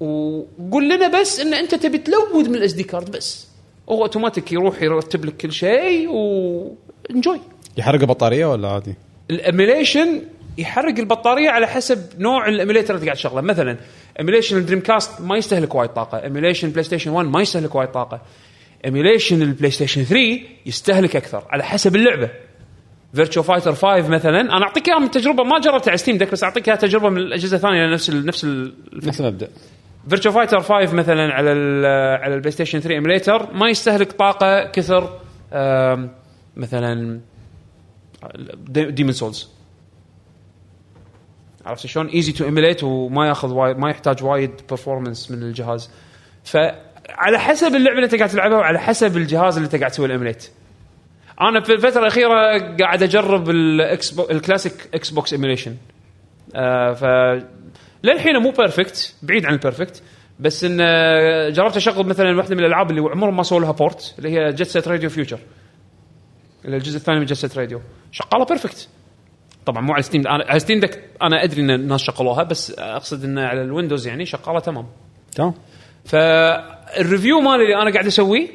وقول لنا بس ان انت تبي تلود من الاس دي كارد بس هو اوتوماتيك يروح يرتب لك كل شيء وانجوي يحرق البطاريه ولا عادي؟ الايميليشن يحرق البطاريه على حسب نوع الايميليتر اللي قاعد تشغله مثلا ايميليشن الدريم كاست ما يستهلك وايد طاقه ايميليشن بلاي ستيشن 1 ما يستهلك وايد طاقه ايميليشن البلاي ستيشن 3 يستهلك اكثر على حسب اللعبه فيرتشو فايتر 5 مثلا انا اعطيك اياها من تجربه ما جربتها على ستيم دك بس اعطيك اياها تجربه من الاجهزه الثانيه نفس ال نفس ال نفس المبدا فيرتشو فايتر 5 مثلا على ال على البلاي ستيشن 3 ايميليتر ما يستهلك طاقه كثر آم، مثلا ديمون سولز عرفت شلون ايزي تو ايميليت وما ياخذ وايد ما يحتاج وايد برفورمانس من الجهاز فعلى حسب اللعبه اللي انت قاعد تلعبها وعلى حسب الجهاز اللي انت قاعد تسوي الايميليت انا في الفتره الاخيره قاعد اجرب الاكس بو- الكلاسيك اكس بوكس ايميليشن آه، ف للحين مو بيرفكت بعيد عن البيرفكت بس ان آه، جربت اشغل مثلا واحده من الالعاب اللي عمرهم ما سووا لها بورت اللي هي جيت سيت راديو فيوتشر اللي الجزء الثاني من جيت سيت راديو شغاله بيرفكت طبعا مو على ستيم انا على ستيم دك انا ادري ان الناس شغلوها بس اقصد ان على الويندوز يعني شغاله تمام تمام فالريفيو مالي اللي انا قاعد اسويه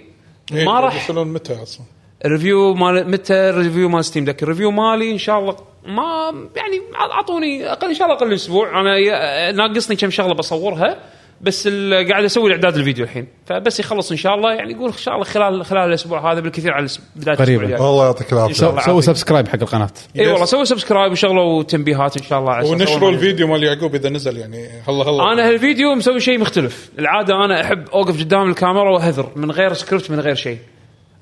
ما راح يوصلون إيه، متى اصلا؟ الريفيو مال متى الريفيو مال ستيم دك الريفيو مالي ان شاء الله ما يعني اعطوني اقل ان شاء الله اقل من اسبوع انا يا- ناقصني كم شغله بصورها بس ال- قاعد اسوي الاعداد الفيديو الحين فبس يخلص ان شاء الله يعني يقول ان شاء الله خلال خلال الاسبوع هذا بالكثير على الأس- بدايه قريباً. الاسبوع الجاي. الله يعطيك العافيه الله سووا يعافيك. سبسكرايب حق القناه اي والله سووا سبسكرايب وشغلوا تنبيهات ان شاء الله على أساس أول ونشروا ما ينزل. الفيديو مال يعقوب اذا نزل يعني هلا هلا انا هالفيديو مسوي شيء مختلف العاده انا احب اوقف قدام الكاميرا واهذر من غير سكريبت من غير شيء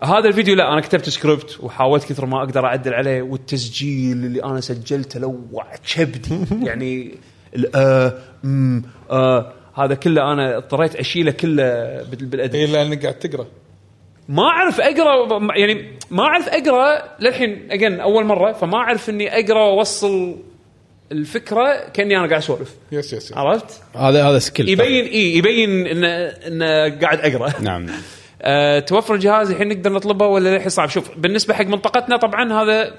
هذا الفيديو لا انا كتبت سكريبت وحاولت كثر ما اقدر اعدل عليه والتسجيل اللي انا سجلته لوع كبدي يعني ال- آه، أم، آه، هذا كله انا اضطريت اشيله كله بال- بالادب اي لان إيه، قاعد تقرا ما اعرف اقرا يعني ما اعرف اقرا للحين اجن اول مره فما اعرف اني اقرا واوصل الفكره كاني انا قاعد اسولف يس يس, يس. عرفت؟ هذا هذا سكيل يبين اي يبين انه انه قاعد اقرا نعم أه توفر الجهاز الحين نقدر نطلبه ولا للحين صعب شوف بالنسبه حق منطقتنا طبعا هذا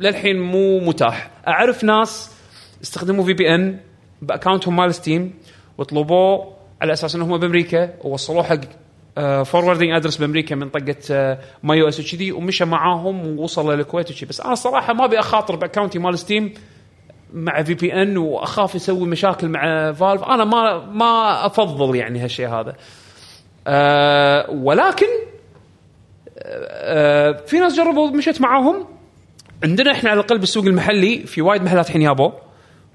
للحين مو متاح اعرف ناس استخدموا في بي ان باكونتهم مال ستيم وطلبوه على اساس انهم بامريكا ووصلوه حق آه، فوروردنج ادرس بامريكا من طقه آه، مايو اس وكذي ومشى معاهم ووصل للكويت وشي بس انا صراحه ما ابي اخاطر باكونتي مال ستيم مع في بي ان واخاف يسوي مشاكل مع فالف انا ما ما افضل يعني هالشيء هذا أه ولكن أه آه، في ناس جربوا مشيت معاهم عندنا احنا على الاقل بالسوق المحلي في وايد محلات الحين يابو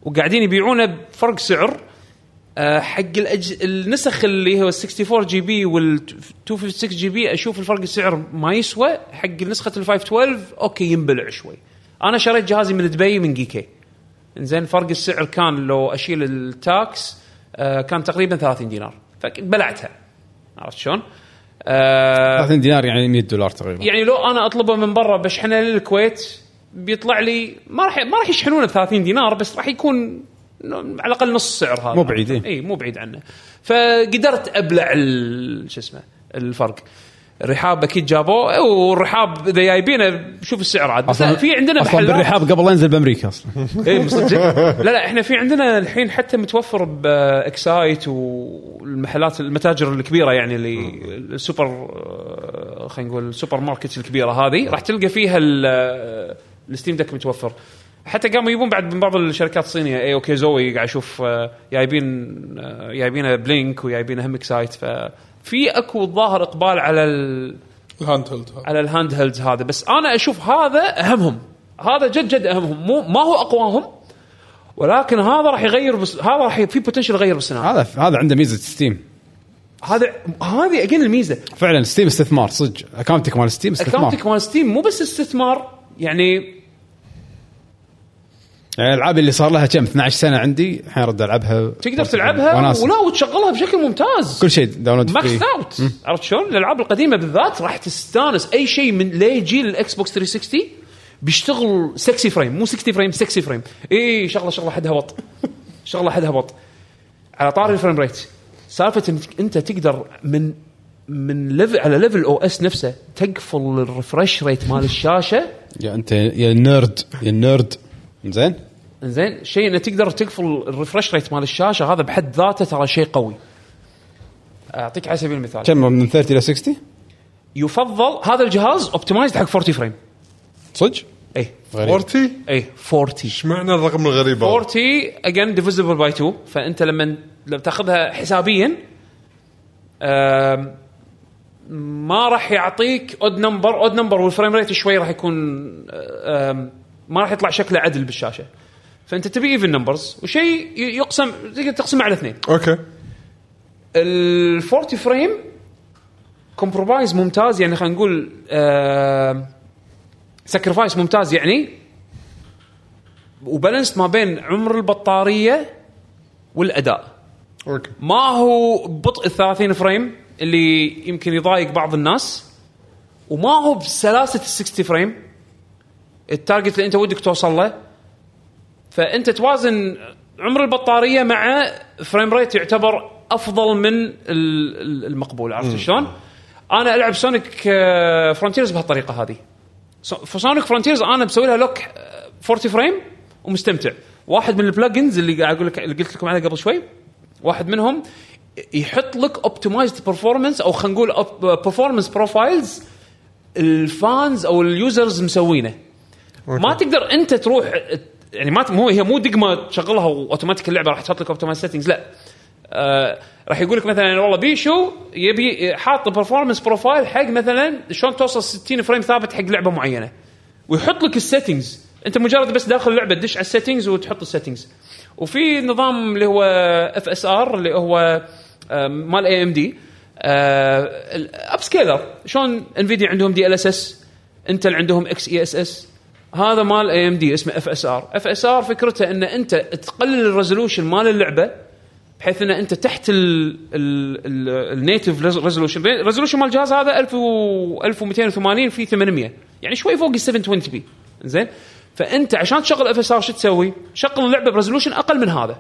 وقاعدين يبيعونه بفرق سعر آه، حق الأج... النسخ اللي هو 64 جي بي وال 256 جي بي اشوف الفرق السعر ما يسوى حق نسخه ال 512 اوكي ينبلع شوي انا شريت جهازي من دبي من جيكي زين فرق السعر كان لو اشيل التاكس آه كان تقريبا 30 دينار فبلعتها عرفت شلون؟ آه 30 دينار يعني 100 دولار تقريبا يعني لو انا اطلبه من برا بشحنه للكويت بيطلع لي ما راح ما راح يشحنونه ب 30 دينار بس راح يكون على الاقل نص سعر هذا مو بعيد، إيه. اي مو بعيد عنه فقدرت ابلع ال- شو اسمه الفرق الرحاب اكيد جابوه والرحاب اذا جايبينه شوف السعر عاد بس لا، في عندنا اصلا محلات بالرحاب قبل لا ينزل بامريكا اصلا اي مصدق إيه، لا لا احنا في عندنا الحين حتى متوفر باكسايت والمحلات المتاجر الكبيره يعني اللي السوبر آه، خلينا نقول السوبر ماركت الكبيره هذه راح تلقى فيها ال- آه، الستيم دك متوفر حتى قاموا يبون بعد من بعض الشركات الصينيه اي اوكي زوي قاعد اشوف آه، جايبين آه، جايبينه بلينك وجايبينه هم اكسايت ففي اكو الظاهر اقبال على ال- الهاند هيلد هذا. على الهاند هيلز هذا بس انا اشوف هذا اهمهم هذا جد جد اهمهم مو ما هو اقواهم ولكن هذا راح يغير بس هذا راح ي- في بوتنشل يغير بالصناعه هذا هذا عنده ميزه ستيم آه. هذا هذه اجين الميزه فعلا ستيم استثمار صدق اكونتك مال ستيم استثمار اكونتك مال ستيم مو بس استثمار يعني يعني الالعاب اللي صار لها كم 12 سنه عندي الحين ارد العبها تقدر تلعبها وناسة. ولا وتشغلها بشكل ممتاز كل شيء داونلود فري ماكس اوت عرفت شلون؟ الالعاب القديمه بالذات راح تستانس اي شيء من ليه جيل الاكس بوكس 360 بيشتغل 60 فريم مو 60 فريم 60 فريم إيه، اي شغله شغله حدها وط شغله حدها وط على طار الفريم ريت سالفه انك انت تقدر من من ليفل على ليفل او اس نفسه تقفل الريفرش ريت مال الشاشه يا انت يا النيرد يا النيرد زين زين شيء انه تقدر تقفل الريفرش ريت مال الشاشه هذا بحد ذاته ترى شيء قوي اعطيك على سبيل المثال كم من 30 الى 60 يفضل هذا الجهاز اوبتمايزد حق 40 فريم صدق اي غريب 40 اي 40 اشمعنى الرقم الغريب هذا؟ 40 اجين ديفيزبل باي 2 فانت لما لما تاخذها حسابيا آم، ما راح يعطيك اود نمبر اود نمبر والفريم ريت شوي راح يكون آم، ما راح يطلع شكله عدل بالشاشه فانت تبي ايفن نمبرز وشيء ي- يقسم تقدر تقسمه على اثنين اوكي ال 40 فريم كومبرومايز ممتاز يعني خلينا نقول سكرفايس ممتاز يعني وبالانس ما بين عمر البطاريه والاداء اوكي ما هو بطء ال 30 فريم اللي يمكن يضايق بعض الناس وما هو بسلاسه ال 60 فريم التارجت اللي انت ودك توصل له فانت توازن عمر البطاريه مع فريم ريت يعتبر افضل من ال- ال- المقبول عرفت شلون؟ انا العب سونيك آه، فرونتيرز بهالطريقه هذه سو- فسونيك فرونتيرز انا مسوي لها لوك آه، 40 فريم ومستمتع واحد من البلجنز اللي قاعد اقول لك اللي قلت لكم عنها قبل شوي واحد منهم يحط لك اوبتمايزد برفورمانس او خلينا نقول برفورمانس بروفايلز الفانز او اليوزرز مسوينه ما تقدر انت تروح يعني ما ت- مو هي مو دقمه تشغلها واوتوماتيك اللعبه راح تحط لك اوبتمايز سيتنجز لا آه راح يقول لك مثلا والله بيشو يبي حاط برفورمانس بروفايل حق مثلا شلون توصل 60 فريم ثابت حق لعبه معينه ويحط لك السيتنجز انت مجرد بس داخل اللعبه تدش على السيتنجز وتحط السيتنجز وفي نظام اللي هو اف اس ار اللي هو آه، مال اي ام دي الاب سكيلر آه، شلون انفيديا عندهم دي ال اس اس انتل عندهم اكس اي اس اس هذا مال اي ام دي اسمه اف اس ار اف اس ار فكرته ان انت تقلل الريزولوشن مال اللعبه بحيث ان انت تحت النيتف ريزولوشن ريزولوشن مال الجهاز هذا 1000 و 1280 في 800 يعني شوي فوق ال 720 بي زين فانت عشان تشغل اف اس ار شو تسوي؟ شغل اللعبه بريزولوشن اقل من هذا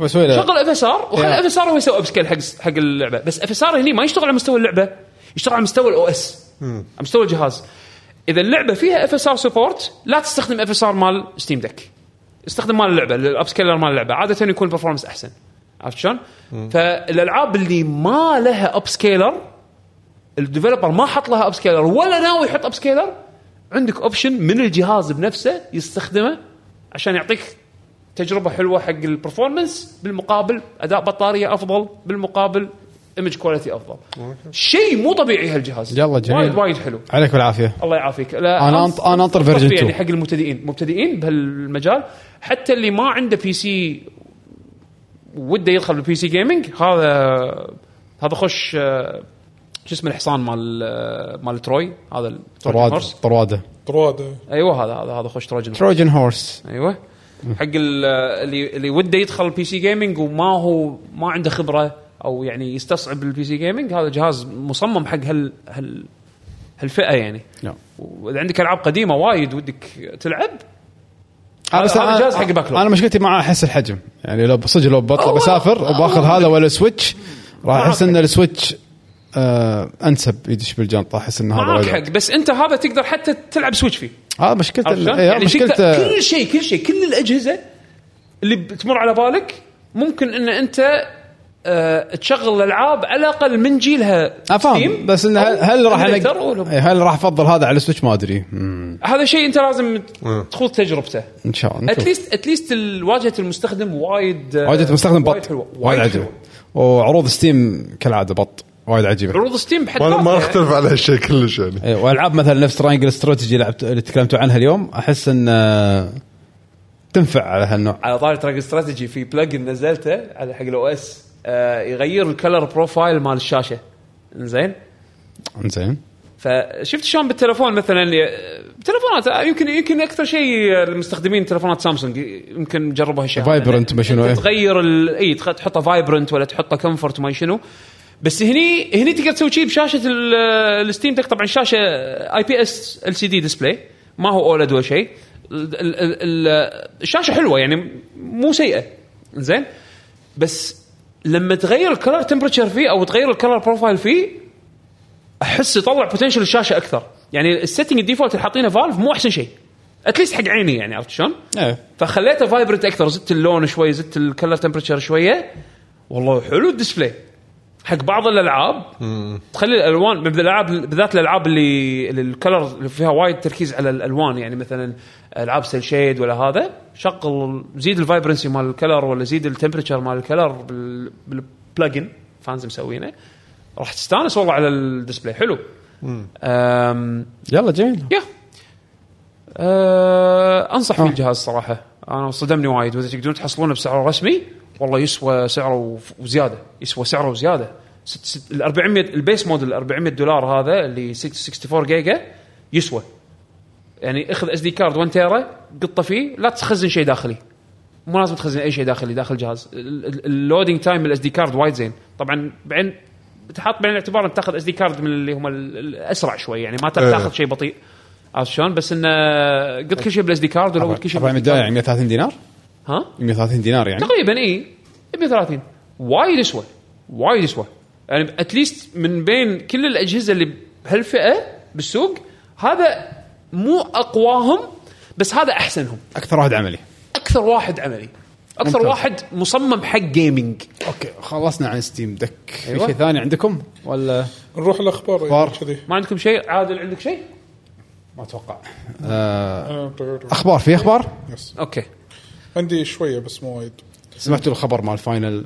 بسوي له شغل اف اس ار وخلي يا. اف اس ار هو يسوي اب سكيل حق حق اللعبه بس اف اس ار هني ما يشتغل على مستوى اللعبه يشتغل على مستوى الاو اس على مستوى الجهاز اذا اللعبه فيها اف اس ار سبورت لا تستخدم اف اس ار مال ستيم دك استخدم مال اللعبه الاب سكيلر مال اللعبه عاده يكون البرفورمانس احسن عرفت شلون؟ فالالعاب اللي ما لها اب سكيلر الديفلوبر ما حط لها اب سكيلر ولا ناوي يحط اب سكيلر عندك اوبشن من الجهاز بنفسه يستخدمه عشان يعطيك تجربه حلوه حق البرفورمانس بالمقابل اداء بطاريه افضل بالمقابل ايمج كواليتي افضل شيء مو طبيعي هالجهاز يلا جميل. وايد وايد حلو عليك بالعافيه الله يعافيك لا أنا أنص- أنط- أنا أنطر أنصح version فيه يعني 2. حق المبتدئين مبتدئين بهالمجال حتى اللي ما عنده بي سي وده يدخل بالبي سي جيمنج هذا هذا خش آه، شو اسمه الحصان مال آه، مال تروي هذا ال- Trojan طراد horse. طراده طراد ايوه هذا هذا هذا خش تروجن تروجن هورس ايوه حق ال- اللي اللي وده يدخل البي سي جيمنج وما هو ما عنده خبره او يعني يستصعب البي سي جيمنج هذا جهاز مصمم حق هال هال هالفئه يعني نعم. واذا عندك العاب قديمه وايد ودك تلعب أنا هذا- هذا أنا- جهاز حق الباكلوج. انا مشكلتي معاه احس الحجم يعني لو صدق لو بطلع أوه. بسافر وباخذ هذا ولا سويتش راح احس ان السويتش آه انسب يدش بالجنطه احس ان هذا معك وايد آه، حق بس انت هذا تقدر حتى تلعب سويتش فيه هذا مشكلته عرفت شلون؟ إيه، يعني مشكلته تقدر- كل شيء كل شيء كل الاجهزه اللي بتمر على بالك ممكن ان انت آه، تشغل الالعاب على الاقل من جيلها افهم ستيم بس انه هل, أو هل راح كمبيوتر أنق- أو لو- إيه، هل راح افضل هذا على السويتش ما ادري مم، هذا شيء انت لازم آه. تخوض تجربته ان شاء الله نشوف. اتليست اتليست واجهه المستخدم وايد آه، واجهه المستخدم وايد بط حلوه وايد عجيب حلوة. وعروض ستيم كالعاده بط وايد عجيبه عروض ستيم بحد ما ما ذاتها اختلف على هالشيء كلش يعني إيه، والعاب مثلا نفس ترانجل استراتيجي لعبت اللي تكلمتوا عنها اليوم احس ان آه، تنفع على هالنوع على طاري تراك استراتيجي في بلج نزلته على حق الاو اس آه، يغير الكلر بروفايل مال الشاشه زين زين فشفت شلون بالتلفون مثلا آه، بالتليفونات يمكن يمكن اكثر شيء آه، المستخدمين تلفونات سامسونج يمكن جربوا هالشيء هذا. Vibrant ما شنو، أنت إيه. تغير ال- اي تخ- تحطه فايبرنت ولا تحطه كمفورت ما شنو بس هني هني تقدر تسوي شيء بشاشه ال- الستيم دك طبعا شاشه اي بي اس ال سي دي ديسبلاي ما هو اولد ولا شيء ال- ال- ال- الشاشه حلوه يعني مو سيئه زين بس لما تغير الكلر تمبرتشر فيه او تغير الكلر بروفايل فيه احس يطلع بوتنشل الشاشه اكثر يعني السيتنج الديفولت اللي حاطينه فالف مو احسن شيء اتليست حق عيني يعني عرفت شلون؟ ايه فخليته فايبرنت اكثر زدت اللون شوي زدت الكلر تمبرتشر شويه والله حلو الديسبلاي حق بعض الالعاب تخلي الالوان بالذات الالعاب بالذات الالعاب اللي اللي الكلر اللي فيها وايد تركيز على الالوان يعني مثلا العاب سيل شيد ولا هذا شغل زيد الفايبرنسي مال الكلر ولا زيد التمبرتشر مال الكلر بال- بالبلجن فانز مسوينه راح تستانس والله على الديسبلاي حلو أم، يلا جميل يا أه انصح فيه آه. الجهاز صراحه انا صدمني وايد واذا تقدرون تحصلونه بسعره رسمي والله يسوى سعره وف- وزياده يسوى سعره وزياده ست ست ال 400 البيس موديل ال 400 دولار هذا اللي 64 جيجا يسوى يعني اخذ اس دي كارد 1 تيرا قطه فيه لا تخزن شيء داخلي مو لازم تخزن اي شيء داخلي داخل الجهاز اللودينج تايم الاس دي كارد وايد زين طبعا بعدين تحط بعين الاعتبار انك تاخذ اس دي كارد من اللي هم ال- الاسرع شوي يعني ما إيه. تاخذ شيء بطيء عرفت شلون بس انه قلت كل شيء بالاس دي كارد ولو قلت كل شيء 400 بال SD دولار card. يعني 130 دينار ها 130 دينار يعني تقريبا اي 130 وايد يسوى وايد يسوى يعني اتليست من بين كل الاجهزه اللي بهالفئه بالسوق هذا مو اقواهم بس هذا احسنهم اكثر واحد عملي اكثر واحد عملي اكثر ممتاز. واحد مصمم حق جيمنج اوكي خلصنا عن ستيم دك في أيوة. شيء ثاني عندكم ولا نروح الاخبار أخبار. يعني كذي ما عندكم شيء عادل عندك شيء ما اتوقع آه اخبار في اخبار يس. اوكي عندي شويه بس مو وايد سمعتوا الخبر مال فاينل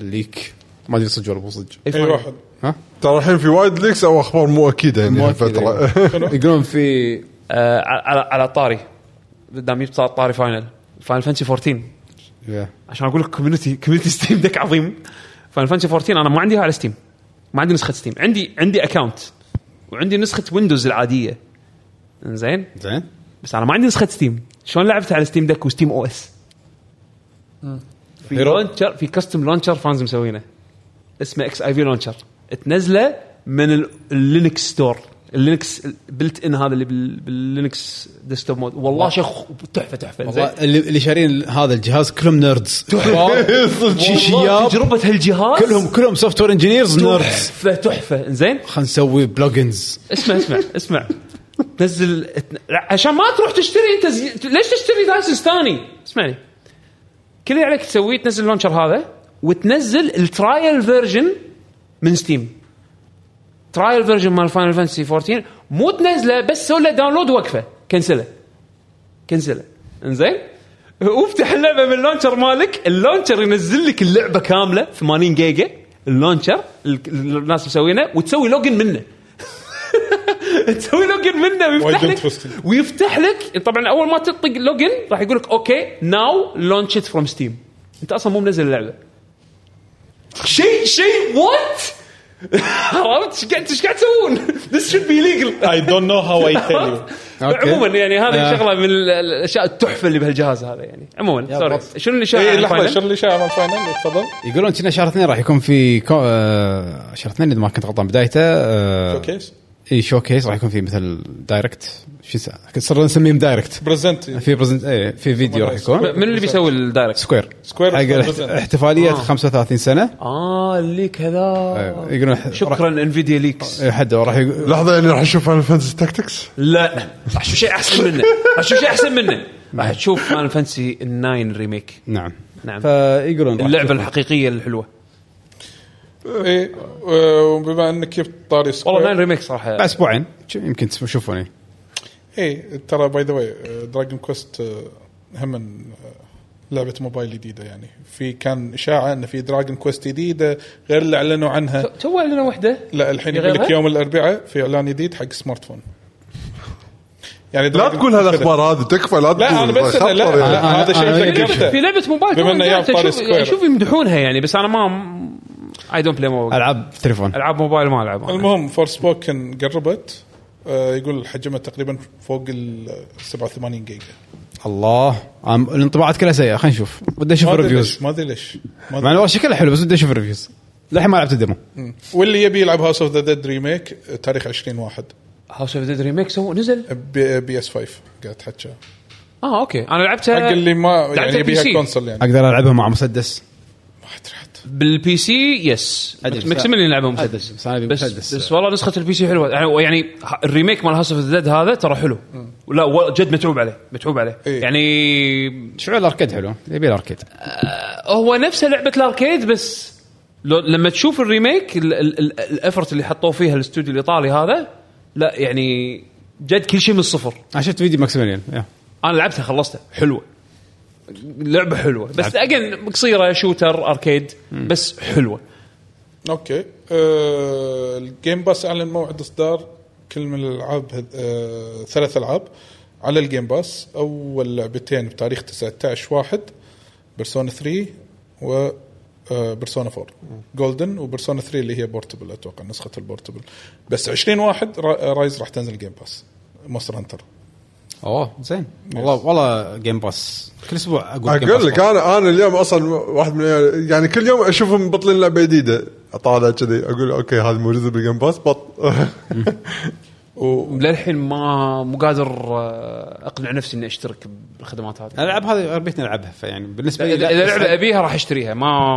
ليك ما ادري صدق ولا مو صدق اي واحد ها ترى الحين في وايد ليكس او اخبار مو اكيده يعني مو أكيدة. هالفتره يقولون في آه على على الطاري دام جبت طاري فاينل فاينل فانسي 14 يا. عشان اقول لك كوميونتي كوميونتي ستيم دك عظيم فاينل فانسي 14 انا ما عنديها على ستيم ما عندي نسخه ستيم عندي عندي اكونت وعندي نسخه ويندوز العاديه زين زين بس انا ما عندي نسخه ستيم شلون لعبت على ستيم دك وستيم او اس في لونشر في كاستم لونشر فانز مسوينه اسمه اكس اي في لونشر تنزله من ال- اللينكس ستور اللينكس بلت ان هذا اللي بال- باللينكس ديسكتوب مود والله شيخ تحفه تحفه زين. والله اللي اللي شارين هذا الجهاز كلهم نيردز والله شيشياب تجربه هالجهاز كلهم كلهم سوفت وير انجينيرز نيردز تحفه تحفه زين خلينا نسوي بلوجنز اسمع اسمع اسمع تنزل اتن- لا، عشان ما تروح تشتري انت زي... ليش تشتري لايسنس ثاني؟ اسمعني كل اللي عليك تسويه تنزل اللونشر هذا وتنزل الترايل فيرجن من ستيم ترايل فيرجن مال فاينل فانتسي 14 مو تنزله بس سوي له داونلود وقفه كنسله كنسله انزين وافتح اللعبه من اللونشر مالك اللونشر ينزل لك اللعبه كامله 80 جيجا اللونشر ال- ال- الناس مسوينه وتسوي لوجن منه تسوي لوجن منه ويفتح Why don't لك first- ويفتح لك طبعا اول ما تطق لوجن راح يقول لك اوكي ناو لونش ات فروم ستيم انت اصلا مو منزل اللعبه شيء شيء وات عرفت ايش قاعد ايش قاعد تسوون؟ This should be legal اي دونت نو هاو اي تيل يو أوكي. عموما يعني هذه آه. شغله من ال- الاشياء التحفه اللي بهالجهاز هذا يعني عموما سوري بط. إيه، شنو اللي اي شايف لحظه شر إيه، لي شعر فاينل تفضل يقولون كنا شهر اثنين راح يكون في كو... آه، شهر اثنين اذا ما كنت غلطان بدايته آه، اوكي اي شو كيس راح يكون في مثل دايركت شو اسمه صرنا نسميهم دايركت برزنت في برزنت ايه في فيديو راح يكون من اللي بيسوي الدايركت؟ سكوير سكوير حق الاحت- برزنت. احتفاليه 35 سنه اه اللي كذا أيوة. يقولون ح- شكرا انفيديا ليكس راح- حد راح يقول لحظه يعني راح نشوف فاينل فانتسي تاكتكس لا راح تشوف شيء احسن منه راح تشوف شيء احسن منه راح تشوف فان فانسي 9 ريميك نعم نعم. فيقولون راح اللعبه يكون- الحقيقيه الحلوه اي إيه، وبما انك جبت طاري والله 9 سكوير ريميك صراحه بعد اسبوعين ش- يمكن تشوفوني اي إيه، ترى باي ذا واي دراجون كويست آه، هم من، آه، لعبه موبايل جديده يعني في كان اشاعه ان في دراجون كويست جديده غير اللي اعلنوا عنها تو لنا واحده لا الحين غيرها؟ يقول لك يوم الاربعاء في اعلان جديد حق سمارت فون يعني لا دراجون تقول كويست- هالاخبار هذه تكفى لا تقول لا انا بس خطر أنا لا يعني. أنا- هذا شيء أنا ذكرته في لعبه موبايل بما إنه تو يا جاية، طاري أشوف- سكوير. اشوف يمدحونها يعني بس انا ما اي دونت بلاي موبايل العاب تليفون العاب موبايل ما العب أنا. المهم فور سبوكن قربت آه، يقول حجمها تقريبا فوق ال 87 جيجا الله عم- الانطباعات كلها سيئه خلينا نشوف بدي اشوف ما ادري الريفيوز ليش ما ادري ليش ما مع أدري. انه شكلها حلو بس بدي اشوف الريفيوز للحين ما لعبت الديمو واللي يبي يلعب هاوس اوف ذا ديد ريميك آه، تاريخ 20 واحد هاوس اوف ديد ريميك سو نزل بي, بي اس 5 قاعد تحكى اه اوكي انا لعبتها حق اللي ما لعبت يعني PC. يبيها كونسل يعني اقدر العبها مع مسدس ما ادري حتى بالبي سي يس أدري، بس- ماكسيمليان يلعبها مسدس أدري، بس أنا أبي بس مسدس. بس والله نسخه البي سي حلوه يعني, يعني ه- الريميك مال هاوس اوف ديد هذا ترى حلو لا و- جد متعوب عليه متعوب عليه إيه. يعني شعور الاركيد حلو يبي الاركيد هو نفسه لعبه الاركيد بس لو لما تشوف الريميك ال- ال- ال- الافرت اللي حطوه فيها الاستوديو الايطالي هذا لا يعني جد كل شيء من الصفر انا شفت فيديو ماكسيميليان يا. انا لعبتها خلصتها حلوه لعبه حلوه بس اجين قصيره شوتر اركيد بس حلوه اوكي آه الجيم باس اعلن موعد اصدار كل من الالعاب هذ- آه ثلاث العاب على الجيم باس اول لعبتين بتاريخ 19 واحد بيرسونا 3 و آه، بيرسونا 4 جولدن وبيرسونا 3 اللي هي بورتبل اتوقع نسخه البورتبل بس 20 واحد را- رايز راح تنزل جيم باس مونستر هانتر اوه زين والله والله جيم باس كل اسبوع اقول Game Pass. اقول لك انا انا اليوم اصلا واحد من العيال- يعني كل يوم اشوفهم مبطلين لعبه جديده اطالع كذي اقول اوكي هذه موجوده بالجيم باس بط للحين ما مو قادر آه، اقنع نفسي اني اشترك بالخدمات هذه الالعاب هذه ربيتنا العبها فيعني بالنسبه لي اذا لا، إذا بس لعبه ابيها راح اشتريها ما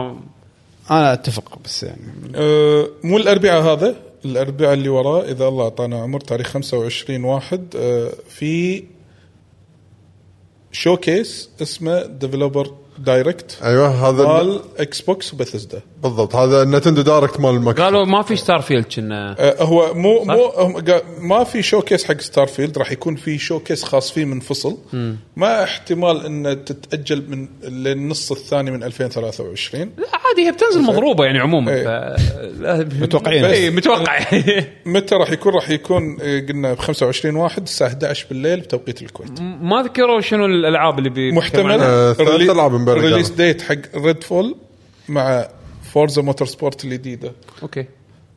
انا اتفق بس يعني أه، مو الاربعاء هذا الاربعاء اللي وراه اذا الله اعطانا عمر تاريخ 25 واحد أه، في شوكيس اسمه ديفلوبر دايركت ايوه هذا مال اكس بوكس وبثزدا بالضبط هذا النتندو دايركت مال المكان قالوا ما في ستار فيلد كنا أه، هو مو مو هم قا- ما في شوكيس حق ستار فيلد راح يكون في شوكيس خاص فيه منفصل ما احتمال انه تتاجل من للنص الثاني من 2023 لا عادي هي بتنزل مضروبه يعني عموما إيه. متوقعين. اي إيه، متوقع متى راح يكون راح يكون أه، قلنا ب 25 واحد الساعه 11 بالليل بتوقيت الكويت ما ذكروا شنو الالعاب اللي بي محتمل آه، ثلاث ألعاب امبارح ريليس قالوا. ديت حق ريد فول مع فورزا موتور سبورت الجديده اوكي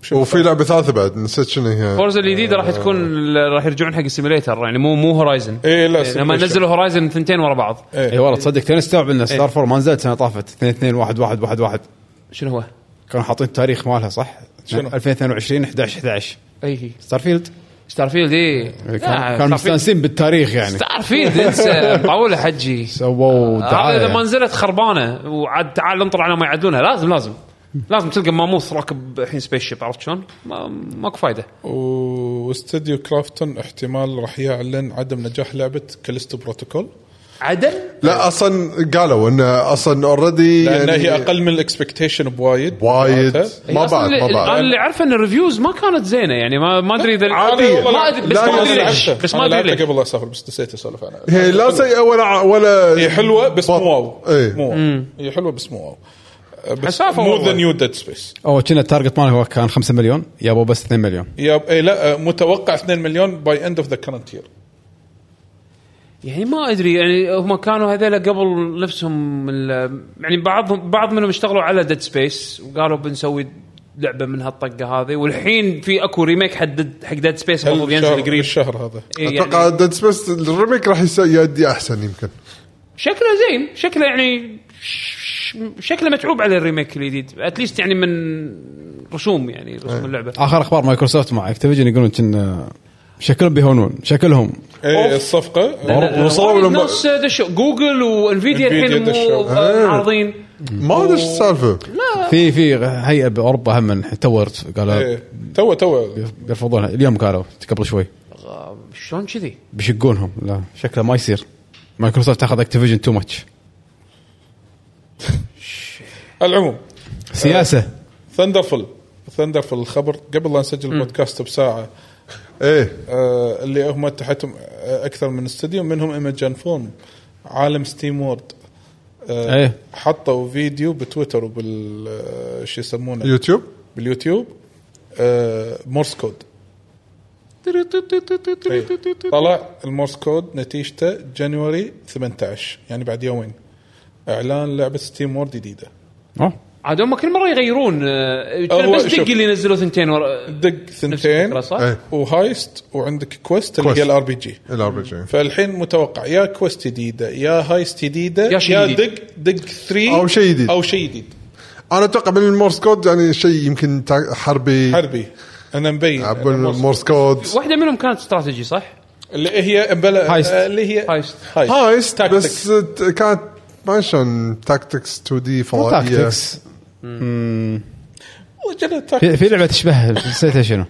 شوف وفي لعبه ثالثه بعد نسيت شنو هي فورزا الجديده راح تكون راح يرجعون حق السيميليتر يعني مو مو هورايزن إيه، لا، لما simulation. نزلوا هورايزن ثنتين ورا بعض اي إيه، والله تصدق توني استوعب ان إيه. ستار فور ما نزلت سنه طافت 2 2 1 1 1 1 شنو هو؟ كانوا حاطين التاريخ مالها صح؟ شنو؟ 2022 11 11 اي ستار فيلد ستار فيلد اي آه، كانوا كانوا مستانسين بالتاريخ يعني ستار فيلد انسى مطوله حجي آه، سووا دعايه هذا لما يعني. نزلت خربانه وعاد تعال انطر على ما يعدلونها لازم لازم لازم تلقى ماموث راكب الحين سبيس شيب عرفت شلون؟ ما- ماكو فايده واستديو كرافتون احتمال راح يعلن عدم نجاح لعبه كاليستو بروتوكول عدل لا اصلا قالوا ان اصلا اوريدي لانها هي اقل من الاكسبكتيشن بوايد يعني وايد معناتها. هي ما أصلاً بعد اللي- ما انا بعد اللي عارفه ان الريفيوز ما كانت زينه يعني ما ما ادري اذا عادية. ما ادري بس لا، ما أنا ادري لا، ليش لعبتها. بس أنا ما ادري لعبتها ليش قبل لا اسافر بس نسيت اسولف عنها هي لا سيئه ولا ولا هي حلوه بس مو واو مو ايه واو. هي حلوه بس مو واو بس حسافة مو والله. ذا نيو ديد سبيس اول كنا التارجت مالها هو كان 5 مليون يابوا بس 2 مليون إيه، يا اي لا متوقع 2 مليون باي اند اوف ذا كرنت يير يعني ما ادري يعني هم كانوا هذول قبل نفسهم ال- يعني بعضهم بعض منهم اشتغلوا على ديد سبيس وقالوا بنسوي لعبه من هالطقه هذه والحين في اكو ريميك حق Dead- حق ديد سبيس المفروض ينزل الشهر, قريب الشهر هذا إيه، يعني اتوقع ديد سبيس الريميك راح يس- يؤدي احسن يمكن شكله زين شكله يعني ش- شكله متعوب على الريميك الجديد اتليست يعني من رسوم يعني إيه. رسوم اللعبه اخر اخبار مايكروسوفت مع اكتيفيجن يقولون كنا شكلهم بيهونون شكلهم اي الصفقه لا، لا، لا، وصلوا وايد لما- ناس دشوا جوجل وانفيديا انفيديا الحين مو دشوا. آه. عارضين ما ادري ايش السالفه في في هيئه باوروبا هم تو قالوا إيه، تو تو بيرفضونها اليوم قالوا قبل شوي آه، شلون كذي؟ بيشقونهم لا شكله ما يصير مايكروسوفت اخذ اكتيفيجن تو ماتش العموم سياسه ثندرفل ثندرفل الخبر قبل لا نسجل البودكاست بساعه ايه آه، اللي هم تحتهم آه، اكثر من استديو منهم ايمجن فون عالم ستيم وورد آه، ايه حطوا فيديو بتويتر وبال آه، شو يسمونه يوتيوب باليوتيوب آه، مورس كود إيه. طيب. طلع المورس كود نتيجته جانوري 18 يعني بعد يومين اعلان لعبه ستيم وورد جديده أوه. عاد هم كل مره يغيرون آه، هو بس دق شوف. اللي ينزلوا ثنتين ورا دق نفس ثنتين الفكرة، صح؟ ايه وهايست وعندك كويست اللي كويست. هي الار بي جي الار بي جي فالحين متوقع يا كويست جديده يا هايست جديده يا شيء يا جديد. دق دق 3 أو شيء جديد. او شيء جديد انا اتوقع من المورس كود يعني شيء يمكن تع- حربي حربي انا مبين عبون المورس- المورس كود واحده منهم كانت استراتيجي صح؟ اللي هي بلا هايست. اللي هي هايست. هايست هايست تاكتكس. بس ت- كانت ما شلون تاكتكس 2 دي فضائيه تاكتكس وجنة تاكتكس. في, في لعبه تشبه نسيتها شنو إيه،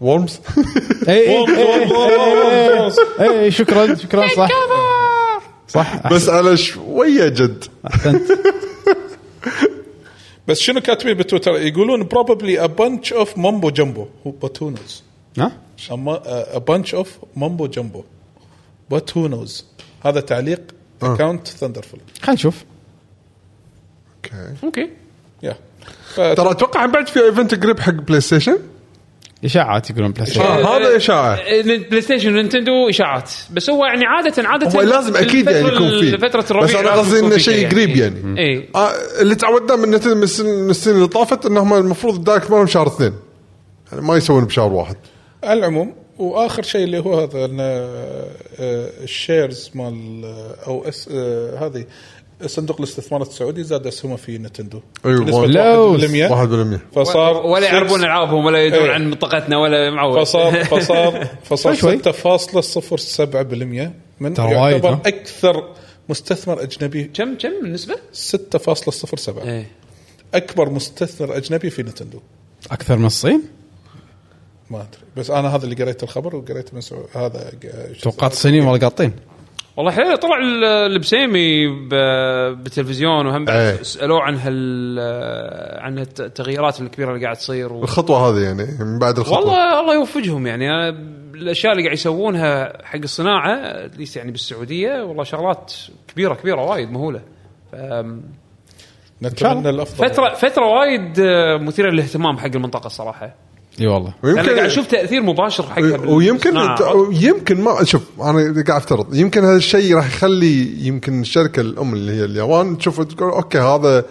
وورمز اي اي وورمز، وورمز، وورمز، وورمز. اي اي شكرا شكرا إيه، صح صح بس على شويه جد احسنت بس شنو كاتبين بتويتر يقولون probably a bunch of mumbo jumbo but who knows ها أما- a bunch of mumbo jumbo but who knows هذا تعليق آه. اكونت ثندرفول خلينا نشوف اوكي اوكي يا ترى اتوقع بعد في ايفنت قريب حق بلاي ستيشن اشاعات يقولون بلاي ستيشن آه هذا اشاعه آه، بلاي ستيشن ونتندو اشاعات بس هو يعني عاده عاده هو لازم اكيد يعني يكون فيه فتره الربيع بس انا لازم يكون قصدي انه فيه إيه. شيء قريب يعني اي آه، اللي تعودنا من نت- من السن- من السنين اللي طافت انهم المفروض الدايركت مالهم شهر اثنين يعني ما يسوون بشهر واحد على العموم واخر شيء اللي هو هذا ان آه، الشيرز مال آه، او اس آه، هذه صندوق الاستثمارات السعودي زاد اسهمه في نتندو أيوة، لو. بنسبه 1% 1% فصار ولا يعرفون العابهم ولا يدرون إيه. عن منطقتنا ولا معود فصار فصار فصار شوي. 6.07% من ترى وايد، يعتبر ها؟ اكثر مستثمر اجنبي كم كم النسبه؟ 6.07 إيه. ايه اكبر مستثمر اجنبي في نتندو اكثر من الصين ما ادري بس انا هذا اللي قريت الخبر وقريت من سعو... هذا آه، شو توقعت الصينيين والله قاطين والله حلو طلع ال- البسيمي ب- بالتلفزيون وهم بعد إيه. سالوه عن هال عن الت- التغييرات الكبيره اللي قاعد تصير و... الخطوه هذه يعني من بعد الخطوه والله الله يوفقهم يعني أنا الاشياء اللي قاعد يسوونها حق الصناعه ليس يعني بالسعوديه والله شغلات كبيره كبيره وايد مهوله فأم- نتمنى الافضل طيب. فتره فتره وايد آه، مثيره للاهتمام حق المنطقه الصراحه اي والله انا قاعد ويمكن اشوف تاثير مباشر حقها بال- ويمكن بالصناعة. يمكن ما شوف انا قاعد افترض يمكن هذا الشيء راح يخلي يمكن الشركه الام اللي هي اليابان تشوف تقول اوكي هذا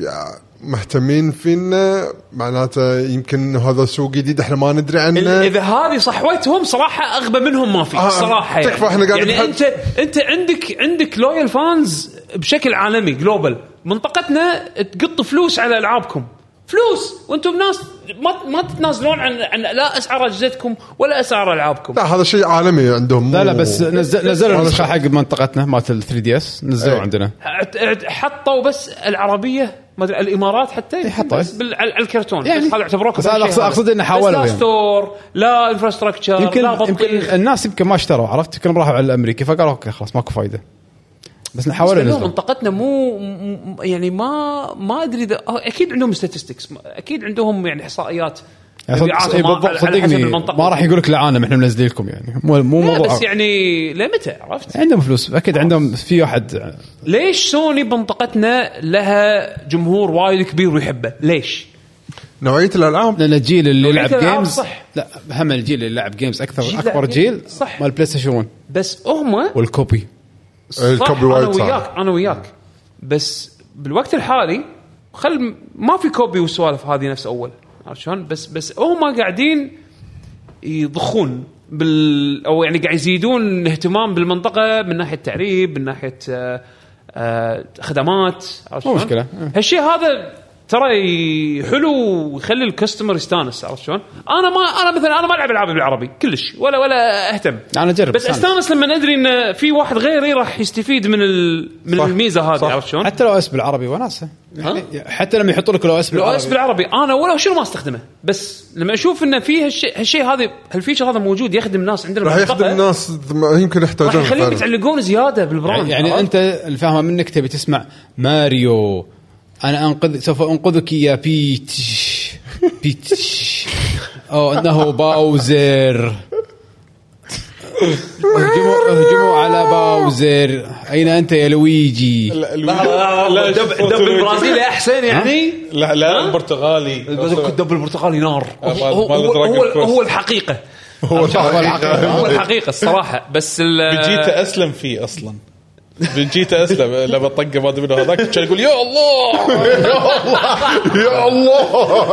يا- مهتمين فينا معناته يمكن هذا سوق جديد احنا ما ندري عنه اذا هذه صحوتهم صراحه اغبى منهم ما في إيه. آه، صراحه يعني. تكفى إحنا قاعدين يعني انت نحط- انت عندك عندك لويال فانز بشكل عالمي جلوبال منطقتنا تقط فلوس على العابكم فلوس وانتم ناس ما ما تتنازلون عن عن لا اسعار اجهزتكم ولا اسعار العابكم لا هذا شيء عالمي عندهم لا لا مو- بس نزل نزلوا آه، هذا النسخه شيء. حق منطقتنا مالت ال 3 دي اس نزلوا إيه. عندنا عت- عت- حطوا بس العربيه ما ادري الامارات حتى إي إيه، حطوا. بس بال- على على الكرتون يعني. يعني هذا اعتبروك بس هذا بهالشيء أقصد- هذا. أقصد إنه حاولوا بس لا يعني. ستور لا انفراستراكشر يمكن لا يمكن بطيخ الناس يمكن ما اشتروا عرفت كلهم راحوا على الامريكي فقالوا اوكي خلاص ماكو فايده بس نحاول بالنسبة لهم ننزل منطقتنا مو م- م- يعني ما ما ادري اذا أه، اكيد عندهم ستاتستكس اكيد عندهم يعني احصائيات مبيعات وما- على- على حسب يعني إيه، صدقني المنطقة. ما راح يقول لك لعانه احنا منزلين لكم يعني مو مو لا موضوع بس يعني لمتى عرفت؟ عندهم فلوس اكيد عندهم في واحد ليش سوني بمنطقتنا لها جمهور وايد كبير ويحبه؟ ليش؟ نوعيه الالعاب لان الجيل اللي نوعية يلعب الألعاب جيمز صح. لا هم الجيل اللي يلعب جيمز اكثر جيل اكبر لعب جيل جيمز، صح. مال بلاي ستيشن 1 بس هم والكوبي صح، الكوبي انا وايد صعب. وياك انا وياك بس بالوقت الحالي خل ما في كوبي والسوالف هذه نفس اول عرفت شلون؟ بس بس هم قاعدين يضخون بال او يعني قاعد يزيدون اهتمام بالمنطقه من ناحيه تعريب من ناحيه آه، آه، خدمات عرفت مو شلون؟ مشكلة. هالشيء هذا ترى ي- حلو ويخلي الكاستمر يستانس عرفت شلون؟ انا ما انا مثلا انا ما العب العاب بالعربي كلش ولا ولا اهتم أنا أجرب بس أستانس. استانس لما ادري ان في واحد غيري راح يستفيد من ال... من صح، الميزه هذه صح. عرفت شلون؟ حتى لو اس بالعربي وناسه يعني حتى لما يحطوا لك لو اس لو اس بالعربي بالعربي انا ولا شنو ما استخدمه بس لما اشوف انه في هالشيء هالشيء هذا هالفيشر هذا موجود يخدم ناس عندنا راح بالمنطقة، يخدم ناس يمكن راح يحتاجون يخليهم فعلاً. يتعلقون زياده بالبراند يعني عرفت؟ انت الفاهمه منك تبي تسمع ماريو انا انقذ سوف انقذك يا بيتش بيتش او انه باوزر اهجموا اهجموا على باوزر اين انت يا لويجي لا لا لا دب شوف دب صوت البرازيلي احسن يعني لا لا البرتغالي الدب البرتغالي نار هو مال- هو, مال هو, دراجون هو, كويست. هو الحقيقه هو الحقيقة. هو الحقيقه الصراحه بس آه. بجيتا اسلم فيه اصلا بجيتا اسلم لما طق ما ادري منو هذاك كان يقول يا الله يا الله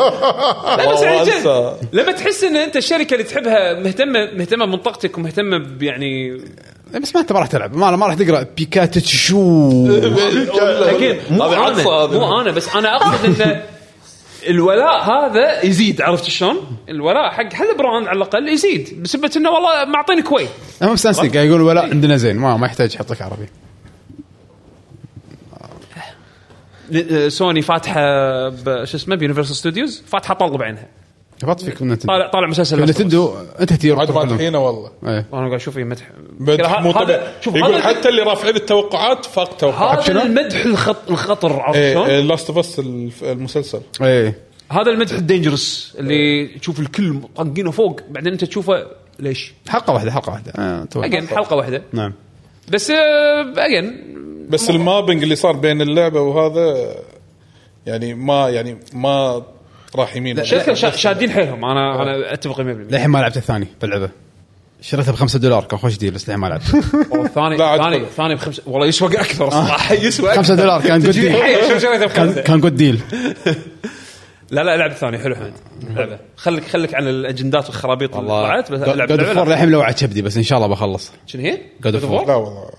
لا بس والله يعني جد أنسى. لما تحس ان انت الشركه اللي تحبها مهتمه مهتمه بمنطقتك يعني ومهتمه بيعني بس ما انت ما راح تلعب ما ما راح تقرا بيكاتشو اكيد مو هذه انا عطسة هذه. مو انا بس انا اقصد ان الولاء هذا يزيد عرفت شلون؟ الولاء حق هالبراند على الاقل يزيد بسبب انه والله معطيني كوي هم مستانسين قاعد يقول يعني ولا عندنا زين ما ما يحتاج يحط لك عربي آه، سوني فاتحه ب- شو اسمه بيونيفرسال ستوديوز فاتحه طلب عينها يبط فيك من نتندو طالع طالع مسلسل Last of Us. نتندو انت تير عاد مالحينه والله إيه. انا قاعد اشوف فيه مدح مدح مو هذا- طبيعي شوف يقول هذا- حتى اللي رافعين التوقعات فاق توقعات إيه، هذا المدح الخط الخطر عرفت شلون؟ لاست اوف اس المسلسل ايه هذا المدح الدينجرس اللي تشوف الكل طاقينه فوق بعدين انت تشوفه ليش؟ حلقه واحده حلقه واحده آه، توقع. اجين حلقه واحده نعم بس آه، اجين بس المابنج اللي صار بين اللعبه وهذا يعني ما يعني ما راح يمين شكل شا- شادين حيلهم انا انا اتفق 100% للحين ما لعبت الثاني بلعبه شريته ب 5 دولار كان خوش ديل بس للحين ما لعبت والله الثاني لا، عاد الثاني خذ. الثاني بخمسه والله يسوى اكثر صراحه يسوى 5 آه. دولار كان جود تجي ديل حيل، شوف شريته كان بخمسه كان جود ديل لا لا العب الثاني حلو حمد لعبه خليك خليك عن الاجندات والخرابيط اللي طلعت بس العب جود فور اللعبة. للحين لو كبدي بس ان شاء الله بخلص شنو هي؟ God of War. لا والله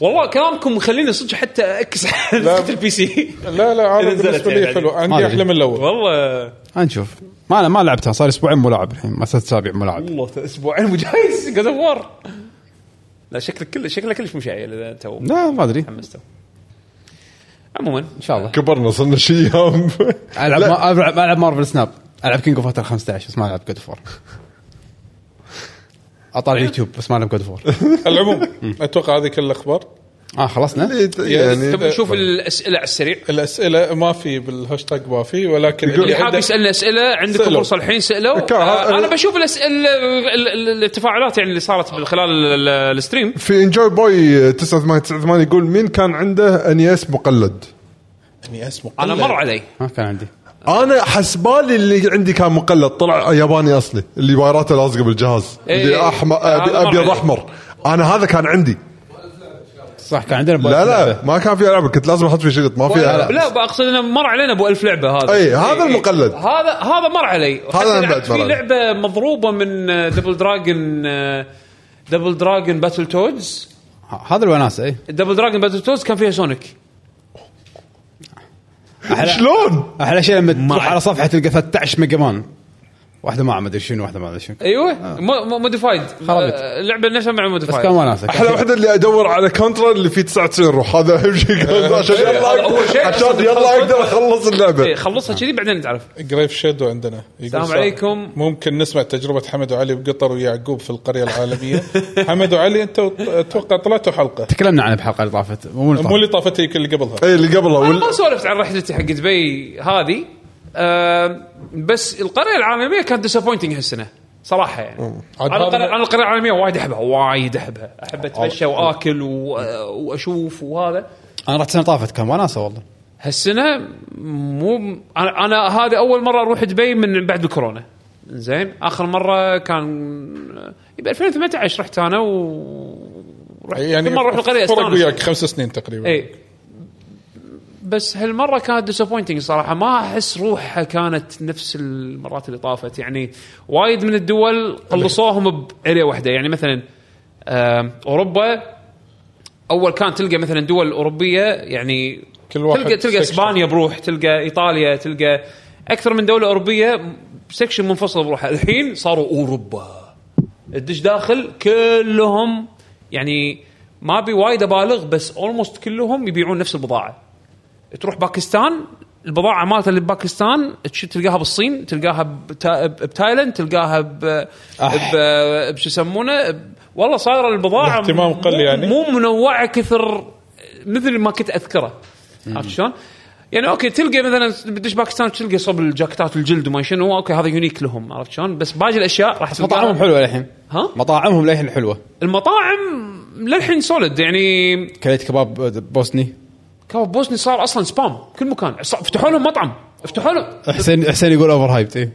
والله كلامكم مخليني صدق حتى اكس على البي سي لا لا إذا هذا نزلت بالنسبه يعني. لي حلو عندي احلى من الاول والله هنشوف ما انا ما لعبتها صار اسبوعين مو لاعب الحين ما ثلاث اسابيع مو لاعب والله اسبوعين وجايز جاد وور لا شكلك كل شكلك كلش مشعل اذا تو لا ما ادري حمسته عموما ان ان إيه؟ شاء الله كبرنا صرنا شي يام العب ما العب العب مارفل سناب العب كينج اوف فتر 15 بس ما العب جود فور اطالع يوتيوب بس ما العب جود فور العموم اتوقع هذه كل الاخبار اه خلصنا يعني تبون نشوف الاسئله على السريع الاسئله ما في بالهاشتاج ما في ولكن اللي عنده- حاب يسالنا اسئله عندكم سألوا. فرصه الحين سالوا كا- آه، انا أنا- بشوف الاسئله ال- ال- التفاعلات يعني اللي صارت من خلال ال- ال- الستريم في انجوي بوي 989 يقول مين كان عنده انيس مقلد؟ يعني اسمه انا قلة. مر علي ما آه، كان عندي انا حسبالي اللي عندي كان مقلد طلع ياباني اصلي اللي وايراته لازقه بالجهاز إيه. اللي آه، احمر أبي- هذا ابيض مرة. احمر انا هذا كان عندي صح كان عندنا لا لا ما كان في العاب كنت لازم احط فيه شريط ما في لا, ألعاب. لا اقصد انه مر علينا ابو الف لعبه هذا أي، إيه، هذا أي، المقلد. أي. هذا هذا مر علي أنا هذا بعد في مر علي. لعبه مضروبه من آه، دبل دراجون دبل دراجون باتل تودز آه، هذا إيه. الوناسه اي دبل دراجون باتل تودز كان فيها سونيك شلون؟ احلى شيء لما تروح ما- على صفحه تلقى 13 ميجا مان واحده ما ما ادري شنو واحده ما ادري شنو ايوه مو- مو- موديفايد آه. خرابيط. آه، لعبه نفسها مع بس كان موديفايد وناسه احلى وحده اللي ادور على كونترا اللي فيه 99 روح هذا اهم شيء كان عشان يلا إيه، أول شيء. عشان يلا اقدر اخلص إيه، اللعبه خلصها كذي بعدين تعرف جريف شادو عندنا يقول السلام صار- عليكم. ممكن نسمع تجربه حمد وعلي بقطر ويعقوب في القريه العالميه حمد وعلي انت اتوقع طلعتوا حلقه تكلمنا عنها بحلقه اللي طافت مو اللي مو طافت اللي طافت يمكن اللي قبلها اي إيه، اللي قبله انا وال- ما سولفت عن رحلتي حق دبي هذه آه بس القريه العالميه كانت ديسابوينتنج هالسنه صراحه يعني عاد انا هذا- القريه, أنا القرية العالميه وايد احبها وايد احبها احب اتمشى واكل و- واشوف وهذا انا رحت السنه اللي طافت كان وناسه والله هالسنه مو انا انا هذا اول مره اروح دبي من بعد الكورونا زين اخر مره كان ب 2018 رحت انا و رحت يعني كل مره اروح القريه فرق استانس وياك خمس سنين تقريبا اي إيه. بس هالمره كانت ديسابوينتنج صراحه ما احس روحها كانت نفس المرات اللي طافت يعني وايد من الدول قلصوهم باريا واحده يعني آه، مثلا آم، اوروبا اول كان تلقى مثلا دول اوروبيه يعني كل واحد تلقى تلقى section. اسبانيا بروح تلقى ايطاليا تلقى اكثر من دوله اوروبيه سكشن منفصل بروحها الحين صاروا اوروبا تدش داخل كلهم يعني ما ابي وايد ابالغ بس اولموست كلهم يبيعون نفس البضاعه تروح باكستان البضاعه مالته اللي بباكستان تش- تلقاها بالصين تلقاها بتا... بتايلاند تلقاها ب... ب... بشو يسمونه ب- والله صايره البضاعه الاهتمام قل مو- يعني. مو منوعه كثر مثل ما كنت اذكره عرفت شلون؟ يعني اوكي تلقى مثلا بدش باكستان تلقى صب الجاكتات الجلد وما شنو اوكي هذا يونيك لهم عرفت شلون؟ بس باقي الاشياء راح تلقاها- مطاعمهم حلوه الحين ها؟ مطاعمهم للحين حلوه المطاعم للحين سولid يعني كليت كباب بوسني كباب بوسني صار اصلا سبام كل مكان ص- فتحوا لهم مطعم فتحوا لهم حسين حسين يقول إيه. اوفر هايبت اي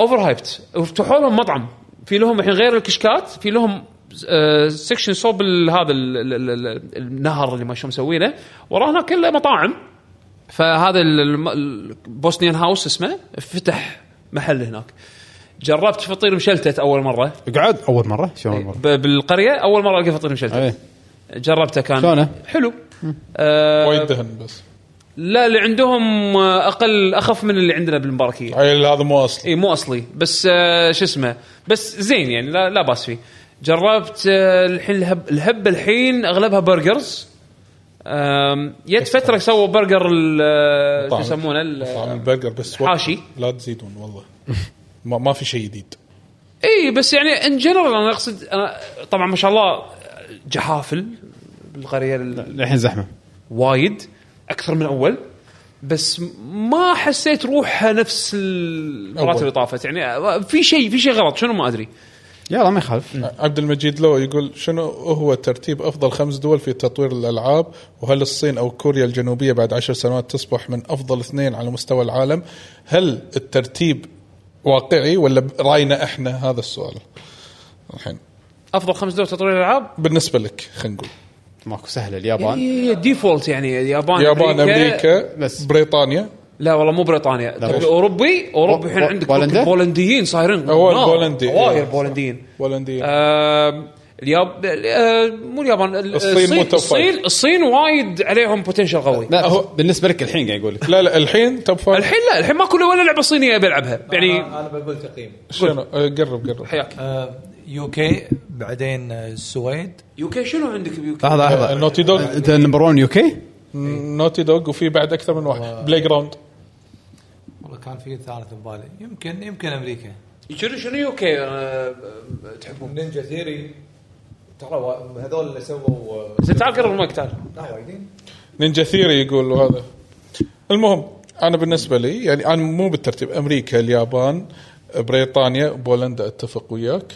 اوفر هايبت فتحوا لهم مطعم في لهم الحين غير الكشكات في لهم سكشن صوب ال- هذا ال- ال- ال- ال- النهر اللي ما شو مسوينه وراه هناك كله مطاعم فهذا البوسنيان هاوس اسمه فتح محل هناك جربت فطير مشلتت اول مره قعد اول مره شلون اول مره ب- بالقريه اول مره القى فطير مشلتت إيه. جربته كان شلونه؟ حلو آه، وايد دهن بس لا اللي عندهم آه، اقل اخف من اللي عندنا بالمباركيه عيل هذا مو اصلي اي إيه، مو اصلي بس آه، شو اسمه بس زين يعني لا, لا باس فيه جربت آه، الحين الهب الهبه الحين اغلبها برجرز آم، يد فتره سووا برجر ال- آه، شو طعم- يسمونه ال- طعم البرجر بس وقت- حاشي. لا تزيدون والله ما, ما في شيء جديد اي بس يعني ان جنرال انا اقصد أنا طبعا ما شاء الله جحافل بالقريه نعم. ال- الحين زحمه وايد اكثر من اول بس ما حسيت روحها نفس المرات أول. اللي طافت يعني في شيء في شيء غلط شنو ما ادري يلا ما يخالف عبد المجيد لو يقول شنو هو ترتيب افضل خمس دول في تطوير الالعاب وهل الصين او كوريا الجنوبيه بعد عشر سنوات تصبح من افضل اثنين على مستوى العالم هل الترتيب واقعي ولا براينا احنا هذا السؤال الحين افضل خمس دول تطوير الالعاب بالنسبه لك خلينا نقول ماكو سهله اليابان هي ديفولت يعني اليابان اليابان امريكا بس. بس بريطانيا لا والله مو بريطانيا نعم. بس. اوروبي اوروبي الحين بو- عندك بولندا؟ بولنديين صايرين هو البولندي. واير بولنديين آه. هولنديا آم، الياب آه، مو اليابان ال- الصين نعم. الصين متوفر. الصين الصين وايد عليهم بوتنشل قوي لا أهو. بالنسبه لك الحين قاعد يقول لك لا لا الحين توب فايف الحين لا الحين ماكو ولا لعبه صينيه بلعبها يعني نعم. انا أنا بقول تقييم شنو آه، قرب قرب حياك يو كي بعدين آه، السويد يو كي شنو عندك بيو كي؟ لحظه آه، لحظه نوتي دوغ انت نمبر 1 يو كي نوتي دوغ وفي بعد اكثر من واحد بلاي جراوند والله كان في ثالث ببالي يمكن يمكن امريكا شنو شنو يو كي آه، تحبون؟ نينجا ثيري ترى وا- هذول اللي سووا آه، زين تعال قرب المايك تعال لا وايدين نينجا ثيري يقول وهذا المهم انا بالنسبه لي يعني انا مو بالترتيب امريكا اليابان بريطانيا بولندا اتفق وياك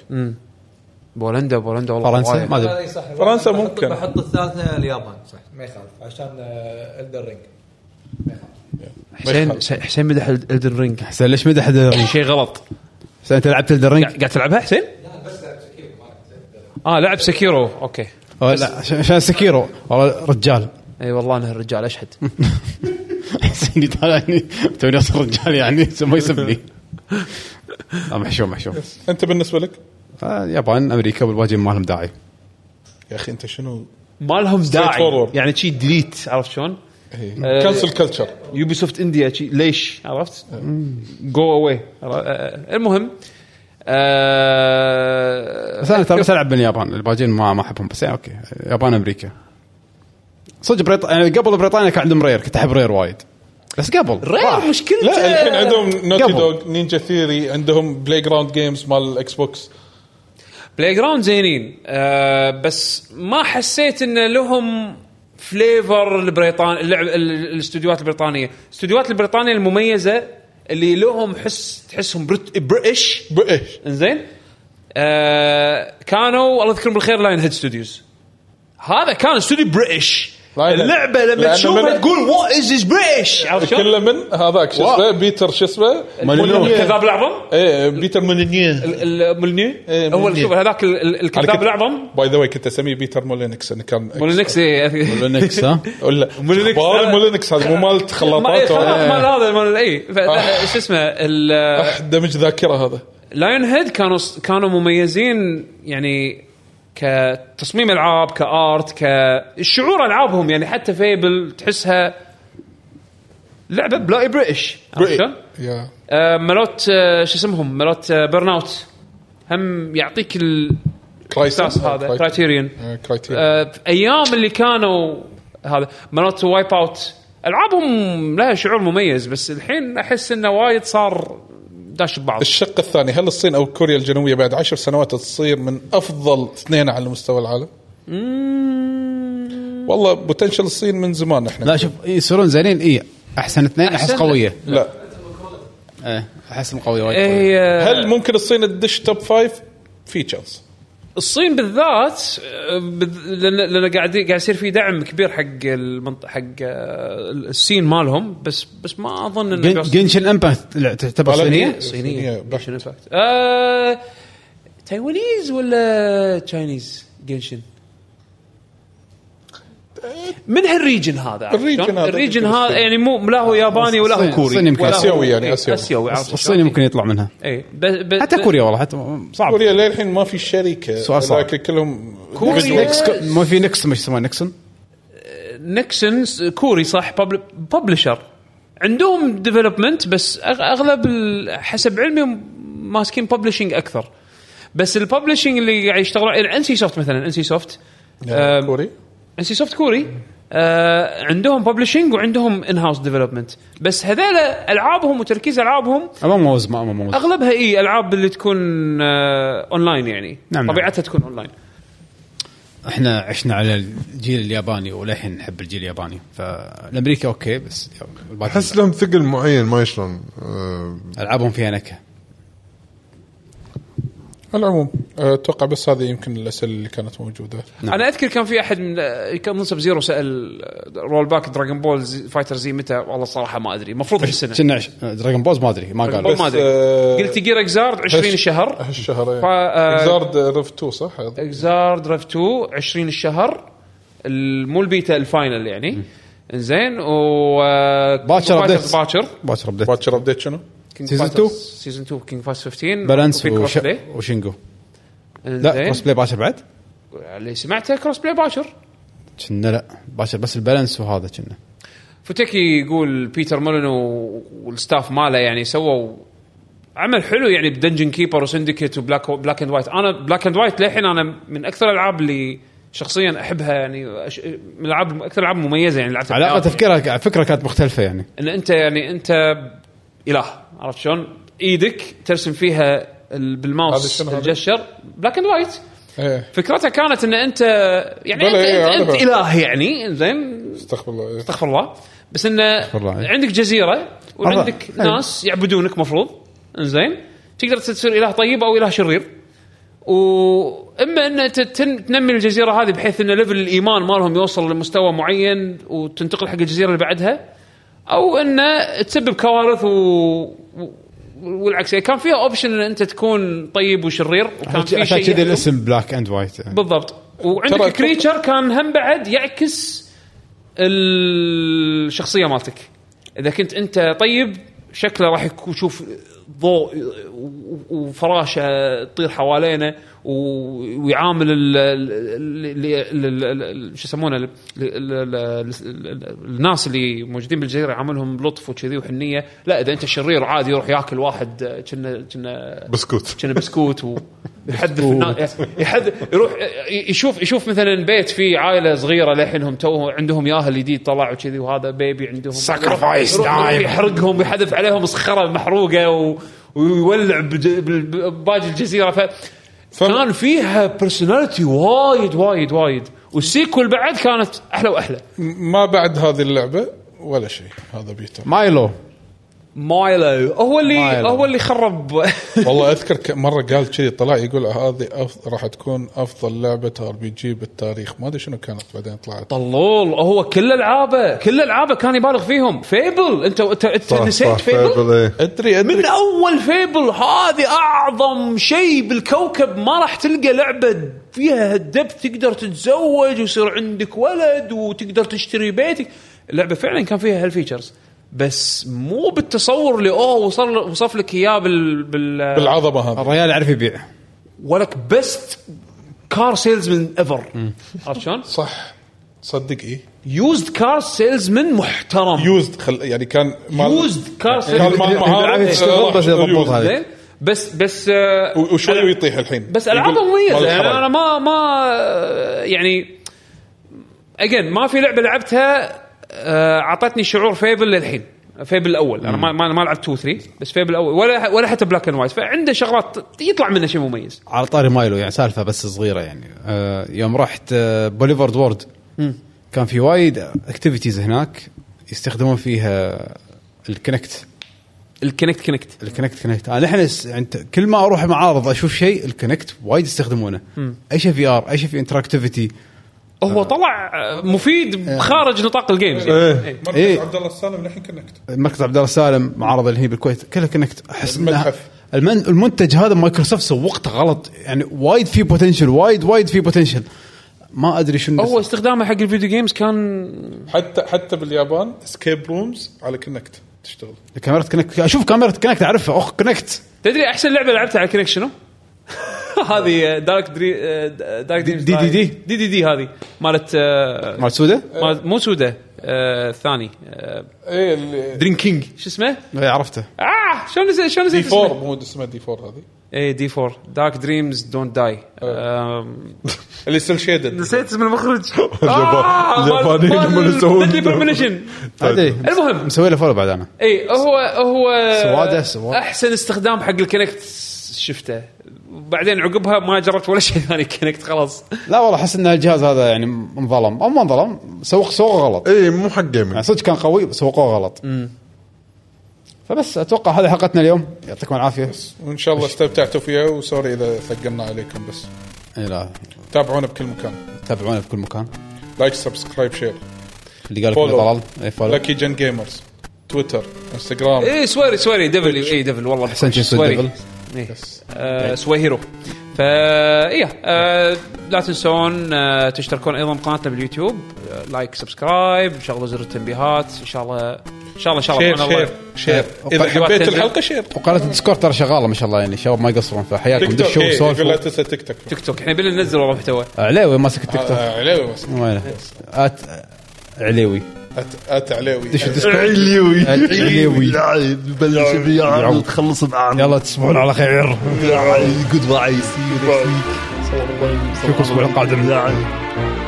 بولندا بولندا والله فرنسا وايد. ما ادري لا، صح فرنسا بحط- ممكن. بحط الثالثه اليابان صح ما يخالف عشان آه، الدر رينج حسين حسين مدح الدن رينج حسين ليش مدح الدرينج؟ شيء غلط حسين انت لعبت الدرينج؟ إيه. قاعد تلعبها حسين؟ اه لعب سكيرو اوكي أو لا عشان- عشان سكيرو والله رجال اي والله انه الرجال اشهد حسين يطالعني يعني توني اصير رجال يعني ما يسبني لا محشوم محشوم انت بالنسبه لك آه، اليابان امريكا والواجب ما لهم داعي يا اخي انت شنو ما لهم داعي forward. يعني شي ديليت عرفت شلون؟ إيه. كنسل كلتشر يوبي سوفت انديا شي ليش عرفت؟ جو اواي آه، المهم آه، بس انا ترى بس العب باليابان الباجين ما ما احبهم بس يعني اوكي اليابان امريكا صدق بريط... يعني قبل بريطانيا كان عندهم رير كنت احب رير وايد بس قبل رير مشكلته لا الحين عندهم نوتي قبل. دوغ نينجا ثيري عندهم بلاي جراوند جيمز مال الاكس بوكس بلاي جراوند زينين آه بس ما حسيت ان لهم فليفر البريطاني اللعب ال- الاستوديوهات البريطانيه، الاستوديوهات البريطانيه المميزه اللي لهم حس تحسهم بريت بريتش بايش انزين آه كانوا الله يذكرهم بالخير لاين هيد ستوديوز هذا كان استوديو بريتش لا، لا. اللعبه لأنه لما تشوفها من- تقول وات از بريش عرفت شلون؟ كله من هذاك شو اسمه بيتر شو اسمه مليون. الكذاب الاعظم ايه بيتر مولينيه ال- الملني إيه، هو ملني. شوف هذاك ال- ال- الكذاب الاعظم باي ذا واي كنت اسميه بيتر مولينكس انه كان مولينكس إيه. لينكس ها ولا مولينكس. اخبار مولينكس هذا مو مالت ما إيه، خلاطات خلاص ولا- مال هذا مال اي آه. شو اسمه ال- أح، دمج ذاكره هذا لايون هيد كانوا كانوا مميزين يعني كتصميم العاب كارت كشعور العابهم يعني حتى فيبل تحسها لعبه بلاي بريتش عرفت شلون؟ يا آه، ملوت آه، شو اسمهم ملوت برن اوت هم يعطيك الاحساس هذا كرايتيريون كرايتيريون آه، في ايام اللي كانوا هذا مالت وايب اوت العابهم لها شعور مميز بس الحين احس انه وايد صار داش ببعض الشق الثاني هل الصين او كوريا الجنوبيه بعد عشر سنوات تصير من افضل اثنين على مستوى العالم؟ والله بوتنشل الصين من زمان احنا لا شوف إيه، يصيرون زينين اي احسن اثنين احس أحسن. قويه لا ايه احسهم قويه وايد قوية. إيه، آه، هل ممكن الصين تدش توب فايف؟ في تشانس الصين بالذات آه، بذ- لان لان قاعد قاعد يصير في دعم كبير حق المنطقه حق آه، السين مالهم بس بس ما اظن انه جن- بيوصل. جنشن امباكت لا، تعتبر عالمية. صينيه؟ صينيه صينية بحت. جنشن امباكت آه، تايوانيز ولا تشاينيز جنشن من هالريجن هذا عرفت الريجن شلون؟ هذا الريجن يمكن هذا الصين. يعني مو لا هو ياباني ولا الصين- هو كوري الصين يمكن ولا هو- آسيوي يعني، إيه، آسيوي. اسيوي عرفت الصين شلون؟ يمكن يطلع منها اي ب- ب- حتى ب- كوريا والله حتى نعم. صعب كوريا للحين ما في شركه سؤال صعب. لكن كلهم كوريا- individual. نكس ما في نكس مش يسمونه نكسون نيكسون س- كوري uh, صح ببلشر عندهم ديفلوبمنت بس أغ- اغلب ال- حسب علمي م- ماسكين ببلشنج اكثر بس الببلشنج اللي قاعد يشتغلون يعني ان سي سوفت مثلا ان سي سوفت آه، كوري ان سي سوفت كوري آه، عندهم ببلشنج وعندهم ان هاوس ديفلوبمنت بس هذول العابهم وتركيز العابهم اما موز ما اما موز اغلبها اي العاب اللي تكون آه، اونلاين يعني نعم، نعم. طبيعتها تكون اونلاين احنا عشنا على الجيل الياباني وللحين نحب الجيل الياباني فالامريكي اوكي بس الباقي احس لا. لهم ثقل معين ما شلون آه، العابهم فيها نكهه على العموم آه، اتوقع بس هذه يمكن الاسئله اللي كانت موجوده نعم. انا اذكر كان في احد من كان منصب زيرو سال رول باك دراجون بول زي- فايتر زي متى والله صراحه ما ادري المفروض السنه كنا عش- دراجون بوز ما ادري ما بول قالوا ما ادري آه، قلت جير اكزارد 20 الشهر هالشهر فا- آه، ايه اكزارد ريف 2 صح؟ اكزارد ريف 2 20 الشهر ال- مو البيتا الفاينل يعني زين و باكر updates. باكر باكر ابديت باكر ابديت شنو؟ Season 2. سيزون 2 كينج فاس 15 بالانس وفي كروس وش... بلاي وشينجو لا لا كروس بلاي باكر بعد اللي سمعته كروس بلاي باكر كنا لا باكر بس البالانس وهذا كنا فوتيكي يقول بيتر مولينو والستاف ماله يعني سووا عمل حلو يعني بدنجن كيبر وسندكيت وبلاك بلاك اند وايت انا بلاك اند وايت للحين انا من اكثر الالعاب اللي شخصيا احبها يعني أش... من الالعاب اكثر العاب مميزه يعني لعبتها علاقه بالألعاب. تفكيرها فكره كانت مختلفه يعني ان انت يعني انت اله عرفت شلون؟ ايدك ترسم فيها ال- هذا بالماوس شنو هذا؟ الجشر بلاك اند وايت إيه. ايه فكرتها كانت ان انت يعني بلى انت, إيه، انت, انت أعرفها. اله يعني زين استغفر الله إيه. استغفر الله بس انه الله، إيه. عندك جزيره وعندك الله، إيه. ناس يعبدونك مفروض انزين تقدر تصير اله طيب او اله شرير واما ان ت- تن- تنمي الجزيره هذه بحيث ان ليفل الايمان مالهم يوصل لمستوى معين وتنتقل حق الجزيره اللي بعدها او انه تسبب كوارث و... و- والعكس يعني كان فيها اوبشن ان انت تكون طيب وشرير وكان في عشان شيء يعني. كذا يحكم. الاسم بلاك اند وايت بالضبط ترى- وعندك كريتشر كان هم بعد يعكس الشخصيه مالتك اذا كنت انت طيب شكله راح يكون شوف ضوء و- وفراشه تطير حوالينا و- ويعامل ال- ال- ال- ال- ال- ال- شو يسمونه ال- ال- ال- ال- ال- الناس اللي موجودين بالجزيره يعاملهم بلطف وكذي وحنيه لا اذا انت شرير عادي يروح ياكل واحد آه، كنا كنا بسكوت كنا بسكوت و يحذف الناس يحذف يروح يشوف يشوف مثلا بيت فيه عائله صغيره للحينهم تو عندهم ياهل جديد طلع وكذي وهذا بيبي عندهم Sacrifice يروح- يروح time. يحرقهم ويحذف عليهم صخره محروقه و... ويولع بج- بال- بباقي الجزيره ف... كان فيها بيرسوناليتي وايد وايد وايد والسيكول بعد كانت احلى واحلى ما بعد هذه اللعبه ولا شيء هذا بيتر مايلو مايلو هو اللي مايلو. هو اللي خرب والله اذكر ك- مره قال كذي طلع يقول هذه أف... راح تكون افضل لعبه ار بي جي بالتاريخ ما ادري شنو كانت بعدين طلعت طلول هو كل العابه كل العابه كان يبالغ فيهم فيبل انت انت, انت نسيت فيبل ايه ادري ادري من اول فيبل هذه اعظم شيء بالكوكب ما راح تلقى لعبه فيها هالدب تقدر تتزوج ويصير عندك ولد وتقدر تشتري بيتك اللعبه فعلا كان فيها هالفيتشرز بس مو بالتصور اللي اوه وصل وصف لك اياه بال, بال بالعظمه هذه الرجال يعرف يبيع ولك بيست كار سيلزمان ايفر عرفت شلون؟ صح صدق اي يوزد كار سيلزمان محترم يوزد خل... يعني كان يوزد كار كان مال يعني معاه بالعافية تشتغل آه، بس يضبط يوزد. هذا. زين بس بس آه، و- وشوي ويطيح الحين بس يقول العابه مميزه مال يعني الحرام. انا ما ما يعني اجين ما في لعبه لعبتها آه، اعطتني شعور فيبل للحين فيبل الاول انا ما ما ما لعبت 2 3 بس فيبل الاول ولا ولا حتى بلاك اند وايت فعنده شغلات يطلع منه شيء مميز على طاري مايلو يعني سالفه بس صغيره يعني آه، يوم رحت آه، بوليفارد وورد كان في وايد اكتيفيتيز هناك يستخدمون فيها الكونكت الكونكت كونكت الكونكت كونكت انا الحين س- يعني ت- كل ما اروح معارض اشوف شيء الكونكت وايد يستخدمونه اي شيء في ار اي شيء في انتراكتيفيتي هو طلع آه، مفيد خارج نطاق الجيمز إيه. إيه. مركز إيه. عبد الله السالم للحين كونكت مركز عبد الله سالم معارض اللي هي بالكويت كلها كونكت احس إنها- المتحف. المن المنتج هذا مايكروسوفت سوقته غلط يعني وايد فيه بوتنشل وايد وايد فيه بوتنشل ما ادري شنو هو استخدامه حق الفيديو جيمز كان حتى حتى باليابان اسكيب رومز على كونكت تشتغل كاميرا كونكت اشوف كاميرا كونكت اعرفها اخ كونكت تدري احسن لعبه لعبتها على كونكت شنو؟ هذه آه، دارك دري دارك دي دي- دي- دي. دي دي دي هذه مالت آه، مال سوده مال- مو سوده آه، الثاني إيه، ايه اللي درين كينج شو اسمه؟ اي إيه، عرفته اه شلون نسيت شلون دي نسيت 4 اسمه؟ مو اسمها دي 4 هذه اي دي 4 دارك دريمز دونت داي اللي سيل شيدد نسيت اسم المخرج إيه. آه، اليابان- اليابانيين هم اللي يسوون. برمنشن ادري المهم. مسوي له فولو بعد انا اي هو هو سوادة- سوادة. احسن استخدام حق الكونكت شفته وبعدين عقبها ما جربت ولا شيء ثاني كونكت خلاص لا والله احس ان الجهاز هذا يعني انظلم او ما انظلم سوق سوقه غلط ايه مو حق يعني جيمنج صدق كان قوي بس سوقوه غلط فبس اتوقع هذه حلقتنا اليوم يعطيكم العافيه وان شاء الله استمتعتوا فيها وسوري اذا ثقلنا عليكم بس اي لا تابعونا بكل مكان تابعونا في كل مكان لايك سبسكرايب شير اللي قال فولو. لكم اي فولو لكي جن جيمرز تويتر انستغرام اي سويري سويري ديفل اي ديفل إيه، والله أحسن شيء يصير سويري ديفل. إيه. آه، سوي هيرو فا إيه، آه لا تنسون آه، تشتركون ايضا بقناتنا باليوتيوب آه، لايك سبسكرايب شغلوا زر التنبيهات ان شاء الله ان شاء الله ان شاء الله شير بأمان الله. شير شير اذا وقناة حبيت تنزل. الحلقه شير وقناه الديسكورد ترى شغاله ما شاء الله يعني الشباب ما يقصرون فحياكم تيك توك دشوا إيه، يقول لا وسولفوا تنسى تيك توك تيك توك احنا بدنا ننزل والله محتوى عليوي ماسك التيك توك آه، عليوي بس ما له. ات عليوي أت- ات عليوي يعني دشوا الديسكورد عليوي عليوي. يعني لا، بلش بيعه يعو. وتخلص بعام يلا تصبحون على خير يعني جود باي سي يو يعني فيكم الاسبوع القادم نعم